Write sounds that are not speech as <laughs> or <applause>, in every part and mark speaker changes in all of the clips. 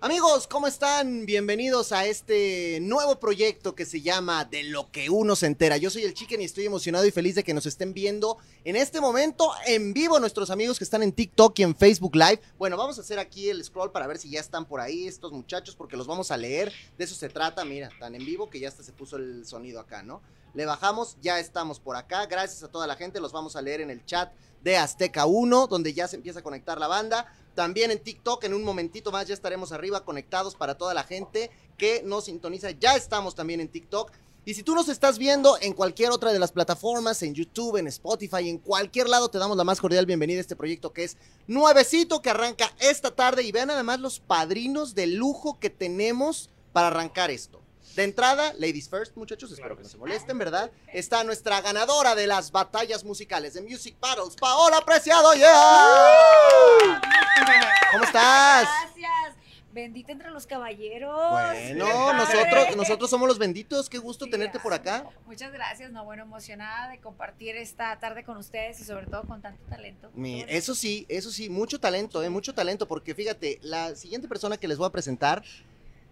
Speaker 1: Amigos, ¿cómo están? Bienvenidos a este nuevo proyecto que se llama De lo que uno se entera. Yo soy el Chicken y estoy emocionado y feliz de que nos estén viendo en este momento en vivo nuestros amigos que están en TikTok y en Facebook Live. Bueno, vamos a hacer aquí el scroll para ver si ya están por ahí estos muchachos porque los vamos a leer. De eso se trata, mira, tan en vivo que ya hasta se puso el sonido acá, ¿no? Le bajamos, ya estamos por acá. Gracias a toda la gente, los vamos a leer en el chat de Azteca 1, donde ya se empieza a conectar la banda. También en TikTok, en un momentito más ya estaremos arriba conectados para toda la gente que nos sintoniza. Ya estamos también en TikTok. Y si tú nos estás viendo en cualquier otra de las plataformas, en YouTube, en Spotify, en cualquier lado, te damos la más cordial bienvenida a este proyecto que es Nuevecito, que arranca esta tarde. Y vean además los padrinos de lujo que tenemos para arrancar esto. De entrada, ladies first, muchachos, espero que no se molesten, ¿verdad? Está nuestra ganadora de las batallas musicales de Music Battles, Paola Preciado. ¡Yeah! ¿Cómo estás?
Speaker 2: Gracias. Bendita entre los caballeros. Qué
Speaker 1: Bueno,
Speaker 2: padre.
Speaker 1: Pues, nosotros, nosotros somos los benditos, qué gusto tenerte por acá.
Speaker 2: Muchas gracias, no, bueno, emocionada de compartir esta tarde con ustedes y sobre todo con tanto talento.
Speaker 1: Mi-
Speaker 2: Qué
Speaker 1: eso sí, eso sí, mucho talento, eh, mucho talento, porque fíjate, la siguiente persona que les voy a presentar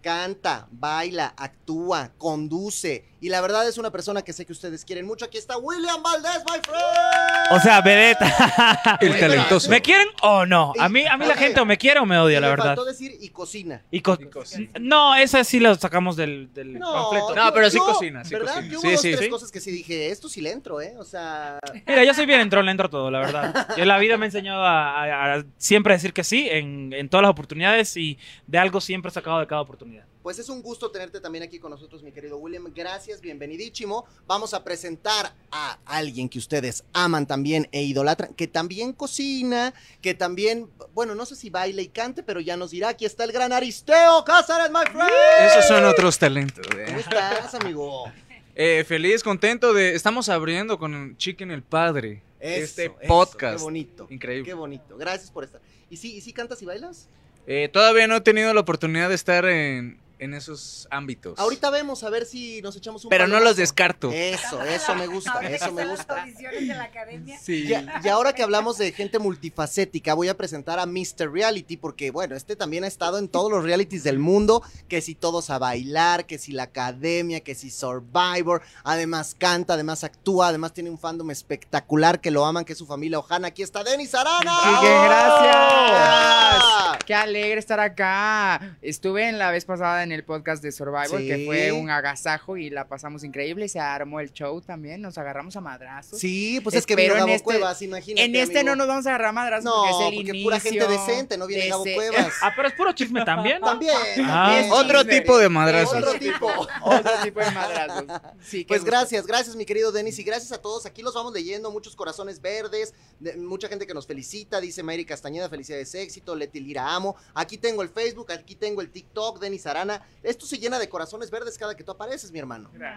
Speaker 1: canta, baila, actúa, conduce, y la verdad es una persona que sé que ustedes quieren mucho. Aquí está William Valdés, my friend.
Speaker 3: O
Speaker 1: <laughs>
Speaker 3: sea, vedeta.
Speaker 4: El talentoso.
Speaker 3: ¿Me quieren o no? A mí, a mí la gente o me quiere o me odia,
Speaker 1: Y
Speaker 3: la
Speaker 1: le
Speaker 3: verdad.
Speaker 1: faltó decir y cocina.
Speaker 3: Y co-
Speaker 4: Sí.
Speaker 3: no, esa sí la sacamos del, del panfleto.
Speaker 4: No, pero sí
Speaker 1: yo-
Speaker 4: cocina, sí
Speaker 1: ¿verdad?
Speaker 4: cocina.
Speaker 1: Yo hubo
Speaker 4: Sí,
Speaker 1: dos,
Speaker 4: sí,
Speaker 1: tres
Speaker 4: sí.
Speaker 1: cosas que sí dije, esto sí le entro, ¿eh? O sea,
Speaker 3: Mira, yo soy bien entrón, le entro a todo, la
Speaker 1: <laughs>
Speaker 3: verdad. Yo, la vida me ha enseñado a, a- a siempre decir que sí en, en todas las oportunidades y de algo siempre he sacado de cada oportunidad.
Speaker 1: pues es un gusto tenerte también aquí con nosotros, mi querido William. Gracias, bienvenidísimo. Vamos a presentar a alguien que ustedes aman también e idolatran, que también cocina, que también, bueno, no sé si baila y cante, pero ya nos dirá. Aquí está el gran Aristeo Cázares, my friend.
Speaker 4: Esos son otros talentos.
Speaker 1: ¿Cómo
Speaker 4: eh.
Speaker 1: estás, amigo?
Speaker 4: Eh, feliz, contento de. Estamos abriendo con Chicken el Padre. este
Speaker 1: Eso, eso,
Speaker 4: podcast.
Speaker 1: Qué bonito. Qué
Speaker 4: Increíble.
Speaker 1: bonito. Gracias por estar. ¿Y sí, y sí cantas y bailas?
Speaker 4: Eh, todavía no he tenido la oportunidad de estar en, en esos ámbitos.
Speaker 1: Ahorita vemos a ver si nos echamos un
Speaker 4: Pues Pero no los
Speaker 1: palomazo.
Speaker 4: descarto.
Speaker 1: Eso,
Speaker 2: padre.
Speaker 1: eso me gusta,
Speaker 2: Ahora que
Speaker 1: eso me
Speaker 2: están Las
Speaker 1: gusta.
Speaker 2: audiciones de la academia.
Speaker 4: Sí.
Speaker 1: Y, y ahora que hablamos de gente multifacética, voy a presentar a Mr. Reality, porque bueno, este también ha estado en todos los realities del mundo, que si todos a bailar, que si la academia, que si Survivor, además canta, además actúa, además tiene un fandom espectacular que lo aman, que es su familia Ojana. Aquí está Denis Arana.
Speaker 5: Chiquen,
Speaker 1: ¡Ah!
Speaker 5: gracias. Qué alegre estar acá. Estuve en la vez pasada en el podcast de Survivor,
Speaker 1: Sí.
Speaker 5: que fue un agasajo y la pasamos increíble. Se armó el show también, nos agarramos a madrazos.
Speaker 1: Sí, pues es que vino
Speaker 5: Espero en
Speaker 1: Gabo
Speaker 5: este-
Speaker 1: Cuevas, imagínate.
Speaker 5: En este
Speaker 1: amigo.
Speaker 5: no nos vamos a agarrar a madrazos
Speaker 1: No,
Speaker 5: porque es el
Speaker 1: porque
Speaker 5: inicio.
Speaker 1: pura gente decente, no viene Gabo
Speaker 5: de ese- <laughs>
Speaker 1: Cuevas.
Speaker 3: Ah, pero es puro chisme también.
Speaker 1: También.
Speaker 3: Ah.
Speaker 1: también.
Speaker 4: Otro
Speaker 5: Chisme.
Speaker 4: tipo de madrazos.
Speaker 1: Otro tipo.
Speaker 5: Otro tipo de madrazos. Sí, qué
Speaker 1: Pues
Speaker 5: gusto.
Speaker 1: gracias, gracias mi querido Denis y gracias a todos. Aquí los vamos leyendo, muchos corazones verdes, de- mucha gente que nos felicita, dice Mayri Castañeda, felicidades, éxito, Leti Lira, amo. Aquí tengo el Facebook, aquí tengo el TikTok, Denis Arana. Esto se llena de corazones verdes cada que tú apareces, mi hermano. La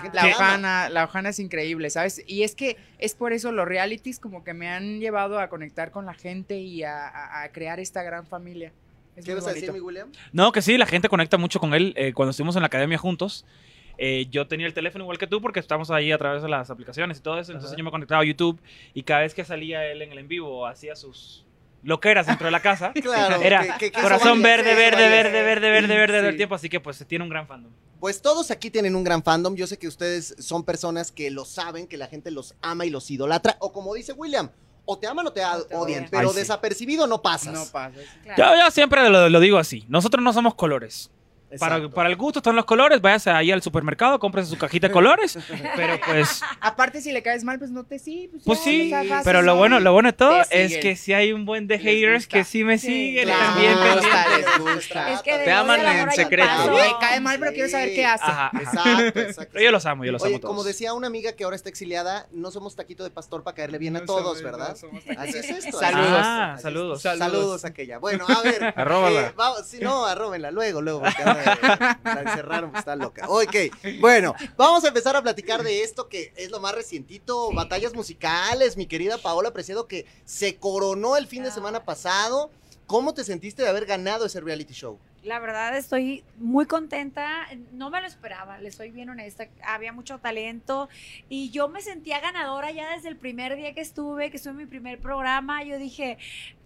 Speaker 1: gente
Speaker 5: La
Speaker 1: te ama.
Speaker 5: Ojana, la Ojana es increíble, ¿sabes? Y es que es por eso los realities como que me han llevado a conectar con la gente y a, a- a crear esta gran familia. Es
Speaker 1: ¿Qué
Speaker 5: muy
Speaker 1: vas a decir,
Speaker 5: bonito.
Speaker 1: mi William?
Speaker 3: No, que sí, la gente conecta mucho con él. Eh, cuando estuvimos en la academia juntos, eh, yo tenía el teléfono igual que tú porque estamos ahí a través de las aplicaciones y todo eso. Entonces yo me conectaba a YouTube y cada vez que salía él en el en vivo hacía sus loqueras dentro de la casa.
Speaker 1: Claro.
Speaker 3: Era
Speaker 1: que- que- que eso
Speaker 3: corazón
Speaker 1: vale,
Speaker 3: verde,
Speaker 1: eso
Speaker 3: verde,
Speaker 1: vale.
Speaker 3: verde, verde, verde, verde todo el
Speaker 5: Sí.
Speaker 3: tiempo. Así que pues tiene un gran fandom.
Speaker 1: Pues todos aquí tienen un gran fandom. Yo sé que ustedes son personas que lo saben, que la gente los ama y los idolatra. O como dice William, o te aman o te a-
Speaker 5: O te
Speaker 1: odian,
Speaker 5: odian.
Speaker 1: pero
Speaker 3: Ay, sí.
Speaker 1: desapercibido no pasas.
Speaker 5: No pasa.
Speaker 2: Claro.
Speaker 3: Yo, yo siempre lo, lo digo así. Nosotros no somos colores. Para,
Speaker 1: Exacto.
Speaker 3: para el gusto están los colores. Váyase ahí al supermercado, cómprese su cajita de colores. Pero pues...
Speaker 5: Aparte, si le caes mal, pues no te sí. Pues,
Speaker 3: Pues
Speaker 5: ya,
Speaker 3: sí,
Speaker 5: o sea, fácil,
Speaker 3: pero lo
Speaker 5: ¿no?
Speaker 3: bueno, lo bueno de todo
Speaker 5: Te
Speaker 3: es
Speaker 5: siguen.
Speaker 3: que si hay un buen de
Speaker 5: Les
Speaker 3: haters
Speaker 5: gusta.
Speaker 3: que sí me
Speaker 2: Sí,
Speaker 3: siguen
Speaker 2: claro.
Speaker 3: también.
Speaker 5: Les gusta,
Speaker 3: pendientes. <laughs>
Speaker 5: les gusta.
Speaker 2: Es que
Speaker 4: Te aman
Speaker 2: amor
Speaker 4: en
Speaker 2: hay
Speaker 4: secreto.
Speaker 2: paso.
Speaker 5: Me Ah, cae mal, pero quiero saber qué hace.
Speaker 3: Ajá, ajá.
Speaker 1: Exacto, exacto.
Speaker 3: Pero yo los amo, yo los
Speaker 1: Oye,
Speaker 3: amo todos.
Speaker 1: como decía una amiga que ahora está exiliada, no somos taquito de pastor para caerle bien a todos, ¿verdad? Así
Speaker 3: <laughs>
Speaker 1: es esto.
Speaker 5: Saludos.
Speaker 3: Ah,
Speaker 1: Así es.
Speaker 3: saludos.
Speaker 1: Saludos. Saludos a aquella. Bueno, a ver.
Speaker 4: Arróbala.
Speaker 1: eh, vamos- sí, no, arróbenla luego, luego. porque ahora, eh, la encerraron, porque está loca. Ok, bueno, vamos a empezar a platicar de esto que es lo más recientito, batallas musicales, mi querida Paola Precedo, que
Speaker 2: Ah.
Speaker 1: se coronó el fin de semana pasado. ¿Cómo te sentiste de haber ganado ese reality show?
Speaker 2: La verdad estoy muy contenta, no me lo esperaba, le soy bien honesta, había mucho talento y yo me sentía ganadora ya desde el primer día que estuve, que estuve en mi primer programa, yo dije,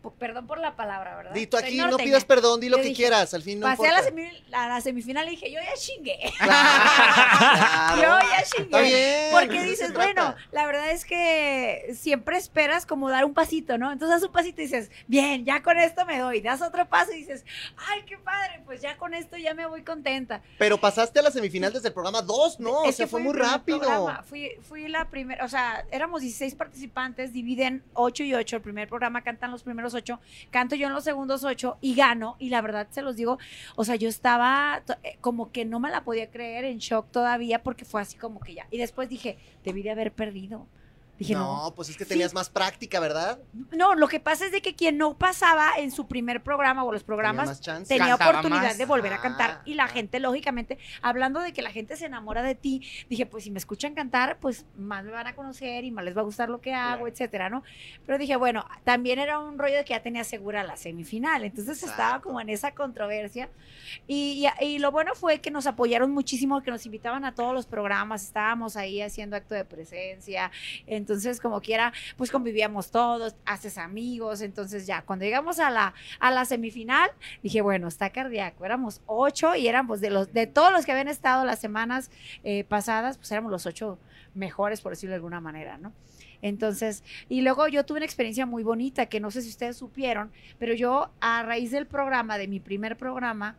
Speaker 2: po- perdón por la palabra, ¿verdad?
Speaker 1: Di, tú
Speaker 2: Soy
Speaker 1: aquí no
Speaker 2: norteña.
Speaker 1: pidas perdón, di lo
Speaker 2: Yo
Speaker 1: que
Speaker 2: dije,
Speaker 1: quieras, al fin no
Speaker 2: Pasé a la,
Speaker 1: importa.
Speaker 2: semi- a la semifinal y dije, yo ya chingué. <laughs>
Speaker 1: Claro,
Speaker 2: Yo
Speaker 1: claro.
Speaker 2: ya
Speaker 1: Ah, Está
Speaker 2: chingué.
Speaker 1: bien. de
Speaker 2: Porque
Speaker 1: eso
Speaker 2: dices,
Speaker 1: se trata.
Speaker 2: bueno, la verdad es que siempre esperas como dar un pasito, ¿no? Entonces das un pasito y dices, bien, ya con esto me doy. Das otro paso y dices, ay, qué padre, pues ya con esto ya me voy contenta.
Speaker 1: Pero pasaste a la semifinal desde el programa 2, ¿no? o
Speaker 2: Es
Speaker 1: sea,
Speaker 2: que
Speaker 1: fue
Speaker 2: mi
Speaker 1: muy
Speaker 2: primer
Speaker 1: rápido.
Speaker 2: programa, Fui, fui la primera, o sea, éramos 16 participantes, dividen 8 y 8. El primer programa cantan los primeros 8, canto yo en los segundos 8 y gano. Y la verdad se los digo, o sea, yo estaba to- eh, como que no me la podía creer, en shock todavía, porque fue así como que ya. Y después dije, debí de haber perdido. Dije, no,
Speaker 1: No, pues es que tenías más práctica, ¿verdad?
Speaker 2: No, lo que pasa es de que quien no pasaba en su primer programa o los
Speaker 1: Tenía
Speaker 2: programas
Speaker 1: más chance.
Speaker 2: tenía
Speaker 5: Cantaba
Speaker 2: oportunidad
Speaker 5: más.
Speaker 2: de volver
Speaker 1: Ah,
Speaker 2: a cantar y la
Speaker 1: ah.
Speaker 2: gente lógicamente hablando de que la gente se enamora de ti dije pues si me escuchan cantar pues más me van a conocer y más les va a gustar lo que hago etcétera no pero dije bueno también era un rollo de que ya tenía segura la semifinal entonces estaba
Speaker 1: Exacto.
Speaker 2: como en esa controversia y, y- y lo bueno fue que nos apoyaron muchísimo que nos invitaban a todos los programas estábamos ahí haciendo acto de presencia entonces como quiera pues convivíamos todos haces amigos entonces ya cuando llegamos a la a la semifinal dije, bueno, está cardíaco. Éramos ocho y éramos de los de todos los que habían estado las semanas eh, pasadas, pues éramos los ocho mejores, por decirlo de alguna manera, ¿no? Entonces, y luego yo tuve una experiencia muy bonita que no sé si ustedes supieron, pero yo a raíz del programa, de mi primer programa,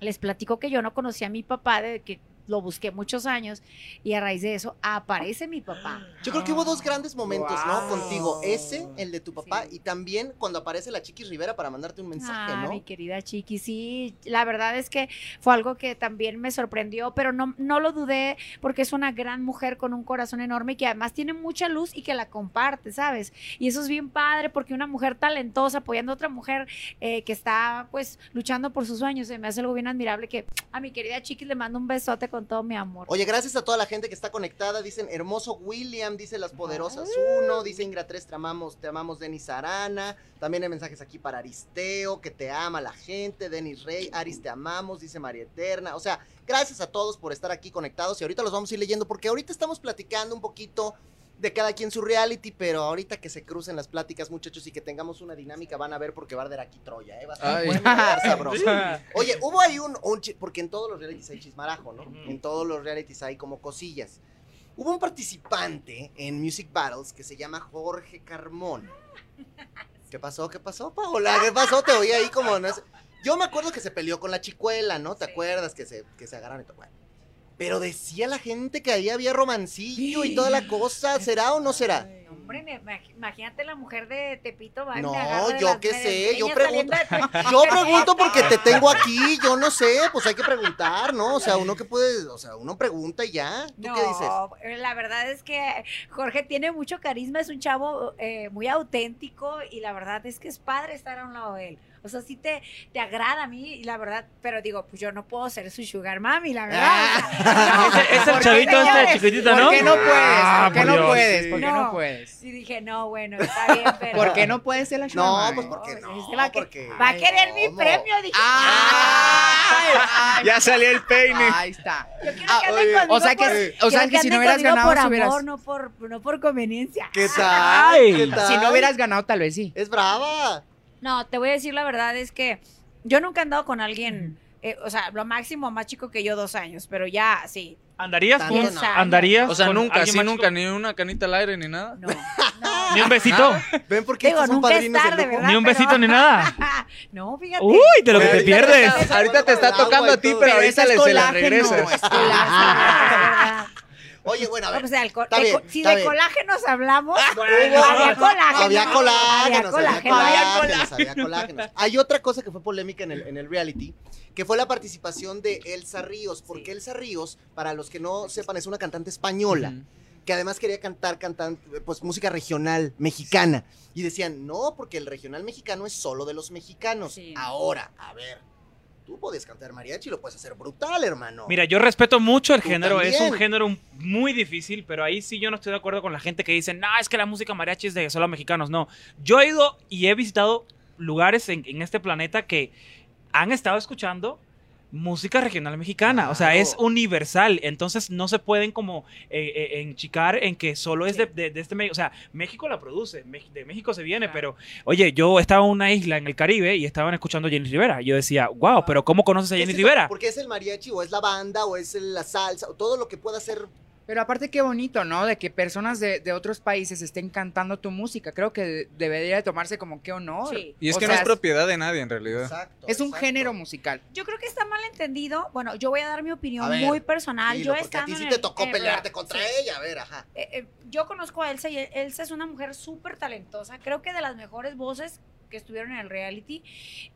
Speaker 2: les platico que yo no conocía a mi papá, de que lo busqué muchos años, y a raíz de eso aparece mi papá.
Speaker 1: Yo creo que hubo dos grandes momentos, ¿no?
Speaker 5: Wow.
Speaker 1: Contigo. Ese, el de tu papá,
Speaker 2: Sí.
Speaker 1: y también cuando aparece la Chiquis Rivera para mandarte un mensaje,
Speaker 2: Ah,
Speaker 1: ¿no?
Speaker 2: mi querida Chiqui, sí, la verdad es que fue algo que también me sorprendió, pero no, no lo dudé porque es una gran mujer con un corazón enorme y que además tiene mucha luz y que la comparte, ¿sabes? Y eso es bien padre porque una mujer talentosa apoyando a otra mujer eh, que está pues luchando por sus sueños, se me hace algo bien admirable que a mi querida Chiqui le mando un besote con todo mi amor.
Speaker 1: Oye, gracias a toda la gente que está conectada. Dicen hermoso William, dice las poderosas uno, dice Ingra 3, te amamos, te amamos Denis Arana. También hay mensajes aquí para Aristeo, que te ama la gente, Denis Rey, Aris te amamos, dice María Eterna. O sea, gracias a todos por estar aquí conectados y ahorita los vamos a ir leyendo porque ahorita estamos platicando un poquito de cada quien su reality, pero ahorita que se crucen las pláticas, muchachos, y que tengamos una dinámica, van a ver porque va a arder aquí Troya, ¿eh? Va a estar
Speaker 4: Ay.
Speaker 1: bueno, va a estar sabroso.
Speaker 3: Ah,
Speaker 1: Oye, hubo ahí un, un chi- porque en todos los realities hay chismarajo, ¿no? En todos los realities hay como cosillas. Hubo un participante en Music Battles que se llama Jorge Carmón. ¿Qué pasó? ¿Qué pasó, Paola? ¿Qué pasó? Te oí ahí como... No sé. Yo me acuerdo que se peleó con la chicuela, ¿no? ¿Te
Speaker 2: Sí.
Speaker 1: acuerdas? Que se, que se agarraron y todo. Bueno. Pero decía la gente que ahí había romancillo y toda la cosa. ¿Será o no será?
Speaker 2: No, Hombre, me- imag- imagínate la mujer de Tepito va y me
Speaker 1: No,
Speaker 2: agarra de
Speaker 1: yo
Speaker 2: las
Speaker 1: qué sé,
Speaker 2: merengueñas
Speaker 1: yo pregunto.
Speaker 2: saliendo de-
Speaker 1: Yo pregunto porque te tengo aquí, yo no sé, pues hay que preguntar, ¿no? O sea, uno que puede, o sea, uno pregunta y ya. ¿Tú qué dices?
Speaker 2: eh, la verdad es que Jorge tiene mucho carisma, es un chavo eh, muy auténtico y la verdad es que es padre estar a un lado de él. O sea, sí te, te agrada a mí, y la verdad, pero digo, pues yo no puedo ser su sugar mami, la
Speaker 5: Ah.
Speaker 2: verdad.
Speaker 5: <laughs>
Speaker 3: Es es el
Speaker 5: ¿Por qué,
Speaker 3: chavito
Speaker 2: señores?
Speaker 3: este chiquitito,
Speaker 5: ¿Por
Speaker 3: ¿no?
Speaker 5: qué no puedes?
Speaker 3: Ah,
Speaker 5: ¿Por qué
Speaker 3: por
Speaker 5: no
Speaker 3: Dios.
Speaker 5: puedes? ¿Por qué
Speaker 2: No.
Speaker 5: no puedes?
Speaker 2: Y dije, no, bueno, está
Speaker 5: <laughs>
Speaker 2: bien, pero...
Speaker 5: ¿Por qué no puedes ser la sugar
Speaker 1: No,
Speaker 5: mami?
Speaker 1: pues porque no.
Speaker 2: Es que va a que-
Speaker 1: porque-
Speaker 2: Va a querer mi
Speaker 1: ¿Cómo?
Speaker 2: premio, dije.
Speaker 5: ¡Ay!
Speaker 4: <laughs> Ya salió el peine.
Speaker 5: Ahí está.
Speaker 2: Yo quiero
Speaker 5: Ah,
Speaker 2: que
Speaker 1: oye,
Speaker 2: anden conmigo
Speaker 5: O sea
Speaker 2: por-
Speaker 5: que, o sea
Speaker 2: quiero
Speaker 5: que si no
Speaker 2: anden
Speaker 5: hubieras
Speaker 2: conmigo
Speaker 5: ganado,
Speaker 2: por
Speaker 5: si hubieras-
Speaker 2: amor, no por, no por conveniencia.
Speaker 1: ¿Qué tal?
Speaker 3: Ay.
Speaker 1: ¿Qué tal?
Speaker 5: si no hubieras ganado, tal vez sí.
Speaker 1: Es brava.
Speaker 2: No, te voy a decir la verdad, es que yo nunca he andado con alguien, eh, o sea, lo máximo más chico que yo dos años, pero ya, sí.
Speaker 3: ¿Andarías
Speaker 1: Tanto
Speaker 3: con-
Speaker 1: no.
Speaker 2: diez años.
Speaker 3: ¿Andarías
Speaker 4: O sea,
Speaker 3: con
Speaker 4: nunca,
Speaker 3: alguien
Speaker 4: así
Speaker 3: más
Speaker 4: nunca,
Speaker 3: chico?
Speaker 4: ni una canita al aire ni nada.
Speaker 2: No, no.
Speaker 1: <laughs>
Speaker 3: Ni un besito,
Speaker 1: Ven porque
Speaker 2: Digo,
Speaker 1: estos son
Speaker 2: nunca es
Speaker 1: padrinos
Speaker 2: tarde,
Speaker 1: del grupo.
Speaker 2: ¿verdad?
Speaker 3: ni un
Speaker 2: Pero-
Speaker 3: besito, ni nada.
Speaker 2: no, fíjate.
Speaker 1: Uh.
Speaker 3: Uy, de lo que te
Speaker 1: Ahorita
Speaker 3: pierdes.
Speaker 1: estás-
Speaker 4: Ahorita te está
Speaker 1: Con el
Speaker 4: tocando
Speaker 1: agua y
Speaker 4: a ti,
Speaker 1: todo.
Speaker 4: pero
Speaker 5: Pero
Speaker 4: ahorita
Speaker 5: ese
Speaker 4: le
Speaker 5: es
Speaker 4: se la
Speaker 5: colágeno,
Speaker 4: regresas.
Speaker 5: es
Speaker 2: Qué lástima, de verdad.
Speaker 1: Oye, bueno, a
Speaker 2: No,
Speaker 1: ver.
Speaker 2: pues, de alcohol-
Speaker 1: Está
Speaker 2: de
Speaker 1: Ah. bien,
Speaker 2: co- si
Speaker 1: está
Speaker 2: de
Speaker 1: bien. Ah,
Speaker 2: colágenos hablamos,
Speaker 3: Bueno.
Speaker 2: pues, había colágeno.
Speaker 1: Había colágenos, había
Speaker 2: colágeno.
Speaker 1: colágenos, había colágenos. Hay otra cosa que fue polémica en el, en el reality, que fue la participación de Elsa Ríos, porque Elsa Ríos, para los que no sepan, es una cantante española. que además quería cantar, cantan, pues música regional mexicana. Y decían, no, porque el regional mexicano es solo de los mexicanos.
Speaker 2: Sí.
Speaker 1: Ahora, a ver, tú puedes cantar mariachi, lo puedes hacer brutal, hermano.
Speaker 3: Mira, yo respeto mucho el
Speaker 1: Tú
Speaker 3: género, es un
Speaker 1: también.
Speaker 3: género muy difícil, pero ahí sí yo no estoy de acuerdo con la gente que dice, no, es que la música mariachi es de solo mexicanos. No, yo he ido y he visitado lugares en, en este planeta que han estado escuchando música regional mexicana, o sea,
Speaker 1: Claro.
Speaker 3: es universal, entonces no se pueden como eh, eh, enchicar en que solo es de, de- de este medio, o sea, México la produce, Mex- de México se viene, pero oye, yo estaba en una isla en el Caribe y estaban escuchando a Jenny Rivera, yo decía, wow, pero ¿cómo conoces a
Speaker 1: ¿Qué es
Speaker 3: Jenny
Speaker 1: eso?
Speaker 3: Rivera?
Speaker 1: Porque es el mariachi, o es la banda, o es la salsa, o todo lo que pueda ser.
Speaker 5: Pero aparte qué bonito, ¿no? De que personas de, de otros países estén cantando tu música. Creo que debería de tomarse como qué honor.
Speaker 2: Sí.
Speaker 4: Y es
Speaker 5: O
Speaker 4: que
Speaker 5: sea,
Speaker 4: no es propiedad de nadie en realidad.
Speaker 1: Exacto.
Speaker 5: Es un
Speaker 1: exacto.
Speaker 5: género musical.
Speaker 2: Yo creo que está mal entendido. Bueno, yo voy a dar mi opinión
Speaker 1: A ver,
Speaker 2: muy personal.
Speaker 1: Dilo,
Speaker 2: yo
Speaker 1: porque a ti
Speaker 2: estando
Speaker 1: sí
Speaker 2: en
Speaker 1: te
Speaker 2: el-
Speaker 1: tocó
Speaker 2: en el
Speaker 1: pelearte
Speaker 2: programa-
Speaker 1: contra
Speaker 2: sí.
Speaker 1: ella, a ver, ajá.
Speaker 2: Eh, eh, yo conozco a Elsa y Elsa es una mujer súper talentosa, creo que de las mejores voces que estuvieron en el reality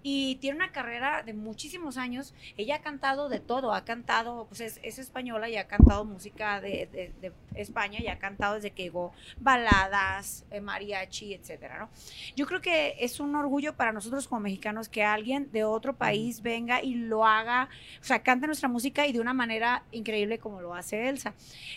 Speaker 2: y tiene una carrera de muchísimos años. Ella ha cantado de todo, ha cantado, pues es, es española y ha cantado música de, de- de España y ha cantado desde que llegó baladas, eh, mariachi, etcétera, ¿no? Yo creo que es un orgullo para nosotros como mexicanos que alguien de otro país venga y lo haga, o sea, cante nuestra música y de una manera increíble como lo hace Elsa.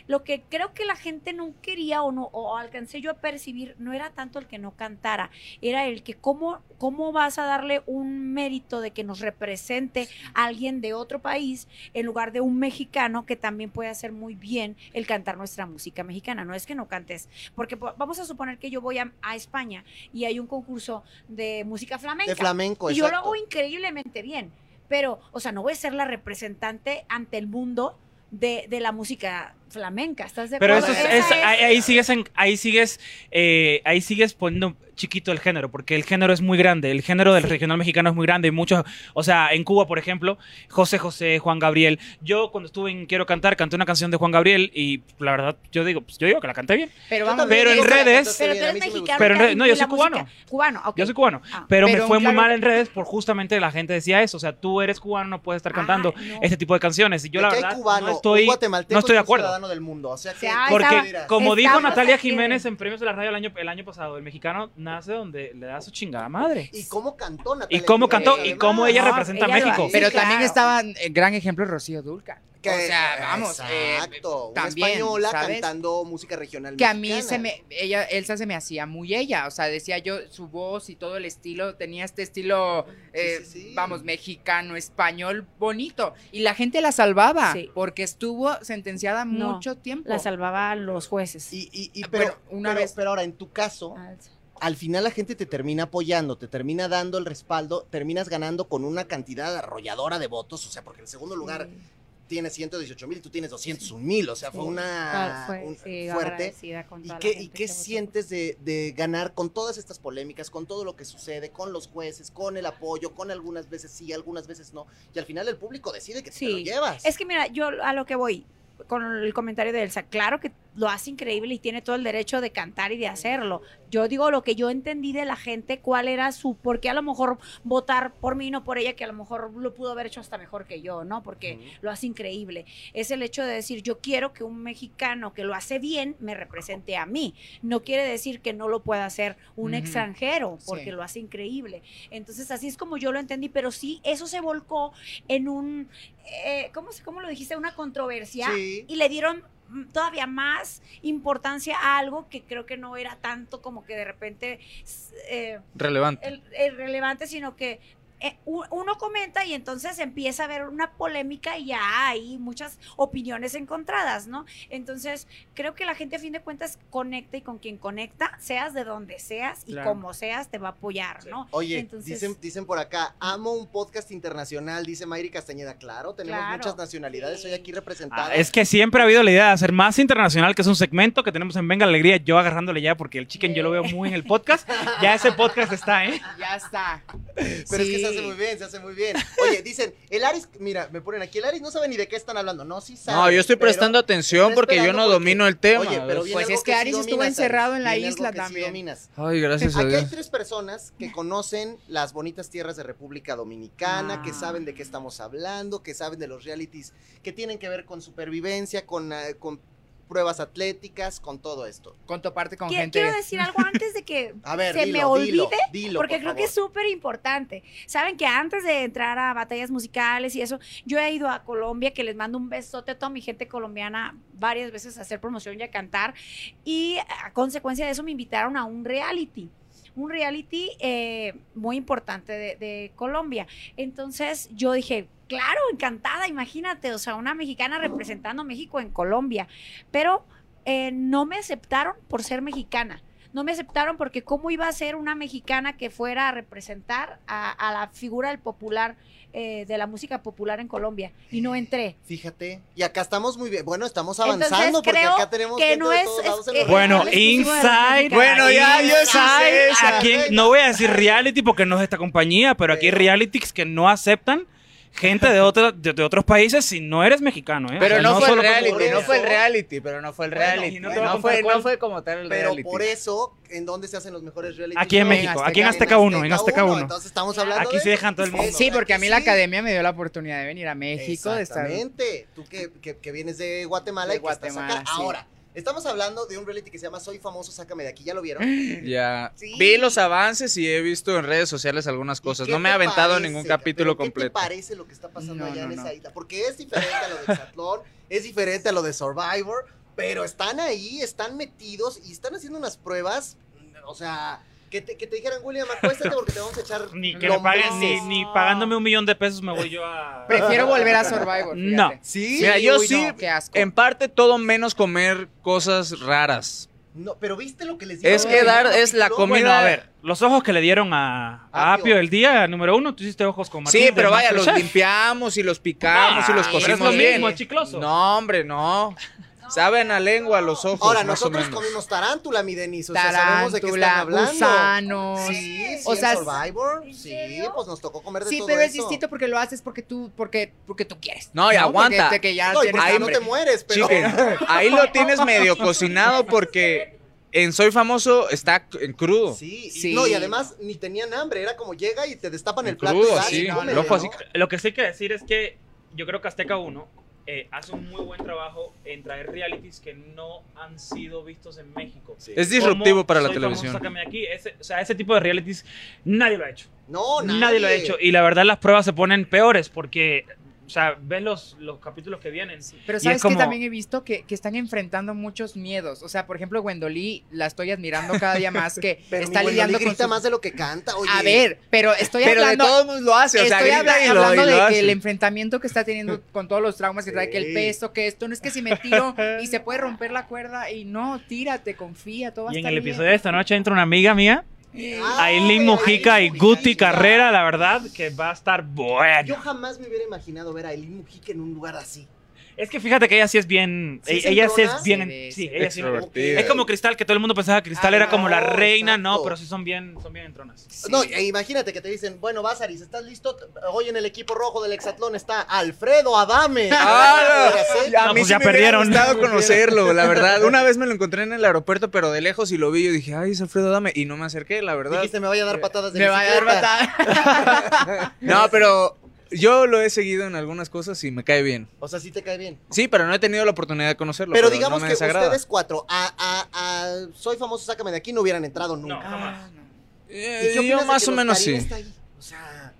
Speaker 2: Lo que creo que la gente no quería o no o alcancé yo a percibir no era tanto el que no cantara, era el que cómo cómo vas a darle un mérito de que nos represente a alguien de otro país en lugar de un mexicano que también puede hacer muy bien el cantar nuestra música mexicana. No es que no cantes, porque po- vamos a suponer que yo voy a, a España y hay un concurso de música flamenca.
Speaker 1: De flamenco,
Speaker 2: Y yo lo
Speaker 1: exacto.
Speaker 2: hago increíblemente bien. Pero, o sea, no voy a ser la representante ante el mundo de, de la música flamenca. ¿Estás de
Speaker 3: Pero
Speaker 2: acuerdo?
Speaker 3: eso es,
Speaker 2: Esa
Speaker 3: es-
Speaker 2: es-
Speaker 3: ahí, ahí sigues, en- ahí sigues, eh, ahí sigues poniendo chiquito el género, porque el género es muy grande, el género del regional mexicano es muy grande, y muchos, o sea, en Cuba, por ejemplo, José José, Juan Gabriel, yo cuando estuve en Quiero Cantar, canté una canción de Juan Gabriel, y la verdad, yo digo, pues, yo digo que la canté bien,
Speaker 1: Yo
Speaker 5: Pero vamos,
Speaker 1: también
Speaker 3: Pero en
Speaker 1: digo que la
Speaker 3: redes-
Speaker 1: cantaste
Speaker 2: Pero tú
Speaker 1: bien, a mí
Speaker 2: eres
Speaker 1: sí me
Speaker 2: mexicano.
Speaker 1: gustó.
Speaker 3: Pero en re- no, yo
Speaker 2: la
Speaker 3: soy cubano.
Speaker 2: música- Cubano, ok.
Speaker 3: yo soy cubano,
Speaker 2: Ah.
Speaker 3: pero, me
Speaker 5: Pero,
Speaker 3: fue muy
Speaker 5: claro-
Speaker 3: mal en redes por justamente la gente decía eso, o sea, tú eres cubano, no puedes estar
Speaker 2: Ah,
Speaker 3: cantando
Speaker 2: no.
Speaker 3: este tipo de canciones, y yo
Speaker 1: De
Speaker 3: la
Speaker 1: que hay
Speaker 3: verdad,
Speaker 1: cubano,
Speaker 3: no
Speaker 1: un
Speaker 3: estoy...
Speaker 1: guatemalteco
Speaker 3: no estoy
Speaker 1: es
Speaker 3: de
Speaker 1: un
Speaker 3: acuerdo.
Speaker 1: ciudadano del mundo, o sea que
Speaker 2: sea,
Speaker 1: ¿qué
Speaker 2: estaba-
Speaker 1: dirás?
Speaker 3: Como dijo
Speaker 2: Estamos
Speaker 3: Natalia
Speaker 2: aquí.
Speaker 3: Jiménez en Premios de la Radio el año, el año pasado, el mexicano nace donde le da su chingada madre.
Speaker 1: ¿Y cómo cantó Natalia?
Speaker 3: y cómo cantó
Speaker 1: Jiménez,
Speaker 3: y cómo ella
Speaker 1: además?
Speaker 2: No,
Speaker 3: representa
Speaker 2: ella
Speaker 3: a
Speaker 2: lo
Speaker 3: México.
Speaker 2: hace.
Speaker 5: pero
Speaker 2: Sí,
Speaker 5: también
Speaker 2: claro.
Speaker 5: estaba, eh, gran ejemplo, Rocío Dulca.
Speaker 1: Que-
Speaker 5: o sea, vamos. eh,
Speaker 1: Exacto, una
Speaker 5: también,
Speaker 1: española
Speaker 5: ¿sabes?
Speaker 1: cantando música regional
Speaker 5: que a mí
Speaker 1: mexicana.
Speaker 5: se me, ella, Elsa se me hacía muy ella, o sea, decía yo, su voz y todo el estilo, tenía este estilo, eh,
Speaker 1: sí, sí.
Speaker 5: vamos, mexicano, español, bonito, y la gente la salvaba,
Speaker 2: Sí.
Speaker 5: porque estuvo sentenciada
Speaker 2: No,
Speaker 5: mucho tiempo.
Speaker 2: La salvaba los jueces.
Speaker 1: Y, y, y
Speaker 5: Ah,
Speaker 1: pero,
Speaker 5: bueno, una
Speaker 1: pero-
Speaker 5: vez-
Speaker 1: pero ahora, en tu caso, al final la gente te termina apoyando, te termina dando el respaldo, terminas ganando con una cantidad arrolladora de votos, o sea, porque en segundo lugar tiene 118 mil, tú tienes 201 mil, o sea, fue
Speaker 2: Sí.
Speaker 1: una un- fuerte. ¿Y qué, y qué sientes de, de ganar con todas estas polémicas, con todo lo que sucede, con los jueces, con el apoyo, con algunas veces sí, algunas veces no? Y al final el público decide que te lo
Speaker 2: Sí.
Speaker 1: llevas.
Speaker 2: Es que mira, yo a lo que voy con el comentario de Elsa, claro que lo hace increíble y tiene todo el derecho de cantar y de hacerlo. Yo digo lo que yo entendí de la gente, cuál era su, porque a lo mejor votar por mí, no por ella, que a lo mejor lo pudo haber hecho hasta mejor que yo, ¿no? Porque
Speaker 1: Ujú.
Speaker 2: lo hace increíble. Es el hecho de decir, yo quiero que un mexicano que lo hace bien me represente a mí. No quiere decir que no lo pueda hacer un
Speaker 5: Ujú.
Speaker 2: extranjero, porque
Speaker 5: Sí.
Speaker 2: lo hace increíble. Entonces, así es como yo lo entendí, pero sí, eso se volcó en un, eh, ¿cómo, se- cómo lo dijiste? Una controversia
Speaker 1: Sí.
Speaker 2: y le dieron mm, todavía más importancia a algo que creo que no era tanto como que de repente s- eh,
Speaker 4: Relevante.
Speaker 2: el, el relevante, sino que eh, u- uno comenta y entonces empieza a haber una polémica y ya hay muchas opiniones encontradas, ¿no? Entonces, creo que la gente a fin de cuentas conecta y con quien conecta, seas de donde seas y
Speaker 4: Claro.
Speaker 2: como seas, te va a apoyar, ¿no?
Speaker 1: Oye,
Speaker 2: Entonces-
Speaker 1: dicen, dicen por acá, amo un podcast internacional, dice Mayri Castañeda. Claro, tenemos
Speaker 2: Claro.
Speaker 1: muchas nacionalidades
Speaker 2: Sí.
Speaker 1: hoy aquí representadas.
Speaker 3: Ah, es que siempre ha habido la idea de hacer más internacional, que es un segmento que tenemos en Venga la Alegría, yo agarrándole ya porque el chicken yo lo veo muy en el podcast. Ya ese podcast está,
Speaker 6: <laughs>
Speaker 3: ¿eh?
Speaker 5: Ya está.
Speaker 1: <laughs> Pero es que se hace
Speaker 5: Sí.
Speaker 1: muy bien, se hace muy bien. Oye, dicen, el Aris, mira, me ponen aquí, el Aris no sabe ni de qué están hablando. No, sí sabe.
Speaker 4: No, yo estoy
Speaker 1: pero-
Speaker 4: prestando atención
Speaker 1: está
Speaker 4: porque yo
Speaker 1: esperando
Speaker 4: no
Speaker 1: porque-
Speaker 4: domino el tema.
Speaker 1: Oye, pero viene
Speaker 5: Pues
Speaker 1: algo
Speaker 5: es que
Speaker 1: sí
Speaker 5: Aris estuvo
Speaker 1: dominas,
Speaker 5: encerrado en la
Speaker 1: viene algo
Speaker 5: isla
Speaker 1: que sí
Speaker 5: también.
Speaker 1: dominas.
Speaker 4: Ay, gracias a
Speaker 1: Aquí hay
Speaker 4: Dios.
Speaker 1: tres personas que conocen las bonitas tierras de República Dominicana, que
Speaker 2: Ah.
Speaker 1: saben de qué estamos hablando, que saben de los realities que tienen que ver con supervivencia, con, eh, con pruebas atléticas, con todo esto.
Speaker 5: Con toparte con
Speaker 2: Qui-
Speaker 5: gente.
Speaker 2: Quiero decir algo antes de que
Speaker 1: A ver,
Speaker 2: se
Speaker 1: dilo,
Speaker 2: me olvide,
Speaker 1: dilo, dilo,
Speaker 2: porque
Speaker 1: por
Speaker 2: creo que es
Speaker 1: favor.
Speaker 2: súper importante. Saben que antes de entrar a batallas musicales y eso, yo he ido a Colombia, que les mando un besote a toda mi gente colombiana varias veces a hacer promoción y a cantar. Y a consecuencia de eso me invitaron a un reality. un reality eh, muy importante de, de Colombia. Entonces yo dije, claro, encantada, imagínate, o sea, una mexicana representando a México en Colombia, pero eh, no me aceptaron por ser mexicana. No me aceptaron porque cómo iba a ser una mexicana que fuera a representar a, a la figura del popular, eh, de la música popular en Colombia. Y no entré.
Speaker 1: Fíjate. Y acá estamos muy bien. Bueno, estamos avanzando
Speaker 2: Entonces,
Speaker 1: porque
Speaker 2: creo
Speaker 1: acá tenemos
Speaker 2: que
Speaker 1: gente
Speaker 2: no
Speaker 1: de
Speaker 2: es-
Speaker 1: todos lados en
Speaker 2: es
Speaker 1: los
Speaker 2: que-
Speaker 3: Bueno,
Speaker 1: canales.
Speaker 2: y-
Speaker 3: Inside.
Speaker 4: Bueno, ya, yo
Speaker 3: Inside,
Speaker 4: sé esa.
Speaker 3: ¿a quién? No voy a decir reality porque no es esta compañía, pero aquí hay realities que no aceptan gente de, otra- de, de otros países si no eres mexicano. ¿eh?
Speaker 1: sea,
Speaker 3: O
Speaker 6: Pero no,
Speaker 1: no
Speaker 6: fue el
Speaker 1: solo como
Speaker 6: reality, no
Speaker 1: eso.
Speaker 6: fue el reality, pero no fue el
Speaker 1: Bueno,
Speaker 6: reality.
Speaker 3: y no
Speaker 6: no,
Speaker 3: te voy a contar
Speaker 6: fue, no
Speaker 3: cuál.
Speaker 6: fue como tal el
Speaker 1: Pero
Speaker 6: reality.
Speaker 1: por eso, ¿en dónde se hacen los mejores reality
Speaker 3: Aquí en
Speaker 1: shows?
Speaker 3: México, aquí en Azteca uno, en Azteca uno.
Speaker 1: Entonces estamos hablando
Speaker 3: Aquí
Speaker 1: de-
Speaker 3: se dejan todo el mundo.
Speaker 5: Sí, porque a mí la
Speaker 1: Aquí sí.
Speaker 5: academia me dio la oportunidad de venir a México, de estar
Speaker 1: Exactamente. Tú que, que- que vienes de Guatemala
Speaker 5: De
Speaker 1: y que estás
Speaker 5: Guatemala,
Speaker 1: acá.
Speaker 5: sí.
Speaker 1: Ahora, estamos hablando de un reality que se llama Soy famoso, sácame de aquí. ¿Ya lo vieron?
Speaker 4: Ya.
Speaker 5: Sí.
Speaker 4: Vi los avances y he visto en redes sociales algunas cosas.
Speaker 1: ¿Y qué
Speaker 4: No me he
Speaker 1: te
Speaker 4: aventado
Speaker 1: parece,
Speaker 4: ningún
Speaker 1: ca-
Speaker 4: capítulo
Speaker 1: pero ¿Qué
Speaker 4: completo.
Speaker 1: te parece lo que está pasando
Speaker 5: No,
Speaker 1: allá
Speaker 5: no,
Speaker 1: en
Speaker 5: no.
Speaker 1: esa isla? Porque es diferente a lo de Exatlón, es diferente a lo de Survivor, pero están ahí, están metidos y están haciendo unas pruebas, o sea, que te, que te dijeran, William, acuéstate porque te vamos a echar
Speaker 3: Ni que me paguen, ni,
Speaker 1: lombrices".
Speaker 3: ni pagándome un millón de pesos me voy yo a.
Speaker 5: Prefiero
Speaker 1: <laughs>
Speaker 5: volver a Survivor. fíjate.
Speaker 3: No.
Speaker 1: Sí.
Speaker 4: Mira, yo
Speaker 5: uy,
Speaker 4: sí,
Speaker 5: no, qué asco.
Speaker 4: En parte todo menos comer cosas raras.
Speaker 1: No, pero viste lo que les
Speaker 4: Es
Speaker 1: dijeron
Speaker 4: que
Speaker 1: en
Speaker 4: dar
Speaker 1: el
Speaker 4: es la
Speaker 1: capítulo?
Speaker 4: comida.
Speaker 3: Bueno, a ver, los ojos que le dieron a, a
Speaker 1: Apio.
Speaker 3: Apio el día número uno, tú hiciste ojos con Martín
Speaker 4: Sí,
Speaker 3: de
Speaker 4: pero vaya, los
Speaker 3: MasterChef.
Speaker 4: limpiamos y los picamos y los
Speaker 3: Ah,
Speaker 4: cocimos
Speaker 3: pero es lo
Speaker 4: bien.
Speaker 3: mismo, es chicloso.
Speaker 4: No, hombre, no. Saben a lengua los ojos.
Speaker 1: Ahora,
Speaker 4: más o
Speaker 1: nosotros
Speaker 4: menos.
Speaker 1: comimos tarántula, mi Denis. O sea, sabemos de qué están
Speaker 5: Tarántula,
Speaker 1: hablando.
Speaker 5: gusanos.
Speaker 1: Sí, sí,
Speaker 5: O sea,
Speaker 1: en Survivor.
Speaker 2: ¿en
Speaker 1: Sí,
Speaker 2: serio?
Speaker 1: pues nos tocó comer de
Speaker 5: Sí,
Speaker 1: todo
Speaker 5: pero es
Speaker 1: eso.
Speaker 5: distinto porque lo haces porque tú, porque, porque tú quieres.
Speaker 4: No, y aguanta.
Speaker 5: Porque, que ya
Speaker 1: No, y
Speaker 5: tienes
Speaker 1: porque no
Speaker 5: hambre.
Speaker 1: te mueres, pero...
Speaker 4: Chicken, ahí
Speaker 1: <laughs>
Speaker 4: lo tienes medio cocinado porque en Soy Famoso está en crudo.
Speaker 1: Sí, y-
Speaker 5: Sí.
Speaker 1: no, y además ni tenían hambre, era como llega y te destapan el
Speaker 4: En
Speaker 1: plato.
Speaker 4: crudo,
Speaker 1: y vas y
Speaker 4: sí,
Speaker 1: cómele,
Speaker 4: el ojo así.
Speaker 1: ¿no?
Speaker 3: Lo que sí hay que decir es que yo creo que Azteca 1 eh, hace un muy buen trabajo en traer realities que no han sido vistos en México.
Speaker 4: Es disruptivo
Speaker 3: Como
Speaker 4: para la
Speaker 3: Soy
Speaker 4: televisión.
Speaker 3: Famoso, Sácame de aquí. Ese- o sea, ese tipo de realities nadie lo ha hecho.
Speaker 1: No, nadie.
Speaker 3: nadie. lo ha hecho. Y la verdad, las pruebas se ponen peores porque, o sea, ves los, los capítulos que vienen.
Speaker 5: Pero
Speaker 3: Y
Speaker 5: sabes
Speaker 3: es como-
Speaker 5: que también he visto que, que están enfrentando muchos miedos. O sea, por ejemplo, Gwendolí la estoy admirando cada día más que
Speaker 1: <laughs> Pero
Speaker 5: está
Speaker 1: mi Wendy
Speaker 5: lidiando con
Speaker 1: grita
Speaker 5: su-
Speaker 1: más de lo que canta, oye.
Speaker 5: A ver, pero estoy
Speaker 4: Pero de
Speaker 5: hablando
Speaker 4: todos modos lo hace. O sea,
Speaker 5: Estoy
Speaker 4: grita
Speaker 5: habla-
Speaker 4: y lo- y
Speaker 5: hablando
Speaker 4: lo
Speaker 5: de
Speaker 4: hace.
Speaker 5: que el em- enfrentamiento que está teniendo
Speaker 1: <laughs>
Speaker 5: con todos los traumas que trae, que
Speaker 1: Sí.
Speaker 5: el peso, que esto, no es que si me
Speaker 1: <laughs>
Speaker 5: tiro y se puede romper la cuerda y no, tírate, confía, todo va a
Speaker 3: Y en
Speaker 5: estar
Speaker 3: el
Speaker 5: bien.
Speaker 3: episodio de esta noche entra una amiga mía,
Speaker 1: Ay,
Speaker 3: Aileen Mujica y
Speaker 1: Aileen
Speaker 3: Guti
Speaker 1: Mujica.
Speaker 3: Carrera, la verdad, que va a estar
Speaker 1: Yo
Speaker 3: bueno.
Speaker 1: jamás me hubiera imaginado ver a Aileen Mujica en un lugar así.
Speaker 3: Es que fíjate que ella sí es bien. eh,
Speaker 1: ¿Sí es
Speaker 3: ella sí
Speaker 1: entrona?
Speaker 3: es bien.
Speaker 5: Se ve,
Speaker 3: sí,
Speaker 5: se
Speaker 3: ella sí-
Speaker 4: Extrovertida.
Speaker 3: Es como Cristal, que todo el mundo pensaba que Cristal
Speaker 5: Ah,
Speaker 3: era como la
Speaker 1: no,
Speaker 3: reina,
Speaker 1: exacto.
Speaker 3: no, pero sí son bien, son bien entronas.
Speaker 5: Sí.
Speaker 1: No, e imagínate que te dicen, bueno, Basaris, ¿estás listo? Hoy en el equipo rojo del Hexatlón está Alfredo Adame.
Speaker 4: Ah, no.
Speaker 1: Sí,
Speaker 4: A
Speaker 3: No,
Speaker 4: mí
Speaker 3: pues
Speaker 4: sí
Speaker 3: ya
Speaker 4: me hubiera
Speaker 3: perdieron.
Speaker 4: <laughs> gustado conocerlo, la verdad. Una vez me lo encontré en el aeropuerto, pero de lejos y lo vi. Yo dije, ay, es Alfredo Dame. Y no me acerqué, la verdad.
Speaker 1: Dijiste, me vaya a dar patadas de
Speaker 5: Me va a dar
Speaker 1: bicicleta".
Speaker 5: batalla.
Speaker 4: No, pero yo lo he seguido en algunas cosas y me cae bien.
Speaker 1: O sea, sí te cae bien.
Speaker 4: Sí, pero no he tenido la oportunidad de conocerlo.
Speaker 1: Pero, digamos
Speaker 4: no me
Speaker 1: que
Speaker 4: desagrada.
Speaker 1: ustedes cuatro, a, a- a Soy Famoso, Sácame de Aquí, no hubieran entrado nunca.
Speaker 3: No.
Speaker 5: Ah, no.
Speaker 1: ¿Y
Speaker 4: Eh,
Speaker 1: qué opinas
Speaker 4: yo
Speaker 1: de
Speaker 4: más
Speaker 1: que
Speaker 4: o menos
Speaker 1: Oscarín
Speaker 4: sí.
Speaker 1: está ahí? O sea,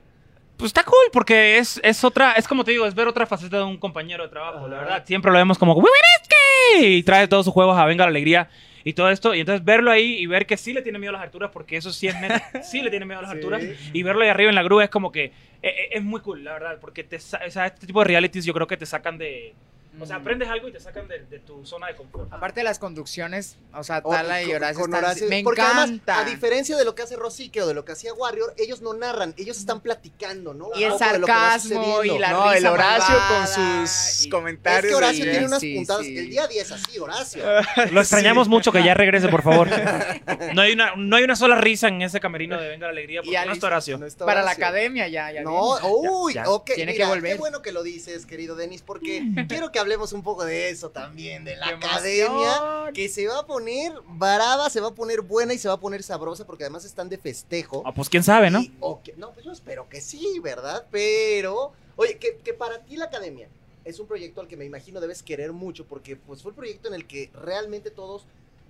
Speaker 3: Pues está cool, porque es, es otra, es como te digo, es ver otra faceta de un compañero de trabajo, la
Speaker 1: Ajá.
Speaker 3: verdad. Siempre lo vemos como, "Muy buenas, ¿qué?", y trae todos sus juegos a Venga la Alegría y todo esto. Y entonces verlo ahí y ver que sí le tiene miedo a las alturas, porque eso sí es
Speaker 1: <laughs>
Speaker 3: neta, sí le tiene miedo a las alturas. Y verlo ahí arriba en la grúa es como que, eh, eh, es muy cool, la verdad, porque te, sa- o sea, este tipo de realities yo creo que te sacan de, o sea, aprendes algo y te sacan de, de tu zona de confort.
Speaker 5: Mm. Aparte de las conducciones, o sea,
Speaker 1: o-
Speaker 5: Tala y
Speaker 1: con-
Speaker 5: Horacio,
Speaker 1: con
Speaker 5: están-
Speaker 1: Horacio-
Speaker 5: me
Speaker 1: porque
Speaker 5: encanta.
Speaker 1: Además, a diferencia de lo que hace Rosique o de lo que hacía Warrior, ellos no narran, ellos están platicando, ¿no? Un
Speaker 5: y el
Speaker 1: poco de lo que va
Speaker 5: sarcasmo y
Speaker 1: sucediendo.
Speaker 5: la
Speaker 4: No, el
Speaker 5: risa
Speaker 4: Horacio con
Speaker 5: malvada,
Speaker 4: sus
Speaker 5: y-
Speaker 1: Es
Speaker 4: comentarios.
Speaker 1: que Horacio
Speaker 4: ahí.
Speaker 1: tiene unas
Speaker 5: Sí,
Speaker 1: puntadas.
Speaker 5: sí.
Speaker 1: El día a día es así, Horacio.
Speaker 3: Lo extrañamos mucho, que ya regrese, por
Speaker 5: <laughs>
Speaker 3: favor. No hay una, no hay una sola risa en ese camerino de Venga la Alegría, porque
Speaker 5: ya
Speaker 3: no está
Speaker 5: listo.
Speaker 3: Horacio.
Speaker 1: No está
Speaker 5: Para la
Speaker 1: Horacio.
Speaker 5: academia ya, ya
Speaker 1: No, uy,
Speaker 3: ya.
Speaker 1: ok,
Speaker 5: Tiene que
Speaker 1: mira, Qué
Speaker 5: volver.
Speaker 1: bueno que lo dices, querido Denis, porque quiero que hablemos un poco de eso también, de la
Speaker 5: viene. ¡Qué
Speaker 1: academia.
Speaker 5: emoción!
Speaker 1: Que se va a poner brava, se va a poner buena y se va a poner sabrosa porque además están de festejo.
Speaker 3: Ah, pues quién sabe, ¿no?
Speaker 1: Y- o que- no, pues yo espero que sí, ¿verdad? Pero, oye, que, que para ti la academia es un proyecto al que me imagino debes querer mucho porque pues fue el proyecto en el que realmente todos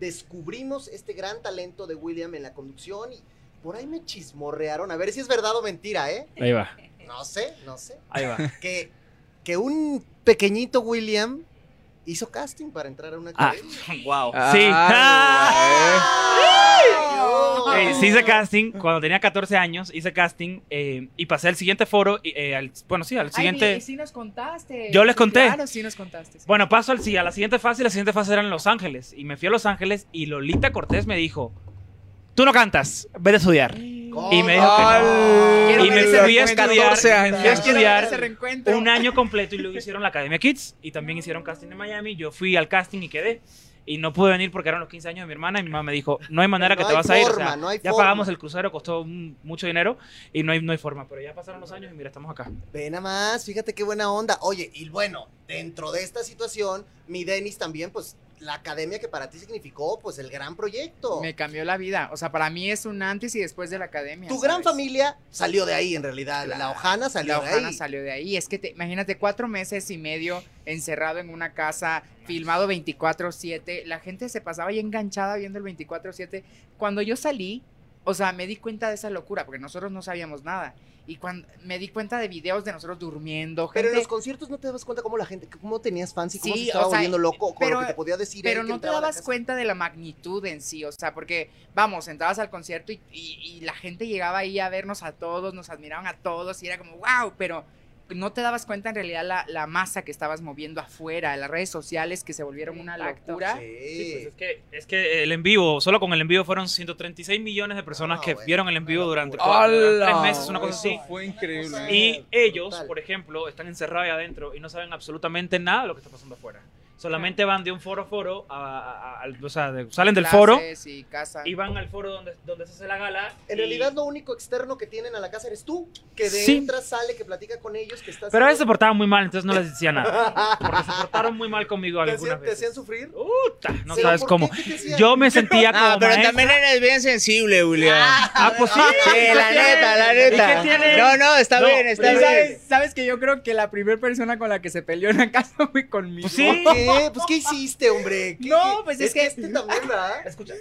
Speaker 1: descubrimos este gran talento de William en la conducción y por ahí me chismorrearon, a ver si es verdad o mentira, ¿eh?
Speaker 3: Ahí va,
Speaker 1: No sé, no sé.
Speaker 3: ahí va.
Speaker 1: Que, que un pequeñito William hizo casting para entrar a una
Speaker 3: Ah.
Speaker 1: academia.
Speaker 3: Wow.
Speaker 4: Ah,
Speaker 6: <laughs>
Speaker 3: Sí.
Speaker 4: güey.
Speaker 1: ¡Ah!
Speaker 3: Ah.
Speaker 5: Oh.
Speaker 1: ¡Ay,
Speaker 3: Güey, sí hice casting. Cuando tenía 14 años, hice casting eh, y pasé al siguiente foro. y, eh, al- bueno, sí, al siguiente.
Speaker 5: Ay, sí nos contaste.
Speaker 3: Yo les conté.
Speaker 5: Claro, sí nos contaste. sí.
Speaker 3: Bueno, pues, paso al, sí, a la siguiente fase y la siguiente fase era en Los Ángeles. Y me fui a Los Ángeles y Lolita Cortés me dijo, tú no cantas, vete a estudiar. Y me dijo
Speaker 1: ah,
Speaker 5: que no.
Speaker 4: Al-
Speaker 5: Y me
Speaker 4: Quiero
Speaker 3: fui a
Speaker 4: ver ese
Speaker 3: estudiar.
Speaker 4: 14 años.
Speaker 3: Fui a
Speaker 5: Yo quiero ver
Speaker 3: estudiar
Speaker 5: ese reencuentro.
Speaker 3: Un año completo y luego hicieron la Academia Kids y también hicieron casting en Miami. Yo fui al casting y quedé. Y no pude venir porque eran los 15 años de mi hermana y mi mamá me dijo, no hay manera que
Speaker 1: No
Speaker 3: te
Speaker 1: hay
Speaker 3: vas a ir. o
Speaker 1: forma,
Speaker 3: sea,
Speaker 1: no hay
Speaker 3: ya
Speaker 1: forma.
Speaker 3: pagamos el crucero, costó mm, mucho dinero y no hay, no hay forma. Pero ya pasaron los años y mira, estamos acá.
Speaker 1: Ve nada más, fíjate qué buena onda. Oye, y bueno, dentro de esta situación, mi Denis también, pues, la academia que para ti significó, pues, el gran proyecto.
Speaker 5: Me cambió la vida. O sea, para mí es un antes y después de la academia.
Speaker 1: Tu gran
Speaker 5: ¿sabes?
Speaker 1: familia salió de ahí, en realidad. La
Speaker 5: Claro.
Speaker 1: Ojana salió
Speaker 5: La
Speaker 1: de
Speaker 5: Ojana
Speaker 1: ahí.
Speaker 5: salió de ahí. Es que te- imagínate, cuatro meses y medio encerrado en una casa, filmado 24-7. La gente se pasaba ahí enganchada viendo el 24-7. Cuando yo salí, o sea, me di cuenta de esa locura, porque nosotros no sabíamos nada. Y cuando me di cuenta de videos de nosotros durmiendo, gente.
Speaker 1: Pero en los conciertos no te dabas cuenta cómo la gente, cómo tenías fans y cómo
Speaker 5: Sí,
Speaker 1: se estaba
Speaker 5: o sea,
Speaker 1: volviendo loco con
Speaker 5: pero-
Speaker 1: lo que te podía decir.
Speaker 5: Pero
Speaker 1: él que
Speaker 5: no te
Speaker 1: entraba a la
Speaker 5: dabas
Speaker 1: casa.
Speaker 5: cuenta de la magnitud en sí, o sea, porque, vamos, entrabas al concierto y, y- y la gente llegaba ahí a vernos a todos, nos admiraban a todos y era como, wow, pero no te dabas cuenta en realidad la, la masa que estabas moviendo afuera, las redes sociales que se volvieron una
Speaker 2: Exacto.
Speaker 5: locura.
Speaker 1: Sí.
Speaker 5: pues,
Speaker 3: pues es, que, es que el en vivo, solo con el en vivo fueron 136 millones de personas
Speaker 1: Ah,
Speaker 3: que
Speaker 1: bueno,
Speaker 3: vieron el en
Speaker 1: una
Speaker 3: vivo
Speaker 1: locura.
Speaker 3: durante cuatro- durante tres meses, una cosa
Speaker 4: Eso
Speaker 3: así.
Speaker 4: Fue
Speaker 1: cosa-
Speaker 4: increíble.
Speaker 3: Y
Speaker 1: Brutal.
Speaker 3: ellos, por ejemplo, están encerrados ahí adentro y no saben absolutamente nada de lo que está pasando afuera. Solamente van de un foro a foro, a- a- a- al- o sea, de- salen del foro
Speaker 5: Clases y casa.
Speaker 3: y van al foro donde, donde se hace la gala.
Speaker 1: En
Speaker 3: y-
Speaker 1: realidad lo único externo que tienen a la casa eres tú, que de
Speaker 3: Sí.
Speaker 1: entra, sale, que platica con ellos, que estás...
Speaker 3: Pero a
Speaker 1: <laughs>
Speaker 3: veces se portaban muy mal, entonces no les decía nada. Porque se portaron muy mal conmigo
Speaker 1: ¿Te
Speaker 3: algunas
Speaker 1: hacían, te hacían
Speaker 3: veces.
Speaker 1: sufrir?
Speaker 3: Puta, no
Speaker 1: ¿Pero
Speaker 3: sabes
Speaker 1: por
Speaker 3: cómo.
Speaker 1: qué? ¿Qué Ah, te hacían?
Speaker 3: Yo me sentía como
Speaker 6: No, Ah, pero
Speaker 3: maestra.
Speaker 6: también eres bien sensible, Julián.
Speaker 3: Ah, pues sí.
Speaker 6: sí, la neta, la neta.
Speaker 3: ¿Y qué tiene?
Speaker 6: No, no, está
Speaker 3: No,
Speaker 6: bien, está
Speaker 5: ¿Y
Speaker 6: bien.
Speaker 5: ¿Sabes, sabes que yo creo que la primera persona con la que se peleó en la casa <laughs> fue conmigo.
Speaker 3: Pues sí.
Speaker 1: ¿Por qué? Pues ¿qué hiciste, hombre? ¿Qué-
Speaker 5: No,
Speaker 1: qué-
Speaker 5: pues, es que-
Speaker 1: este también, ¿verdad?
Speaker 3: Escucha.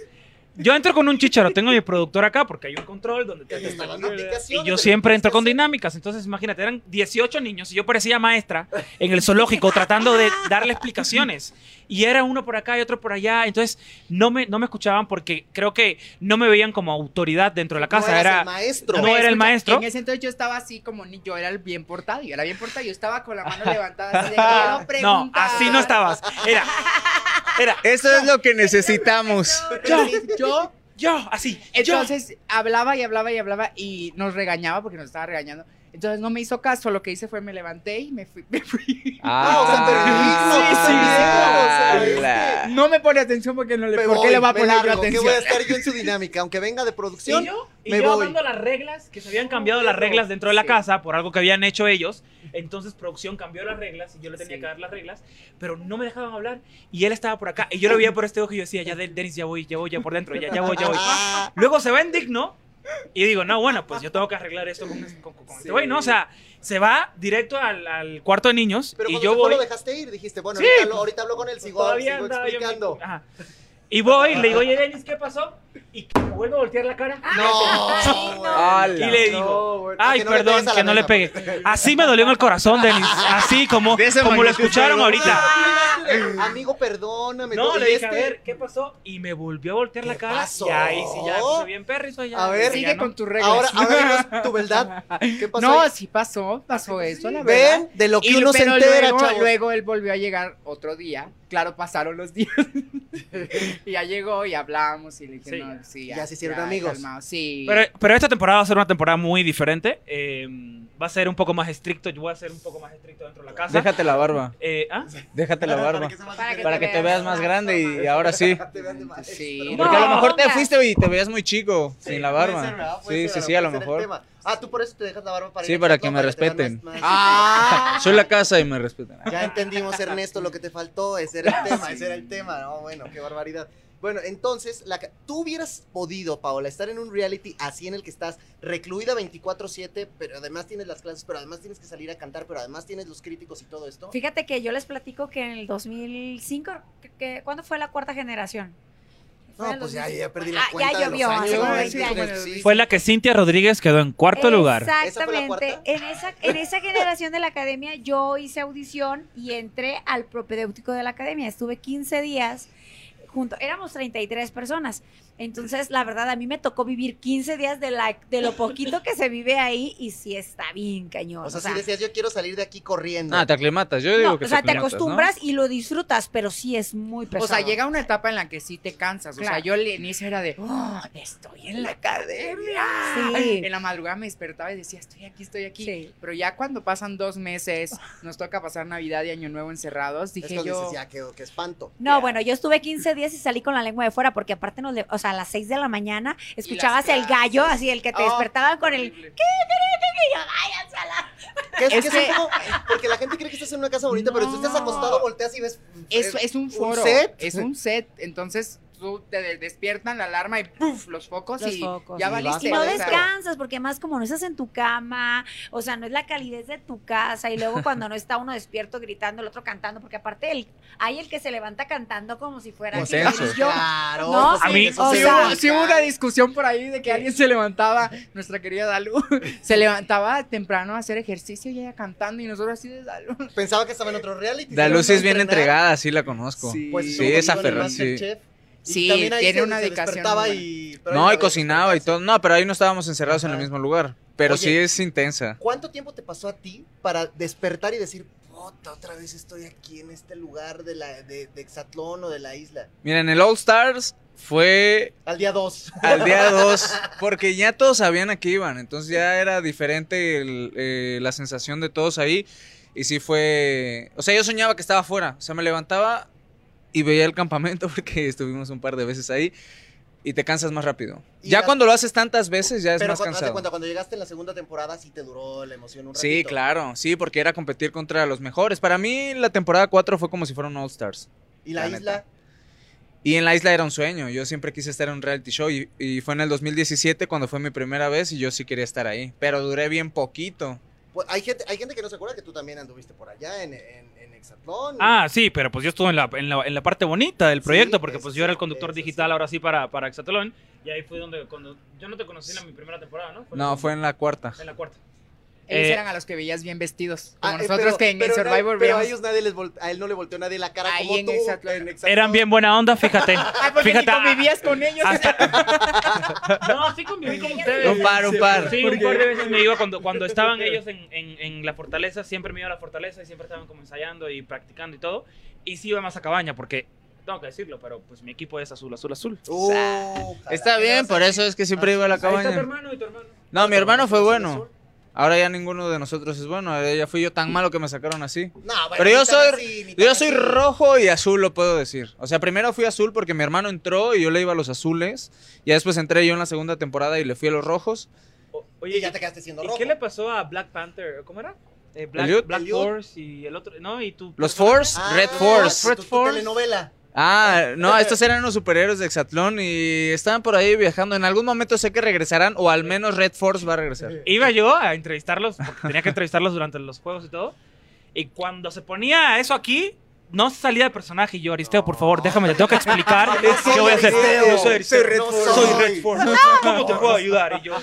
Speaker 3: Yo entro con un chicharo, tengo mi productor acá porque hay un control donde
Speaker 1: Que te
Speaker 3: tengo-
Speaker 1: están dando indicaciones
Speaker 3: Y
Speaker 1: de
Speaker 3: yo
Speaker 1: lo que
Speaker 3: siempre
Speaker 1: tienes
Speaker 3: entro
Speaker 1: que
Speaker 3: con
Speaker 1: hacer.
Speaker 3: dinámicas, entonces imagínate, eran 18 niños y yo parecía maestra en el zoológico tratando de darle explicaciones. Y era uno por acá y otro por allá, entonces no me, no me escuchaban porque creo que no me veían como autoridad dentro de la casa,
Speaker 1: no eras el
Speaker 3: era...
Speaker 1: maestro.
Speaker 3: no era el maestro.
Speaker 5: En ese entonces yo estaba así como ni yo era el bien portado, yo era bien portado, yo estaba con la mano levantada así de quiero
Speaker 3: "Ah, <laughs> No,
Speaker 5: preguntar.
Speaker 3: así no estabas. Era, era,
Speaker 4: Eso es lo que necesitamos.
Speaker 5: Yo, yo
Speaker 3: yo, así, yo.
Speaker 5: Entonces hablaba y hablaba y hablaba y nos regañaba porque nos estaba regañando. Entonces no me hizo caso, lo que hice fue me levanté y me fui. <laughs> me fui.
Speaker 1: Ah, o sea, pero- sí, sí.
Speaker 6: la-
Speaker 5: No me pone atención porque no le
Speaker 1: Ah. Me
Speaker 5: ¿por qué
Speaker 1: voy,
Speaker 5: le va a
Speaker 1: me
Speaker 5: poner yo
Speaker 1: largo, ¿Qué
Speaker 5: atención.
Speaker 1: voy a estar yo en su dinámica? Aunque venga de producción.
Speaker 3: Y yo, y
Speaker 1: me
Speaker 3: yo
Speaker 1: voy.
Speaker 3: hablando las reglas, que se habían cambiado las reglas dentro de la
Speaker 5: Sí.
Speaker 3: casa por algo que habían hecho ellos. Entonces producción cambió las reglas y yo le tenía
Speaker 5: Sí.
Speaker 3: que dar las reglas, pero no me dejaban hablar y él estaba por acá y yo lo veía por este ojo y yo decía, ya Den- Denis, ya voy, ya voy, ya por dentro, ya, ya voy,
Speaker 1: <laughs>
Speaker 3: ya voy.
Speaker 1: Ah,
Speaker 3: Luego se va indigno y digo, no, bueno, pues yo tengo que arreglar esto con, con- con este güey, ¿no? O sea, se va directo al, al cuarto de niños
Speaker 1: pero
Speaker 3: y
Speaker 1: cuando
Speaker 3: yo
Speaker 1: se fue
Speaker 3: voy...
Speaker 1: lo dejaste ir, dijiste, bueno,
Speaker 3: Sí,
Speaker 1: ahorita,
Speaker 3: pues,
Speaker 1: hablo- ahorita hablo con él, sigo,
Speaker 3: Todavía
Speaker 1: sigo
Speaker 3: andaba yo en mi-
Speaker 1: explicando.
Speaker 3: Ajá. Y voy, le digo, oye, Denis, ¿qué pasó? Y que me vuelve a voltear la cara. <laughs>
Speaker 1: No,
Speaker 6: Ah,
Speaker 3: Y
Speaker 6: la-
Speaker 3: le digo, ay, perdón, que no le pegue. Así me dolió en el corazón, Denis. Así como,
Speaker 6: De esa
Speaker 3: como lo
Speaker 6: magnitud,
Speaker 3: escucharon
Speaker 6: pero-
Speaker 3: ahorita.
Speaker 1: Amigo, perdóname.
Speaker 3: No,
Speaker 1: Ah, y
Speaker 3: le dije,
Speaker 1: este-
Speaker 3: a ver, ¿qué pasó? Y me volvió a voltear la
Speaker 1: ¿Qué
Speaker 3: cara.
Speaker 1: pasó?
Speaker 3: Y ahí sí, ya puse bien perro y soy ya.
Speaker 1: A ver,
Speaker 3: ya
Speaker 5: Sigue
Speaker 3: no.
Speaker 5: con tus reglas.
Speaker 1: Ahora, ahora
Speaker 5: <laughs>
Speaker 1: dinos tu verdad.
Speaker 6: <laughs>
Speaker 1: ¿Qué pasó?
Speaker 5: no,
Speaker 1: ahí?
Speaker 5: sí pasó, pasó eso, la verdad.
Speaker 1: Ven, de lo que
Speaker 5: Y
Speaker 1: uno se
Speaker 5: pero
Speaker 1: entera,
Speaker 5: luego,
Speaker 1: chavos.
Speaker 5: luego él volvió a llegar otro día. Claro, pasaron los días. <laughs> y ya llegó y hablamos y le dije,
Speaker 3: Sí.
Speaker 5: no, sí,
Speaker 1: Ya se hicieron amigos.
Speaker 5: calmado, sí.
Speaker 3: Pero, pero esta temporada va a ser una temporada muy diferente. eh, va a ser un poco más estricto. Yo voy a ser un poco más estricto dentro de la casa.
Speaker 6: Déjate la barba,
Speaker 3: Eh, ¿ah?
Speaker 6: déjate la barba.
Speaker 2: Para que
Speaker 6: Para que te veas más grande y, y ahora sí.
Speaker 1: Te veas de mal.
Speaker 5: Sí.
Speaker 6: Porque a lo
Speaker 3: No,
Speaker 6: mejor te
Speaker 2: hombre.
Speaker 6: fuiste y te veías muy chico,
Speaker 1: Sí,
Speaker 6: sin la
Speaker 1: puede
Speaker 6: barba.
Speaker 1: ser, ¿verdad? Puede
Speaker 6: sí,
Speaker 1: ser,
Speaker 6: sí, sí, a lo
Speaker 1: puede ser el
Speaker 6: mejor.
Speaker 1: tema. Ah, tú por eso te dejas la barba para
Speaker 6: Sí,
Speaker 1: ir a
Speaker 6: para
Speaker 1: Club,
Speaker 6: que me
Speaker 1: te vean
Speaker 6: respeten.
Speaker 1: más- más-
Speaker 5: Ah,
Speaker 6: Soy la casa y me respetan.
Speaker 1: Ya entendimos, Ernesto, lo que te faltó. Ese era el tema, ese era el tema. No, bueno, qué barbaridad. Bueno, entonces, la, ca- tú hubieras podido, Paola, estar en un reality así en el que estás recluida 24-7, pero además tienes las clases, pero además tienes que salir a cantar, pero además tienes los críticos y todo esto.
Speaker 2: Fíjate que yo les platico que en el 2005, que- que- ¿cuándo fue la cuarta generación? Fue en
Speaker 1: No,
Speaker 2: el
Speaker 1: pues ya,
Speaker 2: 2005.
Speaker 1: ya perdí la
Speaker 2: Ah,
Speaker 1: cuenta
Speaker 2: ya
Speaker 1: de los
Speaker 2: llovió,
Speaker 1: años.
Speaker 2: hace como
Speaker 1: Sí,
Speaker 2: 20 años.
Speaker 1: pues, sí.
Speaker 3: Fue la que Cintia Rodríguez quedó en cuarto lugar.
Speaker 1: ¿Esa fue la
Speaker 2: Exactamente.
Speaker 1: cuarta?
Speaker 2: En esa, en esa generación de la academia yo hice audición y entré al propedéutico de la academia. Estuve 15 días junto. Éramos 33 personas. Entonces, la verdad, a mí me tocó vivir 15 días de, la, de lo poquito que se vive ahí y sí está bien cañón.
Speaker 1: O sea, si decías, yo quiero salir de aquí corriendo.
Speaker 6: Ah, te aclimatas. Yo digo
Speaker 2: no,
Speaker 6: que
Speaker 2: o sea, te
Speaker 6: aclimatas, ¿no?
Speaker 2: acostumbras y lo disfrutas, pero sí es muy pesado.
Speaker 5: O sea, llega una etapa en la que sí te cansas. O sea,
Speaker 2: Claro.
Speaker 5: yo al inicio era de, oh, estoy en la academia.
Speaker 2: Sí.
Speaker 5: En la madrugada me despertaba y decía, estoy aquí, estoy aquí.
Speaker 2: Sí.
Speaker 5: Pero ya cuando pasan dos meses, nos toca pasar Navidad y Año Nuevo encerrados,
Speaker 1: es
Speaker 5: dije
Speaker 1: cuando
Speaker 5: yo...
Speaker 1: dices, ya, qué, qué espanto.
Speaker 2: No, bueno, yo estuve 15 días y salí con la lengua de fuera porque aparte nos, le- o sea, a las 6 de la mañana escuchabas el
Speaker 5: clases.
Speaker 2: gallo, así el que te
Speaker 5: Oh,
Speaker 2: despertaba con el
Speaker 5: horrible.
Speaker 2: y yo, váyanse a la-".
Speaker 1: Que es,
Speaker 5: Es
Speaker 1: que es
Speaker 5: que-
Speaker 1: un poco- porque la gente cree que estás en una casa bonita, pero tú estás
Speaker 5: No.
Speaker 1: acostado, volteas y ves.
Speaker 5: Es,
Speaker 1: eh,
Speaker 5: es un foro.
Speaker 1: set?
Speaker 5: Es un set. Entonces tú te de- despiertan la alarma y ¡puf! los focos
Speaker 2: Los
Speaker 5: y
Speaker 2: focos.
Speaker 5: ya
Speaker 1: Y vas
Speaker 5: valiste.
Speaker 2: Y no
Speaker 1: Vale, claro.
Speaker 2: descansas porque además como no estás en tu cama, o sea, no es la calidez de tu casa y luego cuando no está uno despierto gritando, el otro cantando, porque aparte el, hay el que se levanta cantando como si fuera
Speaker 6: Como
Speaker 2: que-
Speaker 6: tenso.
Speaker 2: yo.
Speaker 1: Claro.
Speaker 2: No,
Speaker 1: pues,
Speaker 3: a mí-
Speaker 1: eso
Speaker 2: o
Speaker 5: Sí
Speaker 1: se
Speaker 2: sea-
Speaker 5: hubo,
Speaker 1: ubica.
Speaker 5: sí hubo una discusión por ahí de que alguien se levantaba, nuestra querida Dalu, <laughs> se levantaba temprano a hacer ejercicio y ella cantando y nosotros así de Dalu.
Speaker 1: Pensaba que estaba en otro reality.
Speaker 6: La
Speaker 1: se
Speaker 6: luz
Speaker 1: iba a
Speaker 6: es bien
Speaker 1: entrenar.
Speaker 6: entregada, sí la conozco.
Speaker 5: Sí.
Speaker 1: Pues
Speaker 6: Sí,
Speaker 1: como que
Speaker 6: esa
Speaker 1: iba en el
Speaker 6: Ferran, sí.
Speaker 1: Masterchef. Y
Speaker 5: Sí,
Speaker 1: también ahí
Speaker 5: tiene
Speaker 1: se-
Speaker 5: una
Speaker 1: se
Speaker 5: dedicación
Speaker 1: despertaba
Speaker 5: muy buena.
Speaker 1: y, pero
Speaker 6: No,
Speaker 1: ahí
Speaker 6: y
Speaker 1: se
Speaker 6: cocinaba y
Speaker 1: despertaba.
Speaker 6: todo. No, pero ahí no estábamos encerrados en
Speaker 1: Ajá.
Speaker 6: el mismo lugar. Pero
Speaker 1: Oye.
Speaker 6: sí es intensa.
Speaker 1: ¿Cuánto tiempo te pasó a ti para despertar y decir, puta, otra vez estoy aquí en este lugar de, la, de, de Exatlón o de la isla?
Speaker 6: Mira, en el All Stars fue
Speaker 1: Al día 2.
Speaker 6: al día 2, porque ya todos sabían a qué iban. Entonces ya era diferente el, eh, la sensación de todos ahí. Y sí fue. O sea, yo soñaba que estaba afuera. O sea, me levantaba y veía el campamento <laughs> porque estuvimos un par de veces ahí. Y te cansas más rápido.
Speaker 1: Y
Speaker 6: Ya
Speaker 1: la-
Speaker 6: cuando lo haces tantas veces, ya es
Speaker 1: Pero
Speaker 6: más
Speaker 1: cuando, hazte
Speaker 6: cansado.
Speaker 1: cuenta, cuando llegaste en la segunda temporada sí te duró la emoción un ratito.
Speaker 6: Sí, claro, sí, porque era competir contra los mejores. Para mí la temporada 4 fue como si fueran All Stars.
Speaker 1: Y la,
Speaker 6: La
Speaker 1: isla,
Speaker 6: neta. Y en la isla era un sueño, yo siempre quise estar en un reality show y, y fue en el 2017 cuando fue mi primera vez y yo sí quería estar ahí, pero duré bien poquito.
Speaker 1: pues, hay, gente, hay gente que no se acuerda que tú también anduviste por allá en, en, en Exatlón.
Speaker 3: Ah, sí, pero pues yo estuve en la, en la, en la parte bonita del
Speaker 1: Sí,
Speaker 3: proyecto, porque
Speaker 1: eso
Speaker 3: pues yo era el
Speaker 1: sí,
Speaker 3: conductor
Speaker 1: eso
Speaker 3: digital
Speaker 1: sí.
Speaker 3: ahora sí para, para Exatelón. Y ahí fue donde cuando yo no te conocí en la, mi primera temporada, ¿no?
Speaker 6: No, fue en la cuarta.
Speaker 3: en la cuarta.
Speaker 5: Ellos
Speaker 3: Eh,
Speaker 5: eran a los que veías bien vestidos,
Speaker 1: Ah,
Speaker 5: como
Speaker 1: eh,
Speaker 5: nosotros
Speaker 1: pero-
Speaker 5: que en
Speaker 1: pero
Speaker 5: el
Speaker 1: nadie-
Speaker 5: Survivor
Speaker 1: pero a
Speaker 5: veíamos-
Speaker 1: ellos nadie les vol- a él no le volteó nadie la cara
Speaker 5: Ahí
Speaker 1: como
Speaker 5: en
Speaker 1: tú.
Speaker 5: Exatlón.
Speaker 1: en Exatlón.
Speaker 3: Eran bien buena onda, fíjate.
Speaker 5: Ay, porque
Speaker 3: Fíjate, <laughs>
Speaker 5: ni
Speaker 3: ah,
Speaker 5: convivías con ellos. <laughs>
Speaker 3: hasta- No, sí conviví con ustedes.
Speaker 6: Un par, un par.
Speaker 3: Sí, un par de veces me iba cuando, cuando <laughs> estaban ellos en, en- en la fortaleza, siempre me iba a la fortaleza y siempre estaban como ensayando y practicando y todo. Y sí iba más a cabaña porque, tengo que decirlo, pero pues mi equipo es azul, azul, azul.
Speaker 1: Uh, ojalá.
Speaker 6: Está bien, por eso es que siempre iba a la
Speaker 3: Pues Ahí está tu
Speaker 6: cabaña.
Speaker 3: hermano y tu hermano.
Speaker 6: No, mi hermano fue
Speaker 1: Azul,
Speaker 6: bueno.
Speaker 1: azul.
Speaker 6: Ahora ya ninguno de nosotros es bueno, ahora ya fui yo tan malo que me sacaron así.
Speaker 1: No, bueno,
Speaker 6: pues. Pero yo
Speaker 1: ni tan
Speaker 6: soy-
Speaker 1: así, ni tan
Speaker 6: Yo soy
Speaker 1: así.
Speaker 6: rojo y azul, lo puedo decir. O sea, primero fui azul porque mi hermano entró y yo le iba a los azules. Ya después entré yo en la segunda temporada y le fui a los rojos.
Speaker 3: O-
Speaker 1: Y
Speaker 3: Oye,
Speaker 1: ya te quedaste siendo
Speaker 3: ¿Y
Speaker 1: rojo.
Speaker 3: qué le pasó a Black Panther? ¿Cómo era? Eh, Black,
Speaker 6: Eliud.
Speaker 3: Black
Speaker 1: Eliud.
Speaker 3: Force y el otro. No, y tú.
Speaker 6: Los Force,
Speaker 1: Ah,
Speaker 6: Red Force.
Speaker 1: tu- tu telenovela.
Speaker 6: Ah, no, estos eran unos superhéroes de Exatlón y estaban por ahí viajando. En algún momento sé que regresarán o al menos Red Force va a regresar.
Speaker 3: Iba yo a entrevistarlos, porque tenía que entrevistarlos durante los juegos y todo. Y cuando se ponía eso aquí, no salía de personaje. Y yo, Aristeo, por favor, déjame, te tengo que explicar qué voy a hacer.
Speaker 1: Aristeo.
Speaker 3: Yo soy Aristeo.
Speaker 1: Red
Speaker 6: No
Speaker 1: Force.
Speaker 6: soy-
Speaker 1: Soy Red
Speaker 6: Force.
Speaker 3: ¿Cómo te puedo ayudar? Y yo,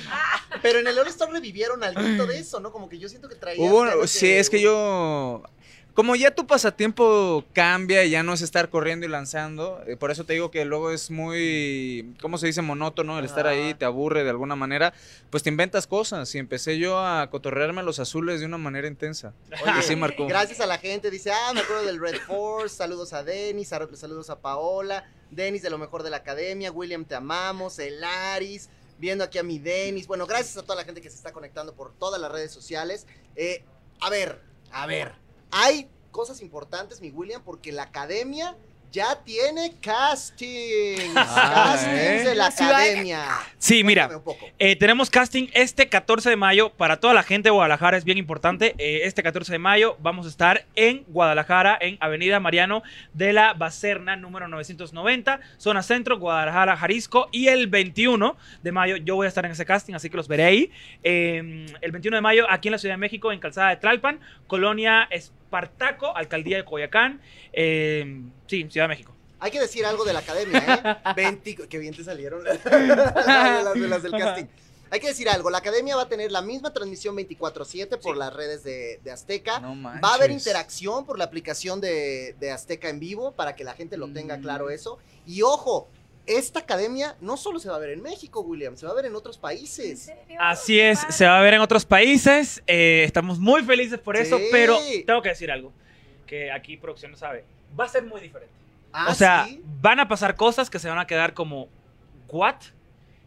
Speaker 1: Pero en el All Star revivieron algo de eso, ¿no? Como que yo siento que traía.
Speaker 6: Hubo- sí, es que yo... Como ya tu pasatiempo cambia y ya no es estar corriendo y lanzando, eh, por eso te digo que luego es muy, ¿cómo se dice? Monótono el estar ahí,
Speaker 3: Ah.
Speaker 1: Ajá.
Speaker 6: te aburre de alguna manera, pues te inventas cosas y empecé yo a cotorrearme a los azules de una manera intensa.
Speaker 1: Oye,
Speaker 6: Y sí marcó.
Speaker 1: Gracias a la gente, dice, ah, me acuerdo del Red Force, saludos a Denis, a- saludos a Paola, Denis de lo mejor de la academia, William te amamos, Elaris, viendo aquí a mi Denis. Bueno, gracias a toda la gente que se está conectando por todas las redes sociales. Eh, a ver, a ver, hay cosas importantes, mi William, porque la academia ya tiene castings,
Speaker 6: Ah,
Speaker 1: castings
Speaker 6: ¿eh?
Speaker 1: de la
Speaker 5: La ciudad de-
Speaker 1: academia.
Speaker 3: sí, mira.
Speaker 1: Cuéntame un poco.
Speaker 3: Eh, tenemos casting este 14 de mayo. Para toda la gente de Guadalajara es bien importante. Eh, este 14 de mayo vamos a estar en Guadalajara, en Avenida Mariano de la Bacerna, número 990, zona centro, Guadalajara, Jalisco. Y el 21 de mayo yo voy a estar en ese casting, así que los veré ahí. Eh, el 21 de mayo aquí en la Ciudad de México, en Calzada de Tlalpan, Colonia Espartaco, Alcaldía de Coyacán. Eh, sí, Ciudad de México.
Speaker 1: Hay que decir algo de la academia, ¿eh?
Speaker 6: <laughs>
Speaker 1: 20 qué bien te salieron las, las- las del casting. Hay que decir algo, la academia va a tener la misma transmisión 24/7 por las redes de, de Azteca.
Speaker 3: Ah,
Speaker 6: No manches.
Speaker 1: Va a haber interacción
Speaker 6: Mm.
Speaker 1: por la aplicación de, de Azteca en vivo para que la gente lo tenga claro eso. Y ojo, esta academia no solo se va a ver en México, William, se va a ver en otros <laughs>
Speaker 2: ¿En
Speaker 1: países.
Speaker 2: serio?
Speaker 3: Así es,
Speaker 2: Padre.
Speaker 3: se va a ver en otros países. eh, estamos muy felices por eso,
Speaker 1: Sí.
Speaker 3: pero tengo que decir algo que aquí producción no sabe. Va a ser muy diferente.
Speaker 1: Ah,
Speaker 3: o sea,
Speaker 1: ¿sí?
Speaker 3: van a pasar cosas que se van a quedar como, ¿what?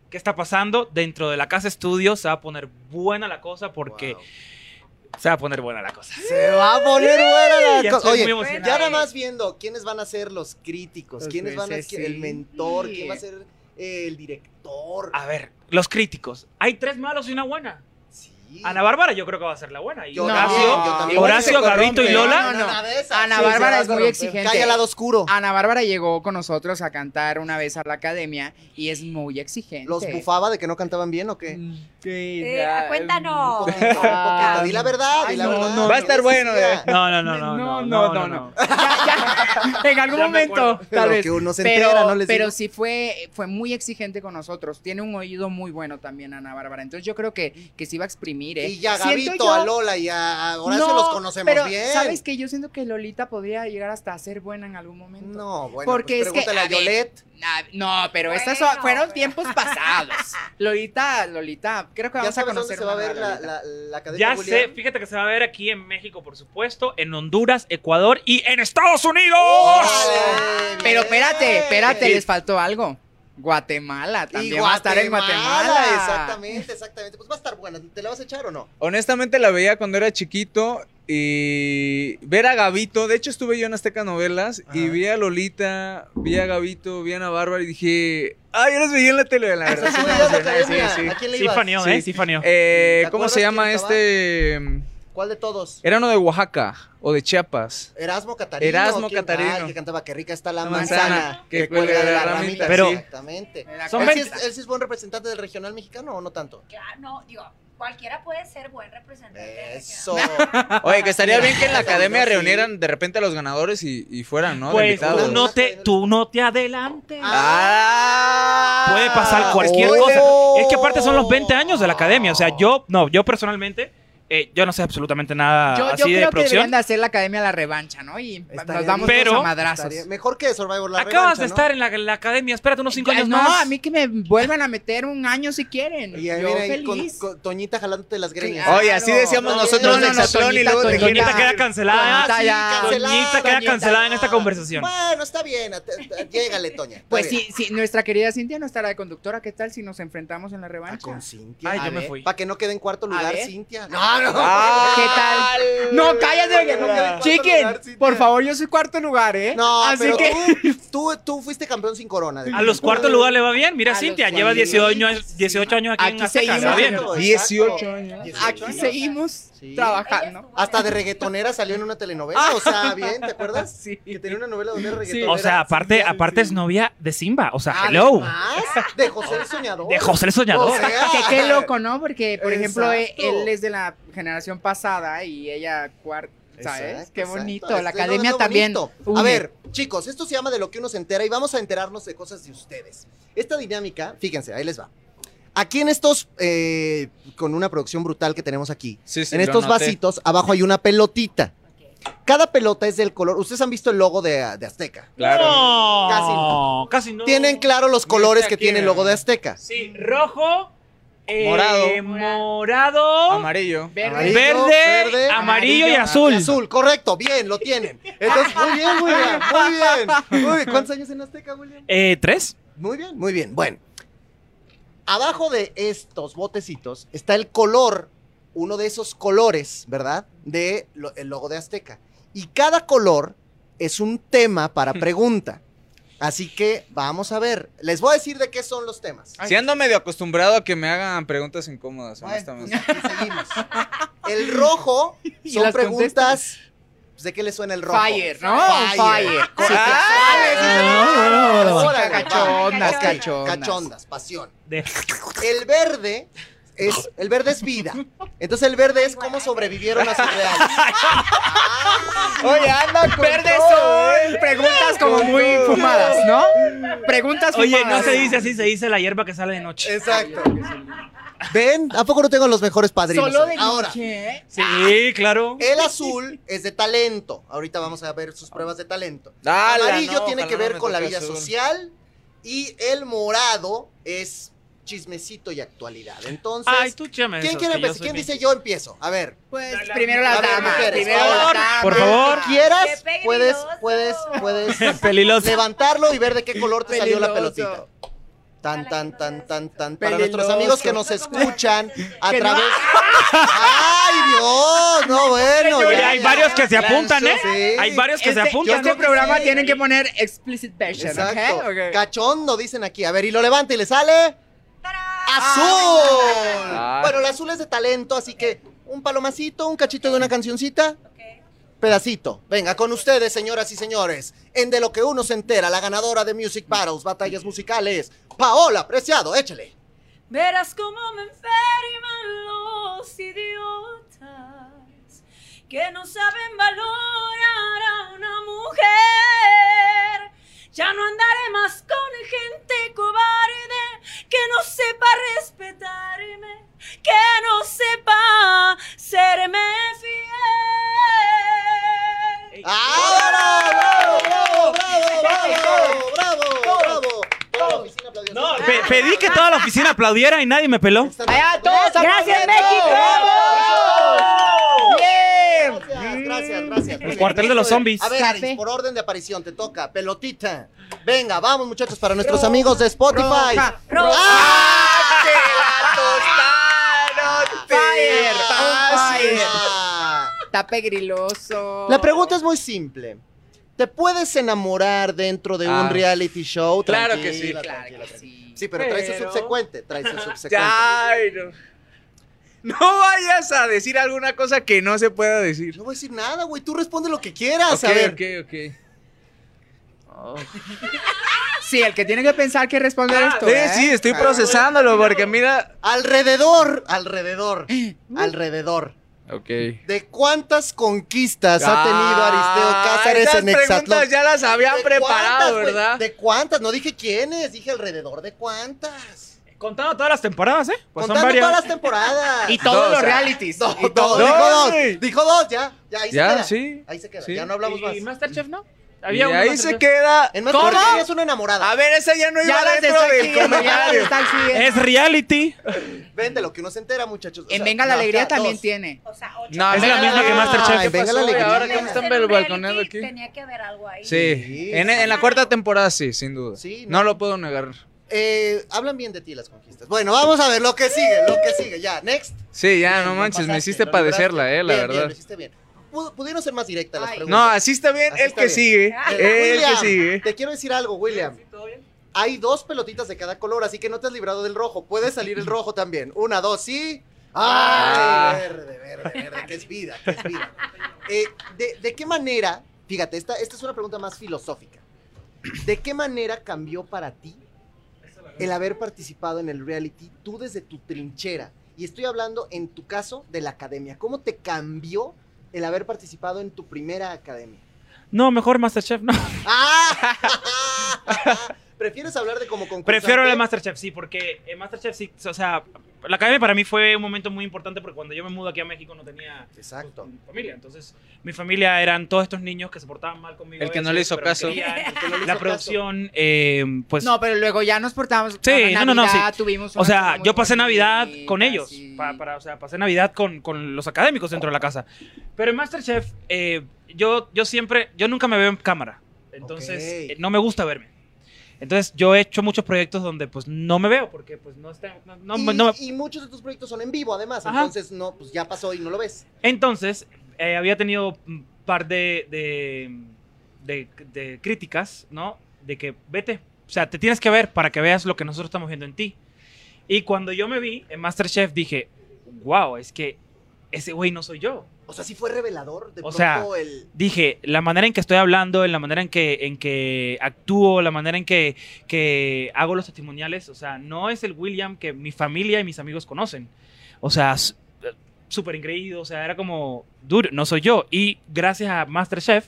Speaker 3: ¿Qué está pasando? Dentro de la casa estudio se va a poner buena la cosa porque
Speaker 1: Wow.
Speaker 3: se va a poner buena la cosa.
Speaker 1: se va a poner buena
Speaker 3: Ya
Speaker 1: la
Speaker 3: estoy
Speaker 1: cosa. Oye,
Speaker 3: muy emocionado.
Speaker 1: ya nada más viendo quiénes van a ser los críticos,
Speaker 5: Los
Speaker 1: quiénes van a
Speaker 5: jueces,
Speaker 1: ser el
Speaker 5: sí.
Speaker 1: mentor, quién
Speaker 5: Sí.
Speaker 1: va a ser eh, el director.
Speaker 3: A ver, los críticos. Hay tres malos y una buena.
Speaker 1: Sí.
Speaker 3: Ana Bárbara yo creo que va a ser la buena. Y
Speaker 1: Yo
Speaker 3: Horacio,
Speaker 1: también, yo también.
Speaker 3: Horacio,
Speaker 5: Se corrompe.
Speaker 3: Gabito y Lola.
Speaker 5: No, no, no.
Speaker 1: Una de esas.
Speaker 5: Ana
Speaker 1: Sí, se va
Speaker 5: Bárbara
Speaker 1: a
Speaker 5: es muy
Speaker 1: corromper.
Speaker 5: exigente. Ah,
Speaker 1: Calla al lado oscuro.
Speaker 5: Ana Bárbara llegó con nosotros a cantar una vez a la academia y es muy exigente.
Speaker 1: ¿Los bufaba de que no cantaban bien o qué?
Speaker 2: Eh, cuéntanos.
Speaker 1: <laughs> Ah, di la verdad, di
Speaker 5: Ay,
Speaker 1: la
Speaker 5: no,
Speaker 1: verdad.
Speaker 5: no,
Speaker 6: Va a estar bueno,
Speaker 1: Decía.
Speaker 3: No, no, no, no. No, no, no.
Speaker 5: En algún
Speaker 3: Ya me
Speaker 5: momento,
Speaker 3: acuerdo.
Speaker 5: tal
Speaker 1: Lo
Speaker 5: vez.
Speaker 1: que uno se
Speaker 5: pero,
Speaker 1: entera, no les
Speaker 5: pero
Speaker 1: digo.
Speaker 5: sí fue, fue muy exigente con nosotros. Tiene un oído muy bueno también Ana Bárbara. Entonces yo creo que, que sí va a exprimir. ¿eh?
Speaker 1: Y ya
Speaker 5: Siento
Speaker 1: Gabito,
Speaker 5: yo-
Speaker 1: a Lola y a Horacio
Speaker 5: No,
Speaker 1: los conocemos
Speaker 5: pero,
Speaker 1: bien.
Speaker 5: ¿Sabes que Yo siento que Lolita podría llegar hasta a ser buena en algún momento.
Speaker 1: No, bueno,
Speaker 5: Porque
Speaker 1: pues
Speaker 5: es que,
Speaker 1: pregúntale
Speaker 5: a
Speaker 1: a
Speaker 5: ver,
Speaker 1: Yolette.
Speaker 5: Ah, no, pero estas
Speaker 2: Bueno,
Speaker 5: son- fueron
Speaker 2: pero-
Speaker 5: tiempos
Speaker 1: <laughs>
Speaker 5: pasados. Lolita, Lolita, creo que
Speaker 1: Ya
Speaker 5: vamos a
Speaker 1: sabes dónde
Speaker 5: conocer
Speaker 1: se va a
Speaker 5: una
Speaker 1: ver
Speaker 5: nueva
Speaker 1: la,
Speaker 5: Lolita.
Speaker 1: la, la academia
Speaker 3: Ya sé,
Speaker 1: William.
Speaker 3: fíjate que se va a ver aquí en México, por supuesto, en Honduras, Ecuador y en Estados Unidos.
Speaker 5: ¡Oh!
Speaker 1: ¡Órale!
Speaker 5: Pero
Speaker 1: Bien.
Speaker 5: espérate, espérate,
Speaker 3: Sí.
Speaker 5: les faltó algo. Guatemala también
Speaker 1: Y
Speaker 5: va a estar en Guatemala.
Speaker 1: Exactamente, exactamente. Pues va a estar buena. ¿Te la vas a echar o no?
Speaker 6: Honestamente la veía cuando era chiquito y ver a Gabito, de hecho estuve yo en Azteca Novelas y
Speaker 1: Ajá.
Speaker 6: vi a Lolita, vi a Gabito, vi a Ana Bárbara y dije, ay, yo los veía en la tele, la verdad.
Speaker 1: Estás
Speaker 6: Ah, Pues sí me
Speaker 1: estudiando
Speaker 6: emocioné,
Speaker 1: academia.
Speaker 6: sí, sí.
Speaker 1: ¿A quién le
Speaker 3: Sí,
Speaker 1: ibas?
Speaker 3: faneó,
Speaker 6: Sí.
Speaker 3: ¿eh? Sí, faneó.
Speaker 6: Eh,
Speaker 1: ¿Te
Speaker 6: ¿Cómo
Speaker 1: acuerdas
Speaker 6: se llama
Speaker 1: quién estaba?
Speaker 6: este?
Speaker 1: ¿Cuál de todos?
Speaker 6: Era uno de Oaxaca o de Chiapas.
Speaker 1: Erasmo Catarino.
Speaker 6: Erasmo
Speaker 1: ¿quién?
Speaker 6: Catarino.
Speaker 1: Ah, el que cantaba que rica está la
Speaker 6: La
Speaker 1: manzana,
Speaker 6: manzana
Speaker 1: que, cuelga de la ramita.
Speaker 3: Pero-
Speaker 1: exactamente.
Speaker 5: Era
Speaker 3: Son
Speaker 1: ¿Él sí,
Speaker 3: 20.
Speaker 5: eh,
Speaker 1: es, él sí es buen representante del regional mexicano o no tanto?
Speaker 2: Claro, no, digo, cualquiera puede ser buen representante. de <laughs>
Speaker 1: Eso. Ah.
Speaker 2: regional.
Speaker 6: <laughs> Oye, que estaría bien que en la
Speaker 1: Sí.
Speaker 6: academia reunieran de repente a los ganadores y, y fueran, ¿no? De
Speaker 3: pues
Speaker 6: invitados.
Speaker 3: tú no, te, tú no te adelantes.
Speaker 1: Ah,
Speaker 3: Puede pasar cualquier
Speaker 1: ¡Oye!
Speaker 3: cosa. Es que aparte son los 20 años de la academia. O sea, yo, no, yo personalmente, eh, yo no sé absolutamente nada
Speaker 5: Yo, yo
Speaker 3: Ah, así de
Speaker 5: creo que
Speaker 3: producción.
Speaker 5: deberían de hacer la academia la revancha, ¿no? Y
Speaker 1: Estaría
Speaker 5: nos damos
Speaker 1: bien.
Speaker 5: todos
Speaker 3: Pero-
Speaker 5: a madrazos.
Speaker 1: Estaría- Mejor que Survivor la
Speaker 3: Acabas
Speaker 1: revancha,
Speaker 3: de
Speaker 1: ¿no?
Speaker 3: estar en la, la academia, espérate unos 5
Speaker 5: Ay,
Speaker 3: años
Speaker 5: no,
Speaker 3: más.
Speaker 5: a mí que me vuelvan a meter un año si quieren.
Speaker 1: Y ahí
Speaker 5: yo
Speaker 1: viene ahí con,
Speaker 5: feliz.
Speaker 1: con Toñita jalándote las greñas.
Speaker 5: Claro.
Speaker 6: Oye, así decíamos
Speaker 1: No,
Speaker 6: nosotros
Speaker 1: no, no,
Speaker 6: en Hexatlón y
Speaker 5: Toñita,
Speaker 6: luego te
Speaker 5: Toñita.
Speaker 3: Toñita queda cancelada.
Speaker 5: Toñita,
Speaker 3: Ah, sí,
Speaker 5: ya.
Speaker 3: Toñita, queda
Speaker 1: Toñita,
Speaker 3: cancelada en
Speaker 1: ya.
Speaker 3: esta conversación.
Speaker 1: Bueno, está bien. at- at- Llégale, Toña. está
Speaker 5: Pues
Speaker 1: bien.
Speaker 5: sí, sí, nuestra querida Cintia no estará de conductora. ¿Qué tal si nos enfrentamos en la
Speaker 1: Ah,
Speaker 5: revancha?
Speaker 1: con Cintia.
Speaker 3: Ay,
Speaker 5: A
Speaker 3: yo me
Speaker 5: ver.
Speaker 3: fui.
Speaker 1: Para que no quede en cuarto lugar,
Speaker 5: ver.
Speaker 1: Cintia. No, no.
Speaker 6: Ah.
Speaker 5: ¿Qué tal? No, cállate, oye, no,
Speaker 1: Hola. Cuarto lugar,
Speaker 5: chiquen.
Speaker 1: Cintia.
Speaker 5: Por favor, yo soy cuarto lugar, ¿eh?
Speaker 1: No,
Speaker 5: Así
Speaker 1: pero
Speaker 5: que
Speaker 1: tú, tú, tú fuiste campeón sin corona.
Speaker 3: A los cuartos lugares le va bien. Mira,
Speaker 5: A los
Speaker 3: Cintia, lleva 18 años, 18 años aquí,
Speaker 5: Aquí
Speaker 3: en Azteca. Le va
Speaker 5: seguimos.
Speaker 3: bien.
Speaker 1: Exacto,
Speaker 6: 18
Speaker 1: exacto.
Speaker 6: años.
Speaker 5: aquí seguimos
Speaker 1: Sí.
Speaker 5: trabajando.
Speaker 1: Hasta de reggaetonera salió en una telenovela. O sea, bien, ¿te acuerdas?
Speaker 5: Sí.
Speaker 1: Que tenía una novela donde era reggaetonera.
Speaker 3: O sea, aparte, aparte es novia de Simba. O sea,
Speaker 1: Ah,
Speaker 3: hello.
Speaker 1: además, De José el Soñador.
Speaker 3: De José el Soñador.
Speaker 1: O sea,
Speaker 5: Que qué loco, ¿no? Porque, por ejemplo, eh,
Speaker 1: Exacto.
Speaker 5: él es de la generación pasada y ella cuarta, ¿sabes?
Speaker 1: Exacto, exacto.
Speaker 5: qué
Speaker 1: Este
Speaker 5: bonito.
Speaker 1: Es-
Speaker 5: La
Speaker 1: es lo- es
Speaker 5: academia
Speaker 1: lo
Speaker 5: también.
Speaker 1: bonito.
Speaker 5: une.
Speaker 1: A ver, chicos, esto se llama de lo que uno se entera y vamos a enterarnos de cosas de ustedes. Esta dinámica, fíjense, ahí les va. Aquí en estos, eh, con una producción brutal que tenemos aquí,
Speaker 6: Sí, sí,
Speaker 1: en
Speaker 6: lo
Speaker 1: estos
Speaker 6: noté.
Speaker 1: vasitos, abajo hay una pelotita. Cada pelota es del color. Ustedes han visto el logo de, de Azteca.
Speaker 6: Claro.
Speaker 3: No,
Speaker 1: Casi
Speaker 3: Casi no.
Speaker 1: Tienen claro los
Speaker 6: Mira
Speaker 1: colores que
Speaker 6: aquí,
Speaker 1: tiene el logo
Speaker 6: mira.
Speaker 1: de Azteca.
Speaker 3: Sí, rojo. eh,
Speaker 6: Morado.
Speaker 3: morado,
Speaker 6: Amarillo.
Speaker 5: Verde.
Speaker 1: Amarillo,
Speaker 3: verde,
Speaker 1: verde,
Speaker 3: amarillo y
Speaker 5: amarillo,
Speaker 3: azul.
Speaker 1: Azul, correcto, bien, lo tienen. Entonces, muy bien, William, muy bien. Muy bien. ¿Cuántos años en Azteca, William?
Speaker 3: Eh, ¿Tres?
Speaker 1: Muy bien, muy bien. Bueno, abajo de estos botecitos está el color, uno de esos colores, ¿verdad? De lo- el logo de Azteca. Y cada color es un tema
Speaker 5: <laughs>
Speaker 1: para pregunta. Así que vamos a ver. Les voy a decir de qué son los temas.
Speaker 5: Ah,
Speaker 6: Si ando medio acostumbrado a que me hagan preguntas incómodas,
Speaker 1: <laughs>
Speaker 5: pues,
Speaker 6: honestamente.
Speaker 1: Y
Speaker 5: <laughs>
Speaker 1: seguimos. El rojo
Speaker 5: Y
Speaker 1: son
Speaker 5: las
Speaker 1: preguntas. pues, ¿De qué le suena el rojo?
Speaker 5: Fire, ¿no? Fire.
Speaker 1: Sí, Ah, sí,
Speaker 5: Ah,
Speaker 1: sí, sí, sí. Órale,
Speaker 5: cachondas,
Speaker 1: va. Ok,
Speaker 5: cachondas.
Speaker 1: Cachondas, pasión.
Speaker 3: De-
Speaker 1: El verde es el verde es vida. Entonces el verde es cómo sobrevivieron a su real.
Speaker 5: Oye, anda Verde sol. Preguntas como muy fumadas, ¿no? Preguntas fumadas.
Speaker 3: Oye, no se dice así, se dice la hierba que sale de noche.
Speaker 1: Exacto. ¿Ven? ¿A poco no tengo los mejores padrinos?
Speaker 5: Solo de
Speaker 1: Ahora,
Speaker 5: noche, ¿eh?
Speaker 3: Sí,
Speaker 1: ah.
Speaker 3: claro.
Speaker 1: el azul es de talento. Ahorita vamos a ver sus pruebas de talento.
Speaker 6: Ala,
Speaker 1: Amarillo
Speaker 6: no,
Speaker 1: tiene
Speaker 6: ojalá
Speaker 1: que
Speaker 6: no
Speaker 1: ver
Speaker 6: me
Speaker 1: con la
Speaker 6: toque
Speaker 1: vida
Speaker 6: azul.
Speaker 1: social. Y el morado es chismecito y actualidad. Entonces,
Speaker 3: Ay, tú chame
Speaker 1: pues, ¿quién
Speaker 3: esos,
Speaker 1: quiere
Speaker 3: que yo
Speaker 1: empezar?
Speaker 3: soy
Speaker 1: ¿Quién
Speaker 3: bien-
Speaker 1: dice yo empiezo? A ver.
Speaker 5: Pues
Speaker 3: Dale,
Speaker 5: primero
Speaker 3: a
Speaker 5: las
Speaker 1: ver,
Speaker 5: damas.
Speaker 1: mujeres,
Speaker 5: Primero
Speaker 1: por
Speaker 5: las
Speaker 1: favor,
Speaker 5: damas.
Speaker 3: por favor.
Speaker 2: ¡Qué
Speaker 1: ¿Quieras?
Speaker 2: pegriloso!
Speaker 1: Puedes, puedes,
Speaker 3: <laughs>
Speaker 1: puedes
Speaker 3: Peliloso.
Speaker 1: levantarlo y ver de qué color te salió la
Speaker 5: Peliloso.
Speaker 1: pelotita. Tan, tan, tan, tan, tan. Para
Speaker 5: Peliloso.
Speaker 1: nuestros amigos que nos escuchan a
Speaker 5: Que no- <laughs>
Speaker 1: través. ¡Ay, Dios! No,
Speaker 5: Pues
Speaker 1: bueno.
Speaker 3: Oye,
Speaker 1: ya,
Speaker 3: hay
Speaker 1: ya.
Speaker 3: varios que se apuntan, ¿eh?
Speaker 1: Sí.
Speaker 3: Hay varios que se
Speaker 5: Este-
Speaker 3: apuntan.
Speaker 5: Este
Speaker 3: ¿no?
Speaker 5: programa tienen que poner explicit version,
Speaker 1: Exacto.
Speaker 5: ¿ok? Ok.
Speaker 1: Cachondo, dicen aquí. A ver, y lo levanta y le sale. ¡Azul!
Speaker 4: Ah.
Speaker 1: Bueno, el azul es de talento, así que un palomacito, un cachito de una cancioncita. Pedacito. Venga, con ustedes, señoras y señores. En De lo que uno se entera, la ganadora de Music Battles, batallas musicales, Paola Preciado, échale.
Speaker 2: Verás cómo me enferman los idiotas que no saben valorar a una mujer. Ya no andaré más con gente cobarde que no sepa respetarme, que no sepa serme fiel.
Speaker 1: ¡Ah, bravo, bravo, bravo, bravo, bravo, bravo! Toda la oficina aplaudió.
Speaker 3: No, pe- pedí que toda la oficina aplaudiera y nadie me peló.
Speaker 5: Allá, todos
Speaker 2: Gracias,
Speaker 5: aplaudiendo.
Speaker 2: México.
Speaker 5: ¡Bravo! ¡Bien!
Speaker 1: Gracias, gracias, gracias.
Speaker 3: El cuartel de los zombies.
Speaker 1: A ver,
Speaker 5: Café.
Speaker 1: Aris, por orden de aparición, te toca. Pelotita. Venga, vamos, muchachos, para nuestros amigos de Spotify.
Speaker 5: roja,
Speaker 2: roja.
Speaker 1: ¡Ah!
Speaker 5: ¡Te
Speaker 1: la tostaron!
Speaker 5: Fire, on fire.
Speaker 1: Ah.
Speaker 5: Está pegriloso.
Speaker 1: La pregunta es muy simple. ¿Te puedes enamorar dentro de un
Speaker 4: Ah.
Speaker 1: reality show?
Speaker 4: Claro que
Speaker 1: Tranquila,
Speaker 4: sí,
Speaker 5: Claro
Speaker 1: tranquila,
Speaker 5: que
Speaker 1: tranquila.
Speaker 5: sí.
Speaker 1: Sí, pero trae su
Speaker 4: Pero-
Speaker 1: subsecuente, trae su subsecuente.
Speaker 4: Ay, no. No vayas a decir alguna cosa que no se pueda decir.
Speaker 1: No voy a decir nada, güey. Tú responde lo que quieras.
Speaker 4: Ok,
Speaker 1: a ver.
Speaker 4: ok, ok.
Speaker 5: Sí, el que tiene que pensar que responder
Speaker 3: Ah,
Speaker 5: esto.
Speaker 4: Sí,
Speaker 5: ¿eh?
Speaker 4: sí, estoy
Speaker 5: Ah.
Speaker 4: procesándolo porque mira.
Speaker 1: Alrededor, alrededor, alrededor.
Speaker 4: Ok.
Speaker 1: ¿De cuántas conquistas ha tenido Aristeo
Speaker 6: Ah,
Speaker 1: Cázares
Speaker 4: Ah, esas
Speaker 1: en Exatlón?
Speaker 4: preguntas ya las habían
Speaker 1: ¿De
Speaker 4: preparado,
Speaker 1: cuántas, güey?
Speaker 4: ¿verdad?
Speaker 1: ¿De cuántas? No dije quiénes, dije alrededor de cuántas.
Speaker 3: Contando todas las temporadas, ¿eh? Pues son
Speaker 1: Contando
Speaker 3: varias.
Speaker 1: todas las temporadas.
Speaker 5: Y todos
Speaker 4: Dos,
Speaker 5: los
Speaker 4: ah.
Speaker 5: realities.
Speaker 1: No,
Speaker 5: y
Speaker 1: no,
Speaker 5: todos.
Speaker 1: dijo
Speaker 4: Dos,
Speaker 1: dos.
Speaker 4: güey.
Speaker 1: Dijo dos, ya. Ya, ahí
Speaker 4: Ya,
Speaker 1: se queda.
Speaker 4: sí.
Speaker 1: Ahí se queda.
Speaker 4: Sí.
Speaker 1: Ya no hablamos
Speaker 3: ¿Y
Speaker 1: más.
Speaker 3: Masterchef no?
Speaker 4: Y
Speaker 3: Había uno
Speaker 4: ahí se
Speaker 3: Masterchef.
Speaker 4: queda.
Speaker 1: En más
Speaker 4: ¿Cómo?
Speaker 1: es una enamorada.
Speaker 4: A ver, esa ya no iba
Speaker 5: Ya las
Speaker 4: dentro
Speaker 5: está
Speaker 4: del
Speaker 5: siguiendo, ya las
Speaker 4: comentario.
Speaker 5: están siguiendo.
Speaker 3: Es reality.
Speaker 1: Ven de lo que uno se entera, muchachos. O
Speaker 5: En
Speaker 1: sea,
Speaker 5: Venga la
Speaker 1: no,
Speaker 5: Alegría
Speaker 1: ya,
Speaker 5: también
Speaker 1: dos.
Speaker 5: tiene.
Speaker 2: O sea, ocho.
Speaker 4: No,
Speaker 3: Es
Speaker 4: venga
Speaker 3: la misma que Masterchef.
Speaker 1: Ay, venga la
Speaker 4: ¿Qué pasó?
Speaker 1: alegría.
Speaker 4: Ahora que me están
Speaker 2: Hacer un
Speaker 4: balconeando
Speaker 2: reality
Speaker 4: aquí.
Speaker 2: Tenía que haber algo ahí.
Speaker 1: Sí,
Speaker 4: Sí, en, en la
Speaker 2: claro.
Speaker 4: cuarta temporada sí, sin duda.
Speaker 1: Sí,
Speaker 4: no. lo puedo negar.
Speaker 1: Eh, hablan bien de ti las conquistas. Bueno, vamos a ver lo que sigue, lo que sigue. Ya, next.
Speaker 4: Sí, ya,
Speaker 1: Bien,
Speaker 4: no
Speaker 1: lo
Speaker 4: manches, me
Speaker 1: pasaste,
Speaker 4: hiciste
Speaker 1: lo
Speaker 4: padecerla,
Speaker 1: lograste.
Speaker 4: eh, la
Speaker 1: Bien, bien,
Speaker 4: verdad.
Speaker 1: lo hiciste bien. Pu- Pudieron ser más directas las
Speaker 5: Ay.
Speaker 1: preguntas.
Speaker 4: No, así está bien
Speaker 1: Así
Speaker 4: el
Speaker 1: está
Speaker 4: que
Speaker 1: bien.
Speaker 4: sigue. El que
Speaker 1: William,
Speaker 4: sigue.
Speaker 1: Te quiero decir algo, William. Hay dos pelotitas de cada color, así que no te has librado del rojo. Puede salir el rojo también. Una, dos y. ¡Ay!
Speaker 4: Ah.
Speaker 1: Verde, verde, verde. Que es vida, que es vida. Eh, de, de qué manera? Fíjate, esta, esta es una pregunta más filosófica. ¿De qué manera cambió para ti el haber participado en el reality, tú desde tu trinchera? Y estoy hablando, en tu caso, de la academia. ¿Cómo te cambió el haber participado en tu primera academia?
Speaker 3: No, mejor Masterchef, no.
Speaker 1: ¡Ah! ¿Prefieres hablar de como concursante?
Speaker 3: Prefiero el de Masterchef, sí, porque el Masterchef sí, o sea, la academia para mí fue un momento muy importante porque cuando yo me mudo aquí a México no tenía
Speaker 1: Exacto.
Speaker 3: pues, familia. Entonces, mi familia eran todos estos niños que se portaban mal conmigo.
Speaker 4: El que
Speaker 3: eso,
Speaker 4: no le hizo
Speaker 3: pero que
Speaker 4: caso. <laughs>
Speaker 3: querían.
Speaker 1: Que no le hizo
Speaker 3: la
Speaker 1: caso.
Speaker 3: producción, eh, pues...
Speaker 5: No, pero luego ya nos portamos.
Speaker 3: Sí, no, no, no,
Speaker 5: Navidad, Tuvimos
Speaker 3: o
Speaker 5: una
Speaker 3: sea,
Speaker 5: cosa muy
Speaker 3: yo pasé Navidad
Speaker 5: bonita,
Speaker 3: con ellos.
Speaker 5: sí.
Speaker 3: pa- para, o sea, pasé Navidad con, con los académicos dentro de la casa. Pero en Masterchef, eh, yo, yo siempre, yo nunca me veo en cámara. Entonces,
Speaker 1: Ok.
Speaker 3: eh, no me gusta verme. Entonces, yo he hecho muchos proyectos donde pues no me veo porque pues no está... no- no-
Speaker 1: y,
Speaker 3: no me-
Speaker 1: y muchos de tus proyectos son en vivo, además.
Speaker 3: Ajá.
Speaker 1: Entonces, no, pues ya pasó y no lo ves.
Speaker 3: Entonces, eh, había tenido un par de, de, de- de críticas, ¿no? De que vete, o sea, te tienes que ver para que veas lo que nosotros estamos viendo en ti. Y cuando yo me vi en Masterchef, dije, wow, es que ese güey no soy yo.
Speaker 1: O sea, sí fue revelador. De
Speaker 3: O
Speaker 1: pronto
Speaker 3: sea,
Speaker 1: el.
Speaker 3: Dije, la manera en que estoy hablando, en la manera en que, en que actúo, la manera en que, que hago los testimoniales, o sea, no es el William que mi familia y mis amigos conocen. O sea, s- eh, súper increíble, o sea, era como, duro, no soy yo. Y gracias a Masterchef,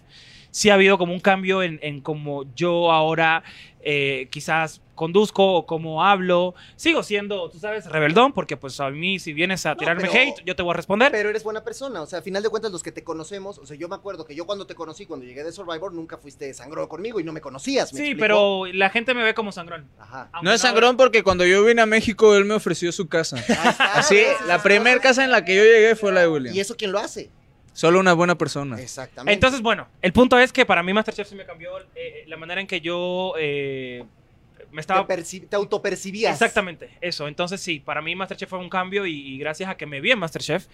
Speaker 3: sí ha habido como un cambio en, en como yo ahora eh, quizás conduzco o cómo hablo. Sigo siendo, tú sabes, rebeldón, porque pues a mí si vienes a
Speaker 1: No,
Speaker 3: tirarme
Speaker 1: pero-
Speaker 3: hate, yo te voy a responder.
Speaker 1: Pero eres buena persona, o sea, a final de cuentas los que te conocemos, o sea, yo me acuerdo que yo cuando te conocí, cuando llegué de Survivor, nunca fuiste sangrón conmigo y no me conocías, ¿me
Speaker 3: sí,
Speaker 1: explico?
Speaker 3: pero la gente me ve como sangrón. <laughs>
Speaker 1: Ajá.
Speaker 3: Aunque
Speaker 6: No es sangrón porque cuando yo vine a México él me ofreció su casa.
Speaker 1: Ahí
Speaker 4: Ah,
Speaker 1: está,
Speaker 6: Así,
Speaker 1: ¿ves? Esas
Speaker 6: la primera
Speaker 1: cosas.
Speaker 6: casa en la que yo llegué fue la de
Speaker 1: Ah, ¿Y
Speaker 6: William.
Speaker 1: eso quién lo hace?
Speaker 6: Solo una buena persona.
Speaker 1: Exactamente.
Speaker 3: Entonces, bueno, el punto es que para mí Masterchef sí me cambió eh, eh, la manera en que yo eh, me
Speaker 1: te,
Speaker 3: estaba
Speaker 1: perci- te autopercibías.
Speaker 3: Exactamente, eso. Entonces sí, para mí Masterchef fue un cambio y, y gracias a que me vi en Masterchef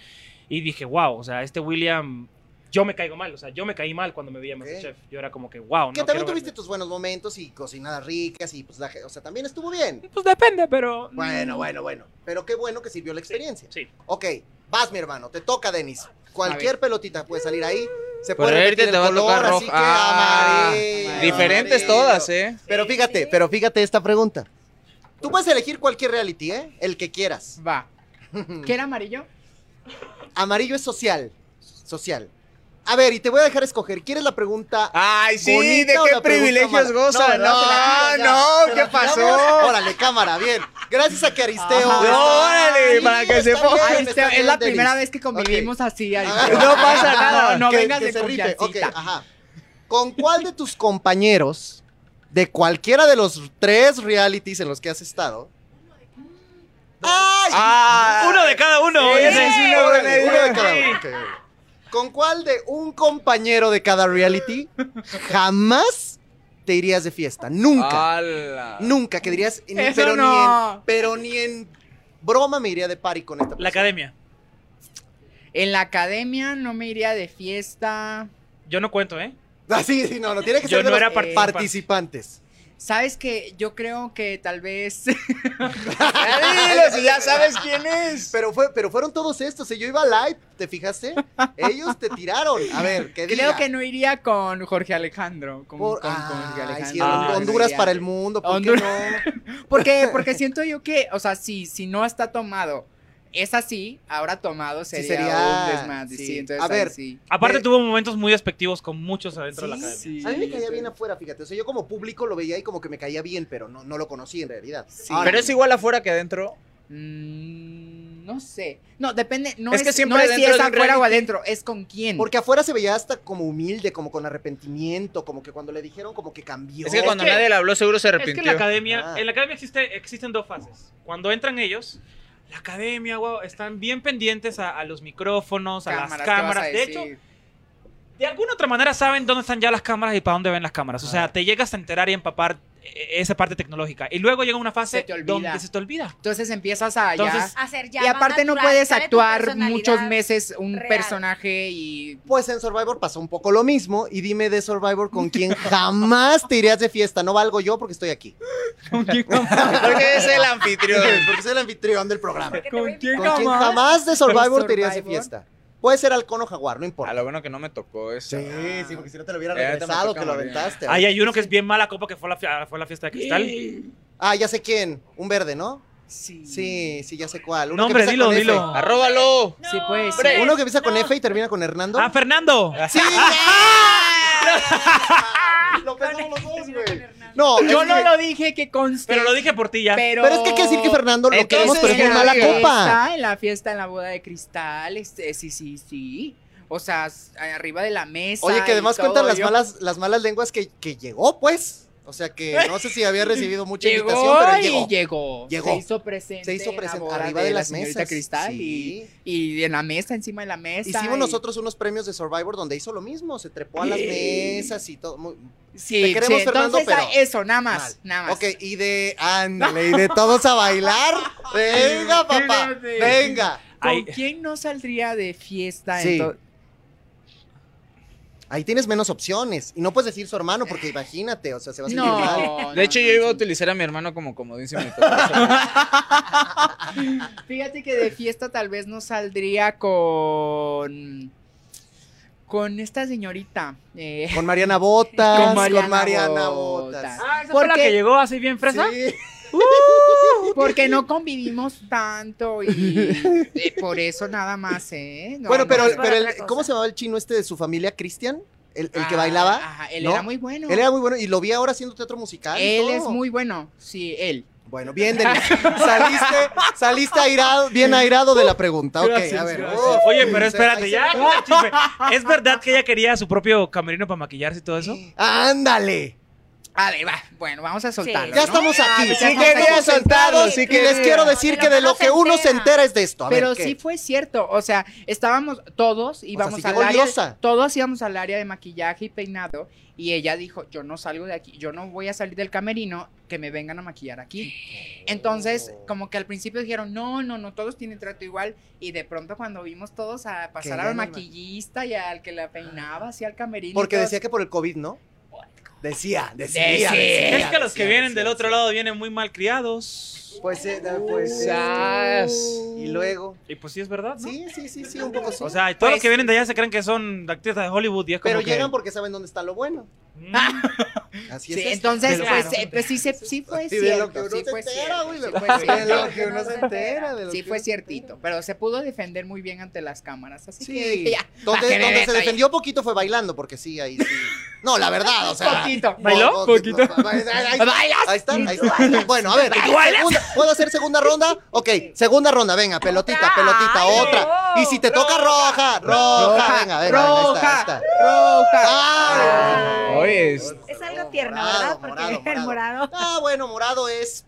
Speaker 3: y dije, wow, o sea, este William, yo me caigo mal, o sea, yo me caí mal cuando me vi en
Speaker 1: Ok.
Speaker 3: Masterchef. Yo era como que, wow,
Speaker 1: Que también
Speaker 3: no quiero
Speaker 1: tuviste
Speaker 3: verme".
Speaker 1: tus buenos momentos y cocinadas ricas y pues la, ge- o sea, también estuvo bien.
Speaker 3: Pues depende, pero...
Speaker 1: Bueno, bueno, bueno. Pero qué bueno que sirvió la experiencia.
Speaker 3: Mm. Sí.
Speaker 1: Ok, vas mi hermano, te toca Denis. Cualquier pelotita puede salir ahí. Se
Speaker 6: Pero
Speaker 1: puede
Speaker 6: ahorita
Speaker 1: repetir el
Speaker 6: te va a
Speaker 1: color,
Speaker 6: tocar
Speaker 1: así
Speaker 6: roja.
Speaker 1: que
Speaker 6: Ah,
Speaker 1: amarillo,
Speaker 6: Diferentes
Speaker 1: amarillo.
Speaker 6: todas, ¿eh?
Speaker 1: Pero fíjate, pero fíjate esta pregunta. Tú puedes elegir cualquier reality, ¿eh? El que quieras.
Speaker 5: Va. ¿Qué
Speaker 1: <laughs>
Speaker 5: era amarillo?
Speaker 1: Amarillo es social. Social. A ver, y te voy a dejar escoger. ¿Quieres la pregunta?
Speaker 6: Ay, sí,
Speaker 1: bonita
Speaker 6: ¿de
Speaker 1: o
Speaker 6: qué
Speaker 1: la pregunta
Speaker 6: privilegios
Speaker 1: mala?
Speaker 6: goza?
Speaker 1: ¿verdad? Te la
Speaker 6: No,
Speaker 1: tiras
Speaker 6: Ah,
Speaker 1: ya.
Speaker 6: no,
Speaker 1: Te
Speaker 6: ¿qué
Speaker 1: la tiramos.
Speaker 6: pasó?
Speaker 1: Órale, cámara, bien. Gracias a que Aristeo.
Speaker 5: Ajá.
Speaker 1: está-
Speaker 6: Ah, Órale,
Speaker 1: Sí,
Speaker 6: para que
Speaker 1: está
Speaker 6: se
Speaker 1: bien,
Speaker 6: ponga.
Speaker 5: Ay,
Speaker 1: está
Speaker 5: este, es
Speaker 1: bien,
Speaker 5: la
Speaker 1: Denis.
Speaker 5: primera vez que convivimos así. ay,
Speaker 1: Ah,
Speaker 5: no pasa
Speaker 1: <laughs> ah,
Speaker 5: nada. No
Speaker 1: que-
Speaker 5: vengas
Speaker 1: que
Speaker 5: de
Speaker 1: se rife. Ok,
Speaker 5: confiancita.
Speaker 1: ajá. ¿Con cuál de tus compañeros, de cualquiera de los tres realities en los que has estado? ¡Ay!
Speaker 6: Ah,
Speaker 3: Uno de cada uno.
Speaker 6: Sí,
Speaker 3: oye,
Speaker 6: esa es una
Speaker 1: Órale,
Speaker 6: buena
Speaker 1: uno de
Speaker 6: idea.
Speaker 1: cada uno, ok, ok. ¿Con cuál de un compañero de cada reality jamás te irías de fiesta?
Speaker 6: Ah.
Speaker 1: Nunca.
Speaker 6: Ala.
Speaker 1: Nunca, que dirías, ni-
Speaker 5: Eso
Speaker 1: pero, ni en,
Speaker 5: no.
Speaker 1: pero ni en broma me iría de party con esta persona.
Speaker 3: La academia.
Speaker 5: En la academia no me iría de fiesta.
Speaker 3: Yo no cuento, ¿eh?
Speaker 1: Ah, sí, sí, no, no, tiene que
Speaker 3: Yo
Speaker 1: ser de
Speaker 3: no
Speaker 1: los
Speaker 3: era participante.
Speaker 1: participantes.
Speaker 5: ¿Sabes que Yo creo que tal vez. <laughs>
Speaker 6: Ya dilo, si ya sabes quién es.
Speaker 1: Pero, fue, pero fueron todos estos. eh, Yo iba live, ¿te fijaste? Ellos te tiraron. A ver, ¿qué diga?
Speaker 5: creo que no iría con Jorge Alejandro. Con,
Speaker 1: Por-
Speaker 5: con- con Jorge
Speaker 1: Ay, sí,
Speaker 5: Alejandro.
Speaker 1: Hon-
Speaker 5: No,
Speaker 6: Ah,
Speaker 5: no
Speaker 1: Honduras
Speaker 5: iría.
Speaker 1: para el mundo, ¿por qué
Speaker 5: Honduras.
Speaker 1: no?
Speaker 5: Porque, porque siento yo que, o sea, si, si no está tomado, es así, ahora tomado sería,
Speaker 1: sería-
Speaker 5: un desmadre.
Speaker 1: sí.
Speaker 5: Sí, entonces
Speaker 1: A ver,
Speaker 5: ahí sí.
Speaker 3: Aparte
Speaker 1: Eh.
Speaker 3: tuvo momentos muy despectivos con muchos adentro de la
Speaker 5: <laughs> Sí,
Speaker 3: academia.
Speaker 5: sí,
Speaker 1: A mí me caía
Speaker 5: entonces-
Speaker 1: bien afuera, fíjate. O sea, yo como público lo veía y como que me caía bien, pero no, no lo conocí en realidad.
Speaker 5: Sí.
Speaker 1: Ahora,
Speaker 6: Pero es igual afuera que adentro.
Speaker 5: Mm, no sé. No, depende. No
Speaker 6: Es
Speaker 5: es,
Speaker 6: que siempre
Speaker 5: no es si
Speaker 6: dentro
Speaker 5: es
Speaker 6: de un
Speaker 5: afuera o
Speaker 6: reality-
Speaker 5: adentro, es con quién.
Speaker 1: Porque afuera se veía hasta como humilde, como con arrepentimiento, como que cuando le dijeron como que cambió.
Speaker 6: Es que cuando
Speaker 3: que-
Speaker 6: nadie le habló, seguro se
Speaker 3: Es que
Speaker 6: arrepintió.
Speaker 3: en la academia,
Speaker 1: Ah.
Speaker 3: en la academia existe, existen dos fases. Cuando entran ellos, la academia, wow, están bien pendientes a, a los micrófonos, a las
Speaker 5: ¿qué
Speaker 3: cámaras.
Speaker 5: vas a
Speaker 3: De hecho,
Speaker 5: decir?
Speaker 3: de alguna otra manera saben dónde están ya las cámaras y para dónde ven las cámaras. O sea,
Speaker 5: Ah.
Speaker 3: te llegas a enterar y empapar eh, esa parte tecnológica. Y luego llega una fase
Speaker 5: Se te olvida.
Speaker 3: donde se te olvida.
Speaker 5: entonces empiezas a ya-
Speaker 3: Entonces,
Speaker 2: Hacer ya
Speaker 5: y
Speaker 2: más
Speaker 5: aparte no
Speaker 2: natural,
Speaker 5: puedes
Speaker 2: sale tu
Speaker 5: actuar
Speaker 2: personalidad.
Speaker 5: muchos meses un
Speaker 2: real.
Speaker 5: personaje <laughs> y
Speaker 1: Pues en Survivor pasó un poco lo mismo. Y dime de Survivor con quién jamás te irías de fiesta. No valgo yo porque estoy aquí.
Speaker 6: <laughs>
Speaker 5: <laughs>
Speaker 6: Porque es
Speaker 1: <laughs>
Speaker 6: el anfitrión.
Speaker 1: Porque soy el anfitrión del programa.
Speaker 2: Porque te voy a invitar.
Speaker 1: ¿Con quién jamás de Survivor te irías de
Speaker 5: Survivor.
Speaker 1: fiesta? Puede ser halcón o jaguar, no
Speaker 6: <laughs> A
Speaker 1: importa.
Speaker 6: lo bueno que no me tocó eso.
Speaker 1: Sí, sí, porque si no te lo hubiera
Speaker 6: Eh, ahorita me
Speaker 1: regresado,
Speaker 6: toca
Speaker 1: que lo
Speaker 6: morir.
Speaker 1: aventaste.
Speaker 3: ahí hay uno que es bien mala copa que fue la, fie- fue la fiesta de cristal.
Speaker 1: Ah, ya sé quién. Un verde, ¿no?
Speaker 5: sí.
Speaker 1: Sí, sí, ya sé cuál. Uno
Speaker 3: No,
Speaker 1: que
Speaker 3: hombre,
Speaker 1: empieza
Speaker 3: dilo,
Speaker 1: con F.
Speaker 3: dilo.
Speaker 6: Arróbalo.
Speaker 5: Sí, pues,
Speaker 2: hombre,
Speaker 1: Uno que empieza con
Speaker 2: no.
Speaker 1: F y termina con Hernando.
Speaker 3: ¡Ah, Fernando!
Speaker 1: ¡Sí! <laughs> ¡Ah! lo pensamos los dos, güey. No,
Speaker 5: Yo
Speaker 1: es
Speaker 5: no
Speaker 1: que-
Speaker 5: lo dije que conste.
Speaker 3: Pero lo dije por ti ya.
Speaker 5: Pero,
Speaker 1: Pero es que hay que decir que Fernando lo
Speaker 6: Entonces,
Speaker 1: queremos, pero
Speaker 5: en
Speaker 1: es muy
Speaker 5: la
Speaker 1: mala
Speaker 5: fiesta,
Speaker 1: copa.
Speaker 5: En la fiesta, en la boda de cristal, este, sí, sí, sí. O sea, s- arriba de la mesa.
Speaker 1: Oye, que
Speaker 5: y
Speaker 1: además
Speaker 5: todo,
Speaker 1: cuentan las
Speaker 5: yo-
Speaker 1: malas, las malas lenguas que, que llegó, pues. O sea que no sé si había recibido mucha
Speaker 5: Llegó
Speaker 1: invitación, pero
Speaker 5: y
Speaker 1: llegó.
Speaker 5: llegó.
Speaker 1: Llegó.
Speaker 5: Se hizo presente.
Speaker 1: Se hizo
Speaker 5: en la
Speaker 1: presente
Speaker 5: boda
Speaker 1: arriba Este, de,
Speaker 5: la
Speaker 1: las
Speaker 5: señorita
Speaker 1: mesas.
Speaker 5: Cristal
Speaker 1: Sí.
Speaker 5: y, y en la mesa, encima de la mesa.
Speaker 1: Hicimos
Speaker 5: y-
Speaker 1: nosotros unos premios de Survivor donde hizo lo mismo, se trepó a las
Speaker 5: Sí.
Speaker 1: mesas y todo. muy-
Speaker 5: Sí,
Speaker 1: Te queremos,
Speaker 5: sí,
Speaker 1: Fernando,
Speaker 5: entonces,
Speaker 1: pero-
Speaker 5: ah, eso, nada más.
Speaker 1: mal.
Speaker 5: Nada más.
Speaker 1: Ok, y de ándale, y de todos a bailar. Venga, papá.
Speaker 5: Fíjate.
Speaker 1: Venga.
Speaker 5: ¿Con
Speaker 3: Ay.
Speaker 5: quién no saldría de fiesta?
Speaker 1: Sí.
Speaker 5: ento-
Speaker 1: Ahí tienes menos opciones. Y no puedes decir su hermano, porque imagínate, o sea, se va a sentir mal.
Speaker 5: <laughs> No.
Speaker 6: De hecho,
Speaker 5: no,
Speaker 6: yo
Speaker 5: no,
Speaker 6: iba a
Speaker 5: no.
Speaker 6: utilizar a mi hermano como comodín si me tocó. <laughs>
Speaker 5: Fíjate que de fiesta tal vez no saldría con. Con esta señorita. eh,
Speaker 1: Con Mariana Botas.
Speaker 5: Con
Speaker 1: Ah, Con Mariana,
Speaker 5: Mariana
Speaker 1: Botas.
Speaker 5: Botas.
Speaker 3: Ah, esa
Speaker 5: ¿Por
Speaker 3: fue la
Speaker 5: qué?
Speaker 3: que llegó así bien fresa.
Speaker 1: Sí.
Speaker 5: porque no convivimos tanto y eh, por eso nada más, ¿eh? No,
Speaker 1: bueno,
Speaker 5: no,
Speaker 1: pero,
Speaker 2: es
Speaker 5: no.
Speaker 2: para
Speaker 1: pero el-
Speaker 2: otra cosa.
Speaker 1: ¿cómo se llamaba el chino este de su familia, Cristian? el, el que
Speaker 5: Ah,
Speaker 1: bailaba.
Speaker 5: Ajá, él
Speaker 1: ¿no?
Speaker 5: era muy bueno.
Speaker 1: Él era muy bueno y lo vi ahora haciendo teatro musical. y
Speaker 5: Él
Speaker 1: todo.
Speaker 5: es muy bueno. Sí, él.
Speaker 1: Bueno, bien, Denis.
Speaker 3: <laughs>
Speaker 1: Saliste, saliste airado, bien airado de la pregunta. Ok, a ver. Oh,
Speaker 3: Oye, pero espérate,
Speaker 1: ahí
Speaker 3: ya.
Speaker 1: se-
Speaker 3: chisme. ¿Es verdad que ella quería su propio camerino para maquillarse y todo eso?
Speaker 1: ¡Ándale!
Speaker 5: A ver, va. Bueno, vamos a soltarlo.
Speaker 1: Ya
Speaker 5: ¿no?
Speaker 1: estamos
Speaker 5: Ah,
Speaker 1: aquí.
Speaker 5: pues ya
Speaker 1: Sí
Speaker 5: estamos
Speaker 1: quería
Speaker 5: aquí
Speaker 1: soltarlo,
Speaker 5: sentados,
Speaker 1: sí
Speaker 5: sí
Speaker 1: que les
Speaker 5: quería.
Speaker 1: quiero decir
Speaker 2: Pero
Speaker 1: que de
Speaker 2: no
Speaker 1: lo
Speaker 2: se
Speaker 1: que uno se
Speaker 2: entera.
Speaker 1: entera es de esto. A ver,
Speaker 5: Pero
Speaker 1: ¿qué?
Speaker 5: sí fue cierto, o sea, estábamos todos íbamos
Speaker 1: sí llegó
Speaker 5: al área,
Speaker 1: liosa.
Speaker 5: todos íbamos al área de maquillaje y peinado y ella dijo, "Yo no salgo de aquí, yo no voy a salir del camerino, que me vengan a maquillar aquí." Entonces,
Speaker 1: Oh.
Speaker 5: como que al principio dijeron, "No, no, no, todos tienen trato igual." Y de pronto cuando vimos todos a pasar
Speaker 1: eran
Speaker 5: al
Speaker 1: el ma-
Speaker 5: maquillista y al que la peinaba así al camerino.
Speaker 1: Porque
Speaker 5: todos-
Speaker 1: decía que por el COVID, ¿no? Decía, decía.
Speaker 5: Decía.
Speaker 1: decía,
Speaker 3: Es que los que
Speaker 1: decía,
Speaker 3: vienen
Speaker 1: decía,
Speaker 3: del otro
Speaker 1: decía.
Speaker 3: lado vienen muy mal criados.
Speaker 1: Pues, eh, pues. Y luego.
Speaker 3: Y pues sí es verdad, ¿no?
Speaker 1: Sí, sí, sí, sí, un poco sí.
Speaker 3: O sea, y todos los
Speaker 5: Pues-
Speaker 3: que vienen de allá se creen que son actrices de Hollywood y es como
Speaker 1: pero
Speaker 3: que-
Speaker 1: llegan Ah, porque saben dónde está lo bueno.
Speaker 3: Mm.
Speaker 1: Así
Speaker 5: Sí,
Speaker 1: es. esto.
Speaker 5: entonces,
Speaker 3: Pero
Speaker 5: pues,
Speaker 3: claro.
Speaker 5: eh, pues sí, se- sí fue
Speaker 1: <laughs> Sí, de lo que
Speaker 5: cierto,
Speaker 1: uno
Speaker 5: sí
Speaker 1: se
Speaker 5: fue
Speaker 1: entera, güey. De
Speaker 5: cierto, sí
Speaker 1: lo
Speaker 5: fue
Speaker 1: de lo
Speaker 5: cierto.
Speaker 1: que uno se entera. de lo
Speaker 5: Sí,
Speaker 1: que
Speaker 5: fue
Speaker 1: uno se entera.
Speaker 5: ciertito, pero se pudo defender muy bien ante las cámaras, así que
Speaker 1: Sí.
Speaker 5: dije, <laughs> ya,
Speaker 1: Donde,
Speaker 5: va, que me
Speaker 1: donde se
Speaker 5: meto ahí.
Speaker 1: defendió poquito fue bailando, porque sí, ahí sí. No, la verdad, o sea.
Speaker 5: Poquito.
Speaker 3: ¿Bailó?
Speaker 1: no, no,
Speaker 3: Poquito.
Speaker 1: no, no, <laughs> Ahí
Speaker 5: ¿Bailas?
Speaker 1: ahí está, ahí está. Bueno, a ver. segunda- ¿Puedo hacer segunda ronda? Ok, segunda ronda, venga, pelotita, pelotita,
Speaker 2: Ay,
Speaker 1: otra.
Speaker 2: no.
Speaker 1: Y si te toca roja, roja, venga, venga, ahí está, ahí está. ¡Ah!
Speaker 2: Ay.
Speaker 6: Oye, es-
Speaker 2: Es algo tierno,
Speaker 1: Morado,
Speaker 2: ¿verdad? Porque
Speaker 1: morado,
Speaker 2: <laughs> el morado.
Speaker 1: Ah, bueno, morado es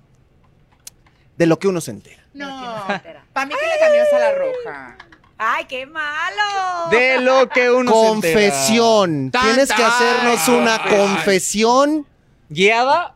Speaker 1: de lo que uno se entera.
Speaker 5: No.
Speaker 2: tiene frontera.
Speaker 5: Para mí que le cambias a la roja.
Speaker 2: ¡Ay, qué malo!
Speaker 6: de lo que uno se entera.
Speaker 1: confesión.
Speaker 6: Tan,
Speaker 1: Tienes que
Speaker 6: tan.
Speaker 1: hacernos una confesión
Speaker 6: ¿Guiada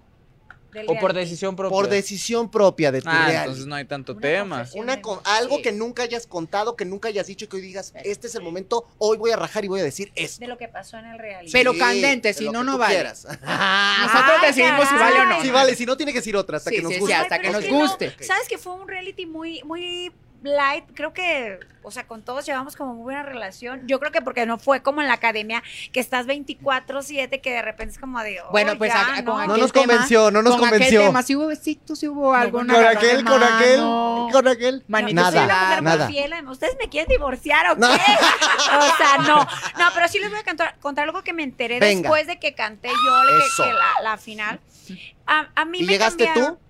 Speaker 2: Del
Speaker 6: o por
Speaker 2: real.
Speaker 6: decisión propia?
Speaker 1: por decisión propia de tu
Speaker 6: Ah,
Speaker 1: reality.
Speaker 6: entonces no hay tanto
Speaker 2: Una
Speaker 6: tema.
Speaker 2: confesión
Speaker 1: Una
Speaker 2: de-
Speaker 1: con- algo
Speaker 5: Sí.
Speaker 1: que nunca hayas contado, que nunca hayas dicho, que hoy digas, este es el momento, hoy voy a rajar y voy a decir esto.
Speaker 2: de lo que pasó en el reality.
Speaker 5: Pero
Speaker 1: Sí,
Speaker 5: candente,
Speaker 1: de
Speaker 5: si
Speaker 1: lo
Speaker 5: no,
Speaker 1: que
Speaker 5: no
Speaker 1: tú
Speaker 5: vale.
Speaker 1: quieras.
Speaker 5: Nosotros
Speaker 2: Ay,
Speaker 5: decidimos si vale o no.
Speaker 1: Sí, vale, si no tiene que decir otra hasta
Speaker 5: Sí,
Speaker 1: que nos
Speaker 5: sí, sí,
Speaker 1: guste.
Speaker 5: hasta que
Speaker 2: pero
Speaker 5: nos
Speaker 2: es
Speaker 5: guste.
Speaker 2: no, Sabes que fue un reality muy, muy light. Creo que, o sea, con todos llevamos como muy buena relación. Yo creo que porque no fue como en la academia, que estás 24-7, que de repente es como de. "Oh,
Speaker 5: Bueno, pues,
Speaker 2: ya,
Speaker 5: a-
Speaker 2: no.
Speaker 5: con
Speaker 1: No
Speaker 5: aquel
Speaker 1: nos
Speaker 5: tema,
Speaker 1: convenció, no nos
Speaker 5: Con aquel
Speaker 1: convenció.
Speaker 5: tema, si hubo besitos, si hubo algo. un
Speaker 1: Con
Speaker 5: agarrón de
Speaker 1: aquel, con aquel,
Speaker 5: mano.
Speaker 1: con aquel.
Speaker 5: Manito
Speaker 1: Nada,
Speaker 5: sin
Speaker 2: Una mujer muy
Speaker 1: nada.
Speaker 2: fiel, además, ¿Ustedes me quieren divorciar o qué? <laughs>
Speaker 1: No.
Speaker 2: O sea, no. No, pero sí les voy a cantar- contar algo que me enteré
Speaker 1: Venga.
Speaker 2: después de que canté yo que-
Speaker 1: Eso.
Speaker 2: que la, la final. A, a mí
Speaker 1: ¿Y
Speaker 2: me
Speaker 1: llegaste
Speaker 2: cambiaron-
Speaker 1: tú?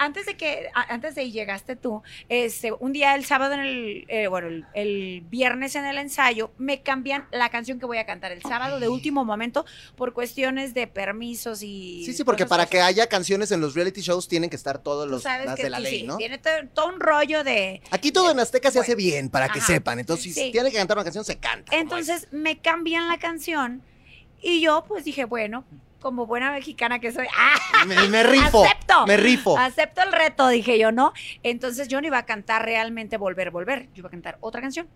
Speaker 2: antes de que a- antes de llegaste tú este un día el sábado en el eh, bueno el, el viernes en el ensayo me cambian la canción que voy a cantar el sábado de último momento por cuestiones de permisos y
Speaker 1: Sí, sí, porque
Speaker 2: cosas
Speaker 1: para
Speaker 2: así.
Speaker 1: que haya canciones en los reality shows tienen que estar todas
Speaker 2: Tú
Speaker 1: los,
Speaker 2: sabes
Speaker 1: las
Speaker 2: que
Speaker 1: de la
Speaker 2: tú
Speaker 1: ley,
Speaker 2: sí,
Speaker 1: ¿no?
Speaker 2: tiene to- todo un rollo de
Speaker 1: Aquí todo en Azteca se
Speaker 2: Bueno.
Speaker 1: hace bien, para que
Speaker 2: Ajá.
Speaker 1: sepan. Entonces, si
Speaker 2: Sí.
Speaker 1: tiene que cantar una canción, se canta. como
Speaker 2: Entonces me cambian la canción y yo pues dije, bueno, como buena mexicana que soy, ¡ah!
Speaker 1: es. Me, me rifo.
Speaker 2: Acepto.
Speaker 1: Me rifo.
Speaker 2: acepto el reto, dije yo, ¿no? Entonces yo no iba a cantar realmente Volver, Volver, yo iba a cantar otra canción.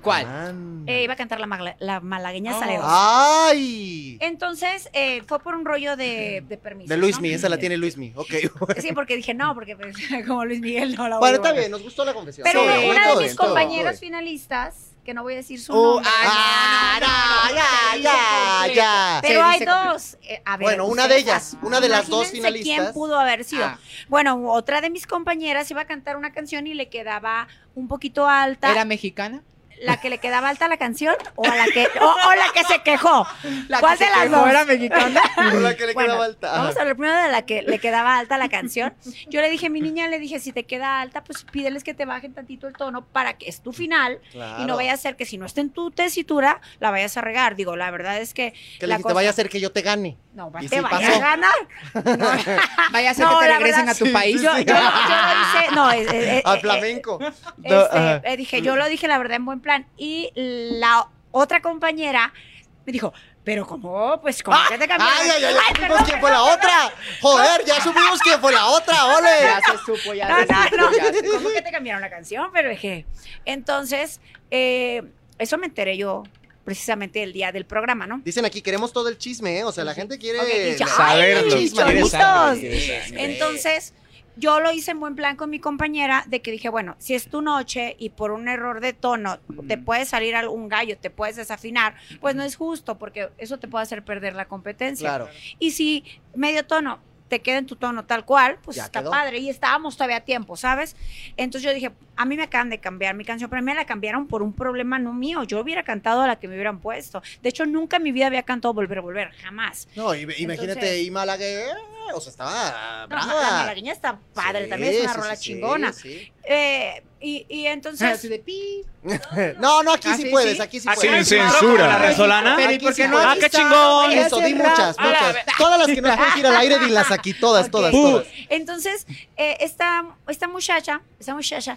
Speaker 5: ¿Cuál?
Speaker 1: Man.
Speaker 2: Eh, iba a cantar la, magla- la malagueña
Speaker 5: Oh.
Speaker 2: Salero.
Speaker 1: Ah. ¡Ay!
Speaker 2: Entonces eh, fue por un rollo de, de permiso.
Speaker 1: De Luismi, esa la tiene Luismi. Ok.
Speaker 2: Sí, porque dije, no, porque pues, <laughs> como Luis Miguel no la voy a
Speaker 1: <laughs> Bueno, está
Speaker 2: volver.
Speaker 1: bien, nos gustó la confesión.
Speaker 2: Pero
Speaker 1: Todo
Speaker 2: una,
Speaker 1: bien,
Speaker 2: una
Speaker 1: todo
Speaker 2: de
Speaker 1: bien,
Speaker 2: mis
Speaker 1: todo bien,
Speaker 2: compañeras
Speaker 1: todo bien.
Speaker 2: finalistas, que no voy a decir su
Speaker 5: Oh,
Speaker 2: nombre.
Speaker 5: ay,
Speaker 1: Ah, no, ya, ya, ya.
Speaker 2: Pero
Speaker 5: Sí,
Speaker 2: hay
Speaker 5: dice completo.
Speaker 2: dos. eh, a ver,
Speaker 1: Bueno, una de
Speaker 2: ustedes,
Speaker 1: ellas,
Speaker 2: ah,
Speaker 1: una de las dos
Speaker 2: imagínense
Speaker 1: finalistas.
Speaker 2: ¿Quién pudo haber sido?
Speaker 5: Ah,
Speaker 2: Bueno, otra de mis compañeras iba a cantar una canción y le quedaba un poquito alta.
Speaker 5: ¿Era mexicana?
Speaker 2: ¿La que le quedaba alta a la canción o, a la, que, o, o la que
Speaker 1: <laughs>
Speaker 2: se quejó?
Speaker 5: La
Speaker 2: ¿Cuál
Speaker 5: que
Speaker 2: de
Speaker 5: se
Speaker 2: las
Speaker 5: quejó
Speaker 2: dos?
Speaker 5: era mexicana?
Speaker 1: Con la que le
Speaker 2: Bueno,
Speaker 1: quedaba alta. Ajá.
Speaker 2: <laughs> Vamos a hablar primero de la que le quedaba alta la canción. Yo le dije, mi niña, le dije, si te queda alta, pues pídeles que te bajen tantito el tono para que es tu final y
Speaker 1: Claro.
Speaker 2: no vaya a ser que si no está en tu tesitura, la vayas a regar. Digo, la verdad es que
Speaker 1: Que le
Speaker 2: la
Speaker 1: dijiste,
Speaker 2: cosa-
Speaker 1: vaya a ser que yo te
Speaker 2: <laughs>
Speaker 1: gane.
Speaker 2: no
Speaker 1: Y
Speaker 2: te
Speaker 1: sí
Speaker 2: vaya
Speaker 1: pasó.
Speaker 2: a ganar.
Speaker 5: Vaya a ser
Speaker 2: No,
Speaker 5: que te
Speaker 2: la
Speaker 5: regresen
Speaker 2: verdad,
Speaker 5: a tu
Speaker 1: sí,
Speaker 5: país.
Speaker 1: sí,
Speaker 2: Yo, yo, yo lo hice, no, eh, es- es- es-
Speaker 1: Al
Speaker 2: es-
Speaker 1: flamenco.
Speaker 2: este, eh, dije, yo lo dije la verdad en buen plan. Y la otra compañera me dijo, pero como, pues como que te cambiaron.
Speaker 1: Ay, ay, ay, ya
Speaker 2: Ay,
Speaker 1: supimos
Speaker 2: perdón,
Speaker 1: quién fue la
Speaker 2: perdón,
Speaker 1: otra. Joder, ya supimos quién fue la
Speaker 2: <laughs>
Speaker 1: otra, ole.
Speaker 5: Ya se supo, ya
Speaker 2: No,
Speaker 5: se supo.
Speaker 2: no, no.
Speaker 5: ya se-
Speaker 2: ¿Cómo que te cambiaron la canción? Pero dije, entonces, eh, eso me enteré yo precisamente el día del programa, ¿no?
Speaker 1: Dicen aquí, queremos todo el chisme, ¿eh? O sea, la gente quiere.
Speaker 2: Ok, y yo,
Speaker 1: la-
Speaker 2: Saberlo,
Speaker 1: el chisme,
Speaker 2: quiere
Speaker 1: el chisme.
Speaker 2: saber.
Speaker 1: Entonces.
Speaker 2: Entonces, yo lo hice en buen plan con mi compañera de que dije, bueno, si es tu noche y por un error de tono te puede salir algún gallo, te puedes desafinar, pues no es justo porque eso te puede hacer perder la competencia.
Speaker 1: Claro.
Speaker 2: Y si medio tono te queda en tu tono tal cual, pues
Speaker 1: Ya
Speaker 2: está
Speaker 1: quedó.
Speaker 2: padre. Y estábamos todavía a tiempo, ¿sabes? Entonces yo dije, a mí me acaban de cambiar mi canción, pero a mí me la cambiaron por un problema no mío. Yo hubiera cantado a la que me hubieran puesto. De hecho, nunca en mi vida había cantado Volver, Volver, jamás.
Speaker 1: No, y- imagínate,
Speaker 2: Entonces-
Speaker 1: y Malagueña, o sea, estaba
Speaker 2: No, la
Speaker 1: brava.
Speaker 2: malagueña está padre,
Speaker 1: Sí,
Speaker 2: también es una
Speaker 1: sí, sí,
Speaker 2: rola
Speaker 1: sí,
Speaker 2: chingona.
Speaker 1: sí.
Speaker 2: Eh, y, y
Speaker 5: <laughs>
Speaker 2: entonces...
Speaker 5: Así de pi.
Speaker 1: <laughs> No, no, aquí
Speaker 5: Ah,
Speaker 1: sí,
Speaker 5: sí,
Speaker 1: puedes,
Speaker 5: sí.
Speaker 1: aquí sí
Speaker 3: Aquí
Speaker 1: puedes.
Speaker 3: sin censura. La resolana.
Speaker 5: Pero ¿y
Speaker 1: Aquí
Speaker 5: por
Speaker 1: sí
Speaker 5: qué no?
Speaker 1: puedes.
Speaker 3: Ah,
Speaker 5: Aquí
Speaker 3: qué
Speaker 5: está,
Speaker 3: chingón.
Speaker 5: güey,
Speaker 1: Eso,
Speaker 5: hace
Speaker 1: di
Speaker 5: rap.
Speaker 1: muchas,
Speaker 5: A la
Speaker 1: muchas.
Speaker 5: vez.
Speaker 1: Todas las que no pueden ir al aire, di las aquí, todas, todas,
Speaker 2: Ok.
Speaker 1: todas.
Speaker 2: Entonces, eh, esta, esta muchacha, esta muchacha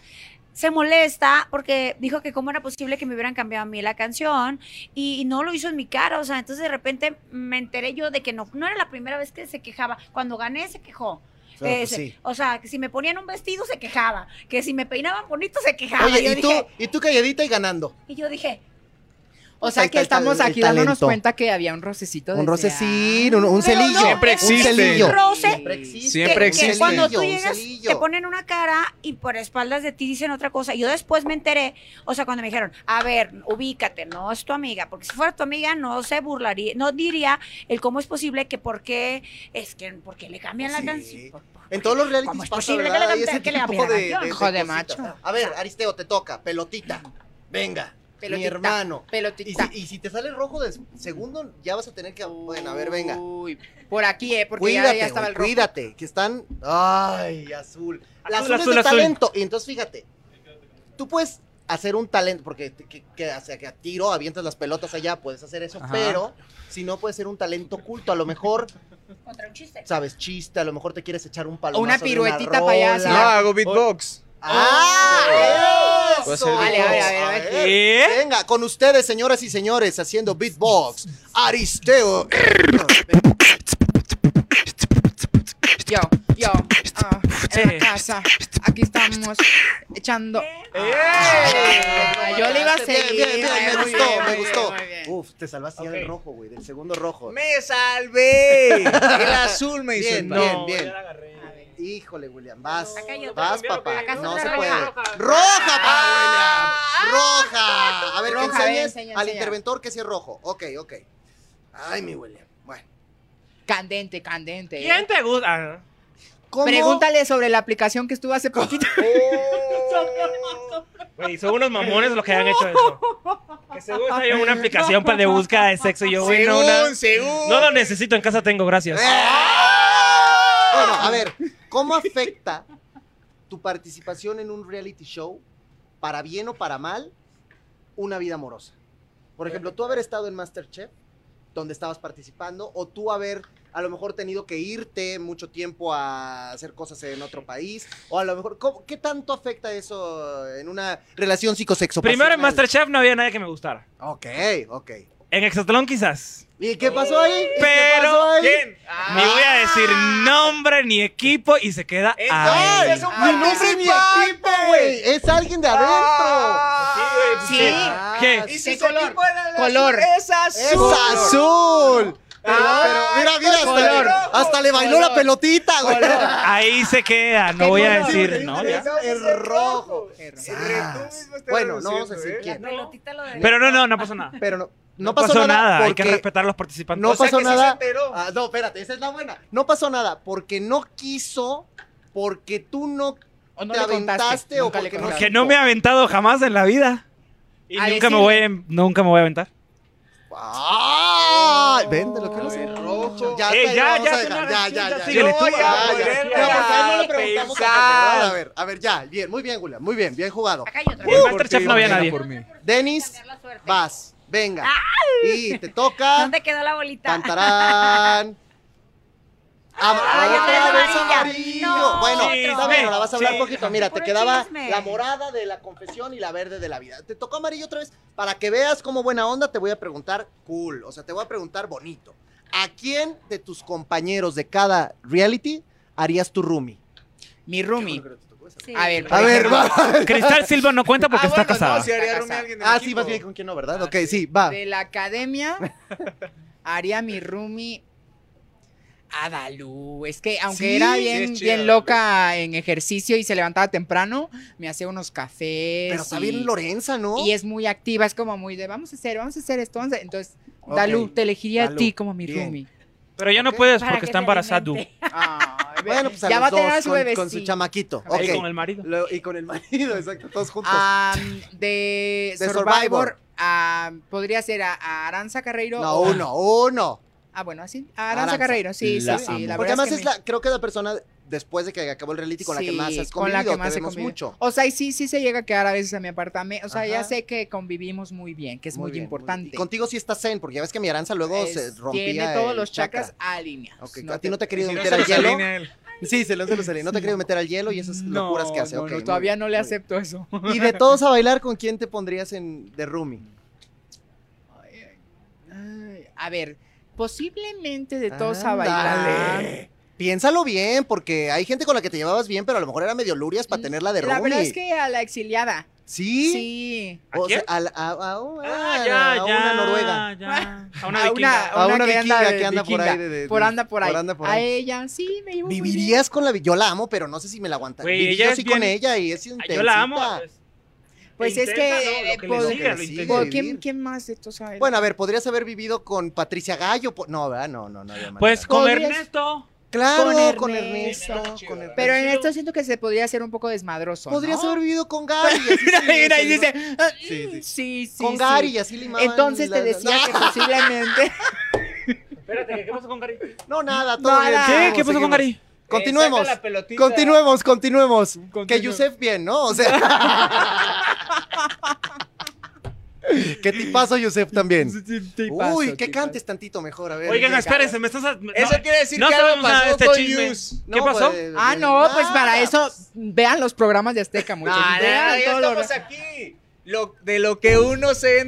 Speaker 2: se molesta porque dijo que cómo era posible que me hubieran cambiado a mí la canción y, no lo hizo en mi cara, o sea, entonces de repente me enteré yo de que no, no era la primera vez que se quejaba, cuando gané se quejó.
Speaker 1: Pero, pues,
Speaker 2: Ese,
Speaker 1: sí.
Speaker 2: O sea, que si me ponían un vestido se quejaba, que si me peinaban bonito se quejaba.
Speaker 1: Oye,
Speaker 2: y, yo
Speaker 1: y tú,
Speaker 2: dije,
Speaker 1: y tú calladita y ganando.
Speaker 2: y yo dije,
Speaker 5: O sea
Speaker 1: Ahí
Speaker 5: que
Speaker 1: está el-
Speaker 5: estamos
Speaker 1: el
Speaker 5: aquí dándonos
Speaker 1: talento.
Speaker 5: cuenta que había un rocecito.
Speaker 1: Un
Speaker 5: desde
Speaker 1: rocecín, un,
Speaker 5: antes.
Speaker 1: un
Speaker 2: Pero
Speaker 1: celillo.
Speaker 2: no, Siempre
Speaker 1: un
Speaker 2: existe.
Speaker 1: celillo.
Speaker 2: roce
Speaker 1: Siempre existe.
Speaker 6: Siempre
Speaker 2: que- que
Speaker 6: existe.
Speaker 2: cuando tú
Speaker 1: Un
Speaker 2: llegas,
Speaker 1: celillo.
Speaker 2: te ponen una cara y por espaldas de ti dicen otra cosa. Yo después me enteré, o sea, cuando me dijeron, a ver, ubícate, no es tu amiga, porque si fuera tu amiga no se burlaría, no diría el cómo es posible que por qué, es que, ¿por qué le cambian
Speaker 1: Sí.
Speaker 2: la canción? Por- por-
Speaker 1: En todos los realities
Speaker 2: ¿Cómo es
Speaker 1: pasa,
Speaker 2: posible que
Speaker 1: ¿verdad?
Speaker 2: le
Speaker 1: Hay ese
Speaker 2: cante- que le
Speaker 1: tipo
Speaker 2: hable
Speaker 1: de,
Speaker 2: a la canción?
Speaker 5: Hijo de
Speaker 1: cositas.
Speaker 5: macho.
Speaker 1: A ver, Aristeo, te toca. Pelotita. Venga. Mi
Speaker 5: Pelotita.
Speaker 1: hermano. Y si,
Speaker 5: Pelotita.
Speaker 1: y si te sale rojo de segundo, ya vas a tener que... Bueno, a ver, venga.
Speaker 5: Uy, por aquí, ¿eh? Porque ya-
Speaker 1: Cuídate,
Speaker 5: ya estaba
Speaker 1: güey,
Speaker 5: el rojo.
Speaker 1: cuídate, que están... Ay, azul. La azul, es
Speaker 3: Azul, ah, azul,
Speaker 1: de
Speaker 3: azul.
Speaker 1: talento. Y entonces, fíjate, tú puedes hacer un talento, porque te- que, que- o sea, que a tiro avientas las pelotas allá, puedes hacer eso,
Speaker 6: Ajá.
Speaker 1: pero si no, puede ser un talento oculto. A lo mejor,
Speaker 2: Contra un chiste.
Speaker 1: sabes, chiste, a lo mejor te quieres echar un palomazo
Speaker 5: O una
Speaker 1: de
Speaker 5: piruetita para allá,
Speaker 1: rola.
Speaker 5: así.
Speaker 6: No, hago beatbox.
Speaker 1: ¡Ah!
Speaker 6: Puede
Speaker 1: ¡Eso!
Speaker 6: ser Vale, a ver,
Speaker 5: a ver, a ver.
Speaker 3: ¿Qué?
Speaker 1: Venga, con ustedes, señoras y señores, haciendo beatbox. Aristeo.
Speaker 5: Yo, yo, ah, en la casa. Aquí estamos echando.
Speaker 3: ¡Eh!
Speaker 5: Ah, yo le iba a
Speaker 1: Bien, bien,
Speaker 5: seguir.
Speaker 1: bien,
Speaker 5: Ay,
Speaker 1: me
Speaker 5: muy
Speaker 1: gustó,
Speaker 5: bien,
Speaker 1: me
Speaker 5: muy
Speaker 1: gustó.
Speaker 5: bien, muy bien.
Speaker 1: Uf, te salvaste ya del rojo, güey, del segundo rojo.
Speaker 6: ¡Me salvé! El azul me hizo
Speaker 1: Bien,
Speaker 6: entrar.
Speaker 1: bien, bien.
Speaker 5: A ver.
Speaker 1: Hicole, William, vas.
Speaker 2: Acá hay otra.
Speaker 1: Vas, papá.
Speaker 2: Acá está
Speaker 1: No
Speaker 2: otra
Speaker 1: se
Speaker 2: roja.
Speaker 1: puede. ¡Roja, pa, William! ¡Roja! A ver, que
Speaker 5: Roja,
Speaker 1: enseñes
Speaker 5: enseña,
Speaker 1: al
Speaker 5: enseña.
Speaker 1: interventor que sí es rojo. Ok, ok. Ay, mi William. Bueno.
Speaker 5: Candente, candente.
Speaker 3: ¿Quién te gusta? Ah,
Speaker 1: ¿Cómo?
Speaker 5: Pregúntale sobre la aplicación que estuvo hace poquito.
Speaker 1: Oh.
Speaker 3: Güey, son unos mamones los que han hecho
Speaker 2: <laughs>
Speaker 3: eso. Que según hay una aplicación para de búsqueda de sexo y yo, güey, no, una- no lo necesito, en casa tengo, gracias.
Speaker 1: Eh, ¡Ah! Bueno, a ver, ¿cómo afecta tu participación en un reality show, para bien o para mal, una vida amorosa? Por ejemplo, tú haber estado en Masterchef, donde estabas participando, o tú haber a lo mejor tenido que irte mucho tiempo a hacer cosas en otro país, o a lo mejor, ¿cómo- ¿qué tanto afecta eso en una relación psicosexo?
Speaker 3: Primero en Masterchef no había nadie que me gustara.
Speaker 1: Ok, ok.
Speaker 3: En Exatlón quizás.
Speaker 1: ¿Y qué pasó ahí? ¿Y qué
Speaker 3: Pero,
Speaker 1: pasó ahí? Ah.
Speaker 6: ¿Quién?
Speaker 3: Ni voy a decir nombre ni equipo y se queda
Speaker 6: Es-
Speaker 1: ¡Ay!
Speaker 3: ahí.
Speaker 6: es un
Speaker 1: ¡Ni nombre ni equipo, güey! ¡Es alguien de adentro!
Speaker 5: Sí.
Speaker 1: Ah,
Speaker 3: ¿Qué?
Speaker 1: sí.
Speaker 6: Y
Speaker 5: De
Speaker 6: si
Speaker 5: color.
Speaker 6: color.
Speaker 5: Color.
Speaker 6: Es
Speaker 1: ¡Es
Speaker 6: azul.
Speaker 1: azul! Pero,
Speaker 6: Ah,
Speaker 1: pero mira, mira, hasta,
Speaker 5: color.
Speaker 1: le- hasta le bailó la
Speaker 5: Color.
Speaker 1: pelotita, güey.
Speaker 3: Ahí se queda, no voy a decir, no, ya.
Speaker 1: Es rojo.
Speaker 5: Error.
Speaker 1: Bueno, no vamos a decir
Speaker 2: La
Speaker 1: quién.
Speaker 2: pelotita lo de...
Speaker 3: Pero no, no, no pasó nada.
Speaker 1: Pero no, no pasó, nada.
Speaker 3: hay que
Speaker 1: porque-
Speaker 3: respetar a los participantes.
Speaker 1: No
Speaker 6: O sea
Speaker 1: pasó
Speaker 6: que sí
Speaker 1: nada.
Speaker 6: se enteró.
Speaker 1: Ah, no, espérate, esa es la buena. No pasó nada porque no quiso, porque tú no
Speaker 5: O no
Speaker 1: te
Speaker 5: le contaste,
Speaker 1: aventaste o
Speaker 5: nunca le
Speaker 1: porque no
Speaker 5: contaste.
Speaker 3: Que no me he aventado jamás en la vida. Y
Speaker 5: A
Speaker 3: nunca me,
Speaker 5: decirle.
Speaker 3: voy a, nunca me voy a aventar.
Speaker 1: ¡Ah! Ven, de lo que
Speaker 5: A
Speaker 1: no
Speaker 5: ver,
Speaker 1: sé.
Speaker 6: rojo.
Speaker 1: Ya,
Speaker 3: Eh,
Speaker 1: te
Speaker 3: ya,
Speaker 1: vamos
Speaker 3: ya,
Speaker 1: a dejar.
Speaker 3: señora,
Speaker 1: ya,
Speaker 3: sí,
Speaker 1: ya,
Speaker 3: ya,
Speaker 1: ya.
Speaker 3: síguele
Speaker 1: Ya,
Speaker 3: tú,
Speaker 1: ya,
Speaker 3: ya,
Speaker 1: ya,
Speaker 6: ya,
Speaker 1: ya,
Speaker 6: ya,
Speaker 1: ya, por favor, no le
Speaker 6: ya,
Speaker 1: preguntamos a
Speaker 6: pensar.
Speaker 1: Caperrada. A ver, a ver, ya, bien, muy bien, Julián, muy bien, bien jugado.
Speaker 2: Acá hay otra.
Speaker 3: En Masterchef no había nadie.
Speaker 6: Por mí.
Speaker 1: Denis,
Speaker 2: Cambiar la suerte.
Speaker 1: vas, venga. Y te toca.
Speaker 2: ¿Dónde quedó la bolita? <laughs>
Speaker 1: Cantarán.
Speaker 2: Ah, ya traes amarilla. No,
Speaker 1: bueno,
Speaker 2: otro.
Speaker 1: está bien, ahora vas a hablar
Speaker 3: Sí.
Speaker 1: poquito. Mira, te
Speaker 2: Puro
Speaker 1: quedaba
Speaker 2: chisme.
Speaker 1: la morada de la confesión y la verde de la vida. Te tocó amarillo otra vez. Para que veas cómo buena onda, te voy a preguntar cool. O sea, te voy a preguntar bonito. ¿A quién de tus compañeros de cada reality harías tu roomie?
Speaker 5: Mi roomie.
Speaker 2: <laughs> Sí.
Speaker 5: A ver,
Speaker 1: A ver, va.
Speaker 3: Cristal Silva
Speaker 1: <laughs>
Speaker 3: no cuenta porque
Speaker 6: Ah,
Speaker 3: está
Speaker 6: bueno,
Speaker 3: casada.
Speaker 6: No, si haría
Speaker 5: Está
Speaker 6: Rumi
Speaker 5: casada.
Speaker 6: alguien del
Speaker 1: Ah,
Speaker 6: equipo.
Speaker 1: sí, más bien con quién no,
Speaker 5: Ah,
Speaker 1: ¿verdad? Ok, sí, va.
Speaker 5: de la academia haría mi roomie Adalú. Es que aunque
Speaker 6: Sí,
Speaker 5: era
Speaker 6: sí,
Speaker 5: bien,
Speaker 6: es chida,
Speaker 5: bien
Speaker 6: Adalu.
Speaker 5: loca en ejercicio y se levantaba temprano, me hacía unos cafés.
Speaker 1: Pero está
Speaker 5: y-
Speaker 1: bien Lorenza, ¿no?
Speaker 5: Y es muy activa, es como muy de vamos a hacer, vamos a hacer esto, vamos a hacer-". Entonces,
Speaker 1: Ok.
Speaker 5: Dalu, te elegiría
Speaker 1: Dalu,
Speaker 5: a ti como mi
Speaker 1: bien.
Speaker 5: roomie.
Speaker 3: Pero ya no
Speaker 1: Ok.
Speaker 3: puedes
Speaker 2: Para
Speaker 3: porque
Speaker 2: que
Speaker 3: está
Speaker 2: se
Speaker 3: embarazada. tú.
Speaker 2: alimente.
Speaker 5: Ay, ve-
Speaker 1: Bueno, pues a
Speaker 5: ya
Speaker 1: los
Speaker 5: va a
Speaker 1: dos,
Speaker 5: tener a su
Speaker 1: con,
Speaker 5: bebé.
Speaker 1: con su chamaquito.
Speaker 5: Ahí
Speaker 1: ok.
Speaker 3: con el marido.
Speaker 1: Lo- y con el marido, exacto, todos juntos.
Speaker 5: Ah, de,
Speaker 1: pues. De Survivor.
Speaker 5: Survivor, ah, podría ser a, a Aranza Carreiro.
Speaker 1: no,
Speaker 5: o-
Speaker 1: uno, uno.
Speaker 5: Ah, bueno, así. A Aranza,
Speaker 1: Arantxa.
Speaker 5: Carreiro, sí,
Speaker 7: La
Speaker 5: sí, sí. La
Speaker 1: Porque
Speaker 5: verdad
Speaker 1: además
Speaker 5: es,
Speaker 1: es,
Speaker 5: que me-
Speaker 1: la, creo que la persona después de que acabó el reality con la que
Speaker 5: Sí,
Speaker 1: más has
Speaker 5: con
Speaker 1: convivido,
Speaker 5: la que más
Speaker 1: te
Speaker 5: he
Speaker 1: vemos
Speaker 5: convivido.
Speaker 1: mucho.
Speaker 5: O sea, y sí, sí se llega a quedar a veces a mi apartamento. O sea, ya
Speaker 1: Ajá.
Speaker 5: sé que convivimos muy bien, que es muy,
Speaker 1: bien,
Speaker 5: importante.
Speaker 1: bien. Y contigo sí está zen, porque ya ves que mi aranza luego
Speaker 5: Es-
Speaker 1: se rompía.
Speaker 5: Tiene todos
Speaker 1: el
Speaker 5: los chakras
Speaker 1: chakra.
Speaker 5: alineados.
Speaker 1: Ok, a ti no te ha querido
Speaker 5: si no
Speaker 1: meter
Speaker 5: se
Speaker 1: al
Speaker 5: los
Speaker 1: hielo.
Speaker 5: alinea
Speaker 1: <laughs> Sí, se lo hace los aliens. No te ha querido meter al hielo y esas
Speaker 5: No,
Speaker 1: locuras que hace.
Speaker 5: no,
Speaker 1: ok,
Speaker 5: no,
Speaker 1: muy
Speaker 5: Oh, todavía
Speaker 1: bien,
Speaker 5: no le
Speaker 1: muy bien.
Speaker 5: acepto eso. <laughs>
Speaker 1: Y de todos a bailar, ¿con quién te pondrías en de roomie?
Speaker 5: Ay, ay. A ver, posiblemente de todos a bailar.
Speaker 1: Ándale. Piénsalo bien, porque hay gente con la que te llevabas bien, pero a lo mejor era medio lurias para tenerla de roomie.
Speaker 5: Mm, La verdad es que a la exiliada.
Speaker 1: Sí.
Speaker 5: Sí.
Speaker 3: ¿A
Speaker 1: O sea,
Speaker 3: quién?
Speaker 1: a, la- a- a-
Speaker 3: Ah,
Speaker 1: a-
Speaker 3: ya,
Speaker 1: a
Speaker 3: ya,
Speaker 1: una noruega.
Speaker 3: ya. A una
Speaker 5: A una-
Speaker 3: vikinga.
Speaker 1: A una,
Speaker 5: que anda
Speaker 1: vikinga
Speaker 5: de-
Speaker 1: que anda por
Speaker 5: vikinga,
Speaker 1: ahí. de- de-
Speaker 5: por
Speaker 1: de-
Speaker 5: anda por ahí.
Speaker 1: anda por
Speaker 5: A
Speaker 1: ahí.
Speaker 5: ella, sí, me llevo muy bien.
Speaker 1: ¿Vivirías con la vi- Yo la amo, pero no sé si me la aguantaría.
Speaker 3: Güey,
Speaker 1: Viví
Speaker 3: ella
Speaker 1: yo
Speaker 3: es
Speaker 1: sí
Speaker 3: bien-
Speaker 1: con ella y es intensita.
Speaker 3: Ah, Yo la amo.
Speaker 5: Pues
Speaker 3: Lo
Speaker 5: es que,
Speaker 3: intensa, ¿no?
Speaker 5: eh,
Speaker 3: Lo que le
Speaker 5: pues-
Speaker 3: sigue, lo
Speaker 1: Sí,
Speaker 3: intensa.
Speaker 5: Por-
Speaker 1: vivir.
Speaker 5: ¿quién, quién más de todos a bailar?
Speaker 1: Bueno, a ver, podrías haber vivido con Patricia Gallo. po- No, ¿verdad? No, no, no. había manera.
Speaker 3: Pues con
Speaker 5: Podrías-
Speaker 3: Ernesto.
Speaker 1: claro, con
Speaker 5: con
Speaker 1: Ernesto.
Speaker 5: Ernesto.
Speaker 1: con Ernesto.
Speaker 5: Pero en esto siento que se podría hacer un poco desmadroso.
Speaker 1: podrías
Speaker 5: ¿no?
Speaker 1: haber vivido con Gary. y así
Speaker 5: <laughs> Mira,
Speaker 1: se
Speaker 5: mira, y
Speaker 1: limaba.
Speaker 5: dice, ah,
Speaker 1: Sí,
Speaker 5: mm,
Speaker 1: sí.
Speaker 5: sí, sí.
Speaker 1: con
Speaker 5: sí.
Speaker 1: Gary y así limaban ¡Ah!
Speaker 5: Entonces te
Speaker 1: la-
Speaker 5: decía
Speaker 1: no,
Speaker 5: que
Speaker 1: <laughs>
Speaker 5: posiblemente.
Speaker 3: Espérate, ¿qué pasó con Gary? ¿Qué?
Speaker 1: No, nada, todo bien,
Speaker 5: Nada.
Speaker 1: seguimos,
Speaker 3: ¿Qué pasó
Speaker 1: seguimos.
Speaker 3: con Gary?
Speaker 1: Ah, Continuemos. Continuemos, continuemos. Que Yusef bien, ¿no? O sea. Qué tipazo Yusef también. Uy, que cantes tantito mejor, a ver.
Speaker 3: Oigan,
Speaker 1: Llega.
Speaker 3: espérense, me estás. no,
Speaker 4: Eso quiere decir
Speaker 3: no
Speaker 4: que algo
Speaker 3: sabemos nada de
Speaker 4: pasó
Speaker 3: este
Speaker 4: con
Speaker 3: chisme.
Speaker 4: Yus.
Speaker 1: No,
Speaker 3: ¿Qué pasó?
Speaker 1: pues,
Speaker 5: Ah, no, pues
Speaker 1: nada.
Speaker 5: para eso vean los programas de Azteca, muchachos.
Speaker 1: Ah,
Speaker 4: Ya,
Speaker 5: Vean
Speaker 4: ya
Speaker 5: todo lo-
Speaker 4: estamos aquí. Lo, de lo que uno se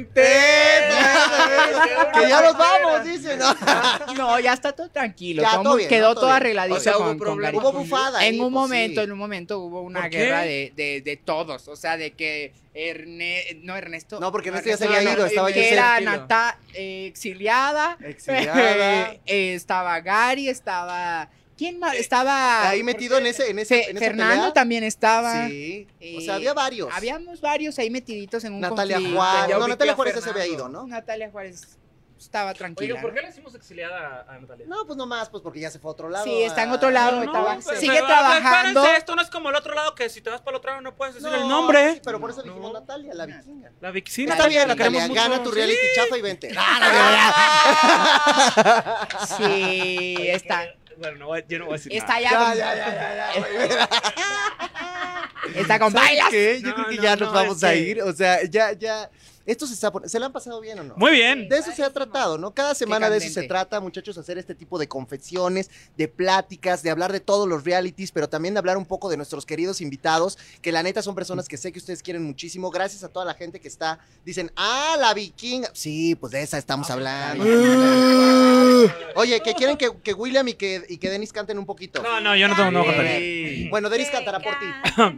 Speaker 4: entera.
Speaker 1: Que ya nos vamos, dicen. ¿no?
Speaker 5: No, ya está todo tranquilo.
Speaker 1: Ya,
Speaker 5: todo
Speaker 1: todo
Speaker 5: mu-
Speaker 1: bien,
Speaker 5: quedó
Speaker 1: ¿no? Todo
Speaker 5: todo
Speaker 1: bien.
Speaker 5: arregladito.
Speaker 4: O sea, hubo
Speaker 5: con- con
Speaker 4: problemas.
Speaker 5: Gary.
Speaker 1: Hubo bufada. ahí,
Speaker 5: En
Speaker 1: pues,
Speaker 5: un momento,
Speaker 1: sí.
Speaker 5: en un momento hubo una
Speaker 3: ¿Por qué?
Speaker 5: guerra de, de, de todos. O sea, de que Erne- no Ernesto.
Speaker 1: No, porque Ernesto ya se
Speaker 5: Ernesto
Speaker 1: había
Speaker 5: no,
Speaker 1: ido, estaba
Speaker 5: que
Speaker 1: Yusef.
Speaker 5: Era Nata eh, exiliada.
Speaker 1: Exiliada.
Speaker 5: <laughs> Eh, estaba Gary, estaba. ¿Quién más? Estaba.
Speaker 1: Eh, Ahí metido en ese, en ese,
Speaker 5: Fe-
Speaker 1: en esa
Speaker 5: Fernando
Speaker 1: pelea.
Speaker 5: también estaba.
Speaker 1: Sí. O
Speaker 5: Eh,
Speaker 1: sea, había varios.
Speaker 5: Habíamos varios ahí metiditos en un
Speaker 1: Natalia
Speaker 5: conflicto.
Speaker 1: Juárez.
Speaker 5: Ya
Speaker 1: No,
Speaker 5: ubiqué
Speaker 1: Natalia
Speaker 5: a
Speaker 1: Juárez ya se
Speaker 5: Fernando.
Speaker 1: había ido, ¿no?
Speaker 5: Natalia Juárez estaba tranquila.
Speaker 3: Oigan,
Speaker 5: <laughs>
Speaker 3: ¿por qué le hicimos exiliada a, a Natalia?
Speaker 1: No, pues nomás, pues porque ya se fue a otro lado.
Speaker 5: Sí, está en
Speaker 1: a-
Speaker 5: otro lado,
Speaker 1: No,
Speaker 5: estaba-
Speaker 1: pero-
Speaker 5: sigue trabajando.
Speaker 3: pues, espérense, esto no es como el otro lado que si te vas para el otro lado no puedes decir el nombre.
Speaker 1: sí, pero por eso dijimos
Speaker 3: No.
Speaker 1: Natalia, la vikinga.
Speaker 3: La vixina.
Speaker 1: Está bien,
Speaker 5: la
Speaker 1: Natalia,
Speaker 5: queremos
Speaker 1: gana tu reality chafa y <laughs> vente.
Speaker 5: Sí, está.
Speaker 3: Bueno, no voy- yo no voy a decir
Speaker 5: Está ya.
Speaker 1: Ya,
Speaker 5: con-
Speaker 1: ya, ya, ya, ya.
Speaker 5: Está con
Speaker 1: ¿Sabes
Speaker 5: bailas.
Speaker 1: qué? Yo
Speaker 3: No,
Speaker 1: creo que
Speaker 3: no,
Speaker 1: ya nos
Speaker 3: no,
Speaker 1: vamos
Speaker 3: es
Speaker 1: a
Speaker 3: que-
Speaker 1: ir. O sea, ya, ya. Esto se está pon- ¿Se le han pasado bien o no?
Speaker 3: nada. Muy bien.
Speaker 1: de eso se ha tratado, ¿no? Cada semana de eso se
Speaker 5: candente.
Speaker 1: trata, muchachos, hacer este tipo de confesiones, de pláticas, de hablar de todos los realities, pero también de hablar un poco de nuestros queridos invitados, que la neta son personas que sé que ustedes quieren muchísimo. Gracias a toda la gente que está, dicen, ah, la vikinga. Sí, pues de esa estamos hablando. Oye, que quieren que, que William y que, y que Denis canten un poquito.
Speaker 3: No, no, yo no tengo no cantar.
Speaker 4: Sí.
Speaker 1: Bueno, Denis cantará por
Speaker 2: <laughs>
Speaker 1: ti.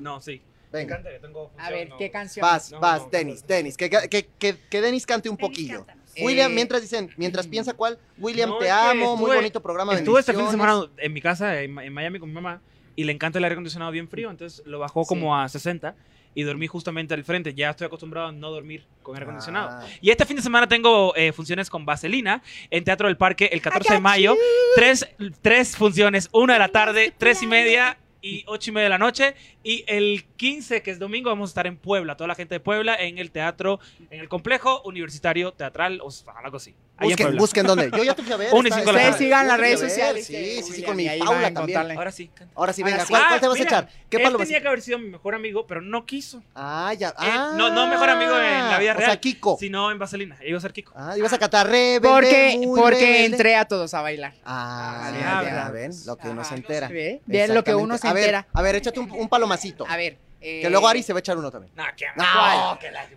Speaker 3: No, sí.
Speaker 1: Venga.
Speaker 3: Canta, que tengo
Speaker 5: A
Speaker 3: función,
Speaker 5: ver,
Speaker 3: no.
Speaker 5: ¿qué canción?
Speaker 1: Vas,
Speaker 3: No,
Speaker 1: vas,
Speaker 3: no,
Speaker 1: Denis,
Speaker 3: no.
Speaker 1: Denis, que, que, que, que Denis cante un
Speaker 2: Denis,
Speaker 1: poquillo.
Speaker 2: cántanos.
Speaker 1: William,
Speaker 5: Eh,
Speaker 1: mientras dicen,
Speaker 3: <clears throat>
Speaker 1: mientras piensa cuál, William,
Speaker 3: No,
Speaker 1: te
Speaker 3: es que
Speaker 1: amo, muy
Speaker 3: estuve-
Speaker 1: bonito programa de
Speaker 3: Estuve este fin de
Speaker 1: bendiciones.
Speaker 3: semana en mi casa, en, Ma- en Miami, con mi mamá, y le encanta el aire acondicionado bien frío, entonces lo bajó como a 60 y dormí justamente al frente. Ya estoy acostumbrado a no dormir con aire acondicionado.
Speaker 1: Ah.
Speaker 3: Y este fin de semana tengo eh, funciones con Vaselina en Teatro del Parque el 14 de mayo. Tres, tres funciones, una de la tarde, tres y media y ocho y media de la noche. Y el 15, que es domingo, vamos a estar en Puebla, toda la gente de Puebla, en el teatro, en el complejo universitario teatral, o sea, algo así. Ahí en
Speaker 1: Busquen,
Speaker 3: Puebla.
Speaker 1: busquen dónde. Yo ya te fui
Speaker 3: <laughs>
Speaker 1: a ver.
Speaker 3: Una y
Speaker 1: está-
Speaker 3: cinco de la
Speaker 1: está-
Speaker 3: tarde.
Speaker 5: Sigan las
Speaker 1: yo te fui a
Speaker 5: redes
Speaker 1: ver,
Speaker 5: sociales
Speaker 1: Sí,
Speaker 5: de
Speaker 1: sí, sí,
Speaker 5: William,
Speaker 1: con
Speaker 5: y
Speaker 1: mi
Speaker 5: ahí van
Speaker 1: Paula
Speaker 5: a
Speaker 1: también.
Speaker 5: encontrarla.
Speaker 3: Ahora sí. canta.
Speaker 1: Ahora sí,
Speaker 5: Ahora
Speaker 1: venga,
Speaker 5: sí.
Speaker 1: ¿cuál, cuál te
Speaker 3: Ah,
Speaker 1: vas a
Speaker 3: mira,
Speaker 1: echar? ¿Qué
Speaker 3: Él
Speaker 1: palo vas a
Speaker 3: tenía que
Speaker 1: echar?
Speaker 3: haber sido mi mejor amigo, pero no quiso,
Speaker 1: Ah, ya. Ah,
Speaker 3: eh, no- no mejor amigo en la vida
Speaker 1: O sea,
Speaker 3: real.
Speaker 1: Kiko.
Speaker 3: sino en Vaselina. Iba a ser Kiko.
Speaker 1: Ah, ibas a catar rebelde.
Speaker 5: Porque,
Speaker 1: muy
Speaker 5: porque
Speaker 1: rebelde.
Speaker 5: entré a todos a bailar.
Speaker 1: Ah, ya,
Speaker 5: Ah, ya.
Speaker 1: ven, lo que uno
Speaker 5: Ajá.
Speaker 1: se entera.
Speaker 5: ¿Ve? Vean Ah, lo que uno se
Speaker 1: Exactamente. A ver,
Speaker 5: entera.
Speaker 1: A ver, échate un, un palomacito.
Speaker 5: A ver. eh,
Speaker 1: Que luego Ari se va a echar uno también.
Speaker 3: No, qué
Speaker 1: No,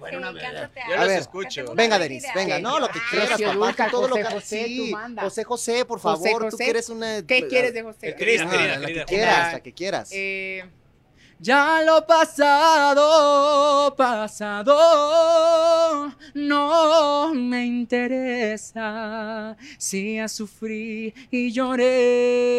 Speaker 4: Yo
Speaker 1: A
Speaker 4: los
Speaker 1: ver,
Speaker 4: escucho.
Speaker 1: Venga, Denis, venga,
Speaker 5: que-
Speaker 1: no, lo que
Speaker 5: Ah,
Speaker 1: quieras,
Speaker 5: Rocío
Speaker 1: papá,
Speaker 5: Dúrcal,
Speaker 1: tú todo lo que
Speaker 5: José José, tú
Speaker 1: sí,
Speaker 5: manda.
Speaker 1: José José, por
Speaker 5: José
Speaker 1: favor, tú
Speaker 5: José.
Speaker 1: que eres una...
Speaker 5: ¿Qué quieres de José?
Speaker 1: Triste,
Speaker 4: Triste,
Speaker 1: la que
Speaker 3: querida,
Speaker 1: quieras,
Speaker 5: una-
Speaker 1: la que quieras.
Speaker 5: Eh, ya lo pasado, pasado, no me interesa. Si ya sufrí y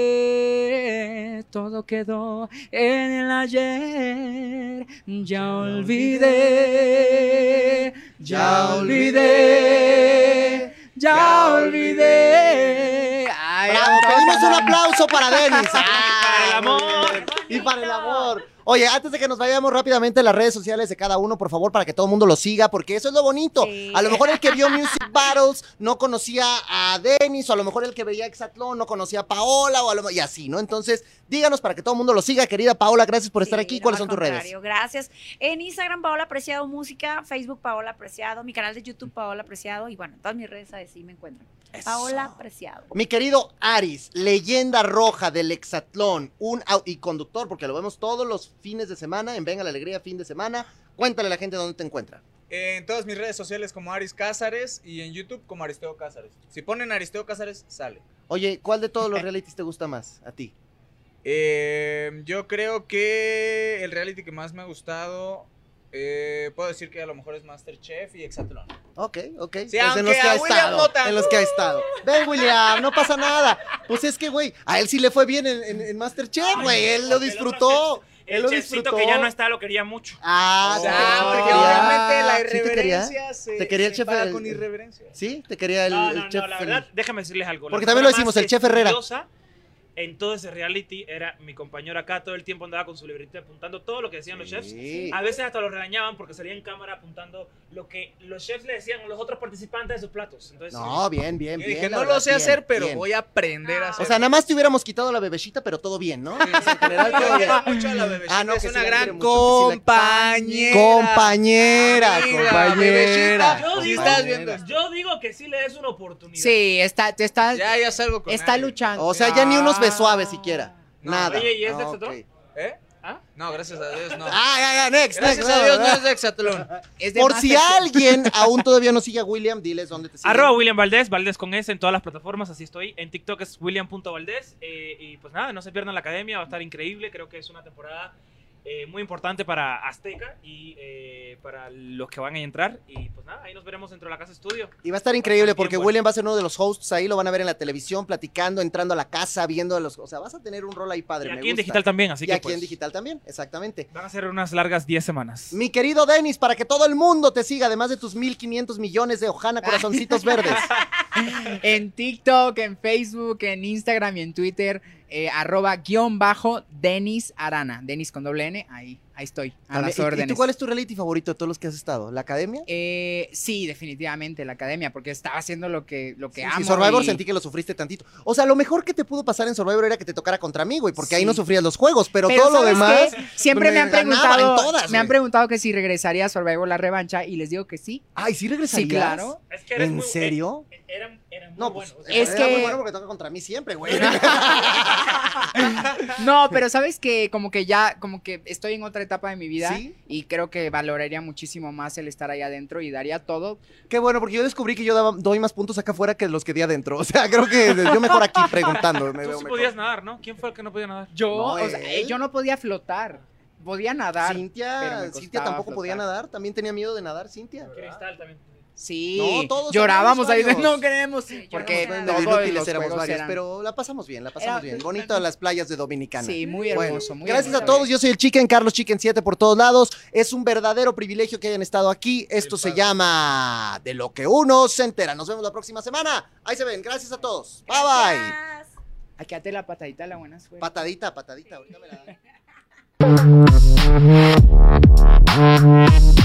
Speaker 5: lloré, todo quedó en el ayer. Ya olvidé, ya olvidé, ya olvidé. Ay,
Speaker 1: ¡Bravo! un aplauso
Speaker 5: <laughs>
Speaker 1: para Denis.
Speaker 3: Para el amor.
Speaker 1: Y para el amor. Oye, antes de que nos vayamos rápidamente las redes sociales de cada uno, por favor, para que todo el mundo lo siga, porque eso es lo bonito.
Speaker 2: Sí.
Speaker 1: A lo mejor el que vio Music Battles no conocía a Denis, o a lo mejor el que veía Exatlón no conocía a Paola, o a lo- y así, ¿no? Entonces, díganos para que todo el mundo lo siga, querida Paola, gracias por estar
Speaker 2: Sí,
Speaker 1: aquí.
Speaker 2: no,
Speaker 1: ¿Cuáles
Speaker 2: al
Speaker 1: son tus redes?
Speaker 2: contrario, Gracias. En Instagram, Paola Apreciado Música, Facebook, Paola Apreciado, mi canal de YouTube, Paola Apreciado, y bueno, en todas mis redes ahí sí me encuentran. Paola
Speaker 1: Eso.
Speaker 2: Apreciado.
Speaker 1: Mi querido Aris, leyenda roja del hexatlón, un au- y conductor, porque lo vemos todos los fines de semana en Venga la Alegría, fin de semana. Cuéntale a la gente dónde te encuentra.
Speaker 6: En todas mis redes sociales como Aris Cázares y en YouTube como Aristeo Cázares. Si ponen Aristeo Cázares, sale.
Speaker 1: Oye, ¿cuál de todos los realities te gusta más a ti?
Speaker 6: Eh, yo creo que el reality que más me ha gustado, eh, puedo decir que a lo mejor es Masterchef y Exatlón.
Speaker 1: Ok, ok.
Speaker 6: Sí,
Speaker 1: Pues en
Speaker 6: aunque
Speaker 1: los que
Speaker 6: a
Speaker 1: ha
Speaker 6: William
Speaker 1: estado.
Speaker 6: no tanto.
Speaker 1: En los que ha estado. Ven, William, no pasa nada. Pues es que, güey, a él sí le fue bien en, en- en Masterchef, güey. Él lo
Speaker 3: el otro
Speaker 1: disfrutó.
Speaker 3: El,
Speaker 1: Él lo
Speaker 3: chefcito
Speaker 1: disfrutó.
Speaker 3: que ya no está lo quería mucho.
Speaker 1: Ah, sí,
Speaker 6: Ah,
Speaker 1: te
Speaker 6: porque
Speaker 1: quería.
Speaker 6: obviamente la
Speaker 1: ¿Sí te quería?
Speaker 6: irreverencia se,
Speaker 1: Te quería el
Speaker 6: se
Speaker 1: chef
Speaker 6: paga
Speaker 1: del-
Speaker 6: con irreverencia.
Speaker 1: Sí, te quería el,
Speaker 3: no,
Speaker 1: el
Speaker 3: no,
Speaker 1: chef.
Speaker 3: no, la
Speaker 1: el-
Speaker 3: verdad, déjame decirles algo. La
Speaker 1: Porque también lo
Speaker 3: persona
Speaker 1: decimos,
Speaker 3: más
Speaker 1: el chef Herrera.
Speaker 3: estudiosa En todo ese reality era mi compañero acá, todo el tiempo andaba con su libreta apuntando todo lo que decían los chefs.
Speaker 1: Sí.
Speaker 3: A veces hasta los regañaban porque salían en cámara apuntando lo que los chefs le decían a los otros participantes de sus platos. Entonces,
Speaker 1: No, bien, bien,
Speaker 6: Yo
Speaker 1: bien.
Speaker 6: dije,
Speaker 1: la
Speaker 6: no lo
Speaker 1: verdad,
Speaker 6: sé
Speaker 1: bien,
Speaker 6: hacer, pero
Speaker 1: bien.
Speaker 6: voy a aprender a
Speaker 2: Ah.
Speaker 6: hacer.
Speaker 1: O sea, nada más te hubiéramos quitado la bebecita, pero todo bien, ¿no? O sea, en general, todo bien.
Speaker 6: mucho a la bebé.
Speaker 1: Ah, no,
Speaker 6: es
Speaker 1: que sí
Speaker 6: una
Speaker 1: la quiere
Speaker 6: gran
Speaker 1: mucho, que sí la-
Speaker 6: compañera.
Speaker 1: Compañera,
Speaker 6: Amiga,
Speaker 1: compañera.
Speaker 3: Yo
Speaker 6: bebecita.
Speaker 3: digo,
Speaker 1: compañera.
Speaker 6: estás viendo esto.
Speaker 3: yo digo que sí le des una oportunidad.
Speaker 5: Sí, está, te está,
Speaker 6: Ya, ya salgo con
Speaker 5: está
Speaker 6: alguien.
Speaker 5: luchando.
Speaker 1: O sea, ya ni unos besuaves siquiera.
Speaker 6: No, este
Speaker 1: Nada.
Speaker 3: oye, ¿y es de
Speaker 1: Ah,
Speaker 3: Exatlón?
Speaker 1: ok.
Speaker 6: ¿eh?
Speaker 3: ¿Ah?
Speaker 6: No, gracias a Dios, no.
Speaker 1: Ah, ya, ya, next, next.
Speaker 6: gracias este a Dios, no
Speaker 1: ¿verdad?
Speaker 6: es de Exatlón.
Speaker 5: Es de
Speaker 1: Por si
Speaker 5: Masterchef.
Speaker 6: <laughs>
Speaker 1: alguien aún todavía no sigue a William, diles dónde te sigue.
Speaker 3: Arroba William Valdés, Valdés con S en todas las plataformas, así estoy. En TikTok es william.valdés. eh, y pues nada, no se pierdan la academia, va a estar increíble. Creo que es una temporada eh, muy importante para Azteca y eh, para los que van a entrar. Y pues nada, ahí nos veremos dentro de la casa estudio.
Speaker 1: Y va a estar increíble
Speaker 3: Bastante
Speaker 1: porque
Speaker 3: tiempo.
Speaker 1: William va a ser uno de los hosts ahí, lo van a ver en la televisión, platicando, entrando a la casa, viendo a los. O sea, vas a tener un rol ahí
Speaker 3: Y
Speaker 1: padre. me
Speaker 3: aquí en
Speaker 1: gusta.
Speaker 3: digital también, así
Speaker 1: Y
Speaker 3: que
Speaker 1: aquí
Speaker 3: pues,
Speaker 1: en digital también, exactamente.
Speaker 3: van a ser unas largas 10 semanas.
Speaker 1: Mi querido Denis, para que todo el mundo te siga, además de tus 1500 millones de Ojana
Speaker 5: <laughs>
Speaker 1: Corazoncitos Verdes.
Speaker 5: En TikTok, en Facebook, en Instagram y en Twitter, eh, arroba guión bajo Denis Arana. Denis con doble N, ahí, ahí estoy, a
Speaker 1: También-
Speaker 5: las
Speaker 1: ¿y- ¿Y, tú
Speaker 5: órdenes.
Speaker 1: cuál es tu reality favorito de todos los que has estado? ¿La academia?
Speaker 5: Eh, sí, definitivamente, la academia, porque estaba haciendo lo que, lo que
Speaker 1: Sí, sí,
Speaker 5: amo.
Speaker 1: Survivor
Speaker 5: y-
Speaker 1: sentí que lo sufriste tantito. O sea, lo mejor que te pudo pasar en Survivor era que te tocara contra mí, güey, porque ahí
Speaker 5: Sí.
Speaker 1: no sufrías los juegos, pero,
Speaker 5: Pero
Speaker 1: todo lo
Speaker 5: ¿sabes
Speaker 1: demás.
Speaker 5: qué? Siempre
Speaker 1: me
Speaker 5: me, han
Speaker 1: ganaba
Speaker 5: preguntado,
Speaker 1: en todas,
Speaker 5: me han
Speaker 1: güey.
Speaker 5: preguntado que si regresaría a Survivor la revancha y les digo que sí.
Speaker 1: Ay, sí regresarías.
Speaker 5: Sí, claro.
Speaker 3: Es que eres
Speaker 1: ¿En
Speaker 3: muy-
Speaker 1: serio?
Speaker 3: eh, eran- eran muy
Speaker 1: No, pues,
Speaker 3: buenos.
Speaker 5: es
Speaker 1: era
Speaker 5: que-
Speaker 1: muy bueno porque toca contra mí siempre, güey. <laughs>
Speaker 5: No, pero sabes que como que ya, como que estoy en otra etapa de mi vida
Speaker 1: Sí.
Speaker 5: y creo que valoraría muchísimo más el estar ahí adentro y daría todo.
Speaker 1: Qué bueno, porque yo descubrí que yo daba- doy más puntos acá afuera que los que di adentro. O sea, creo que yo mejor
Speaker 3: <laughs>
Speaker 1: aquí preguntando. me
Speaker 3: Tú
Speaker 1: veo
Speaker 3: sí
Speaker 1: mejor.
Speaker 3: podías nadar, ¿no? ¿Quién fue el que no podía nadar?
Speaker 5: Yo,
Speaker 1: No,
Speaker 5: o sea, eh,
Speaker 1: él.
Speaker 5: yo no podía flotar, podía nadar. Sí, pero
Speaker 1: Cintia,
Speaker 5: me costaba
Speaker 1: Cintia tampoco podía
Speaker 5: flotar.
Speaker 1: nadar. También tenía miedo de nadar, Cintia.
Speaker 3: Cristal también.
Speaker 1: No, todos
Speaker 5: llorábamos ahí de
Speaker 1: tenemos
Speaker 5: no queremos porque
Speaker 2: no sé
Speaker 1: De
Speaker 2: nadar.
Speaker 5: todos
Speaker 1: inútiles
Speaker 5: los
Speaker 1: éramos
Speaker 5: juegos
Speaker 1: varios,
Speaker 5: eran-
Speaker 1: pero la pasamos bien, la pasamos
Speaker 5: Era-
Speaker 1: bien. Bonito las playas de Dominicana.
Speaker 5: Sí, muy
Speaker 1: Bueno,
Speaker 5: hermoso, muy
Speaker 1: Gracias a
Speaker 5: hermoso.
Speaker 1: todos, yo soy el Chicken, Carlos Chicken 7 por todos lados. Es un verdadero privilegio que hayan estado aquí. Esto se llama De lo que uno se entera. Nos vemos la próxima semana. Ahí se ven. Gracias a todos. Bye bye.
Speaker 2: Gracias.
Speaker 5: Aquí date la patadita, la buena suerte.
Speaker 1: Patadita, patadita. Ahorita me la dan.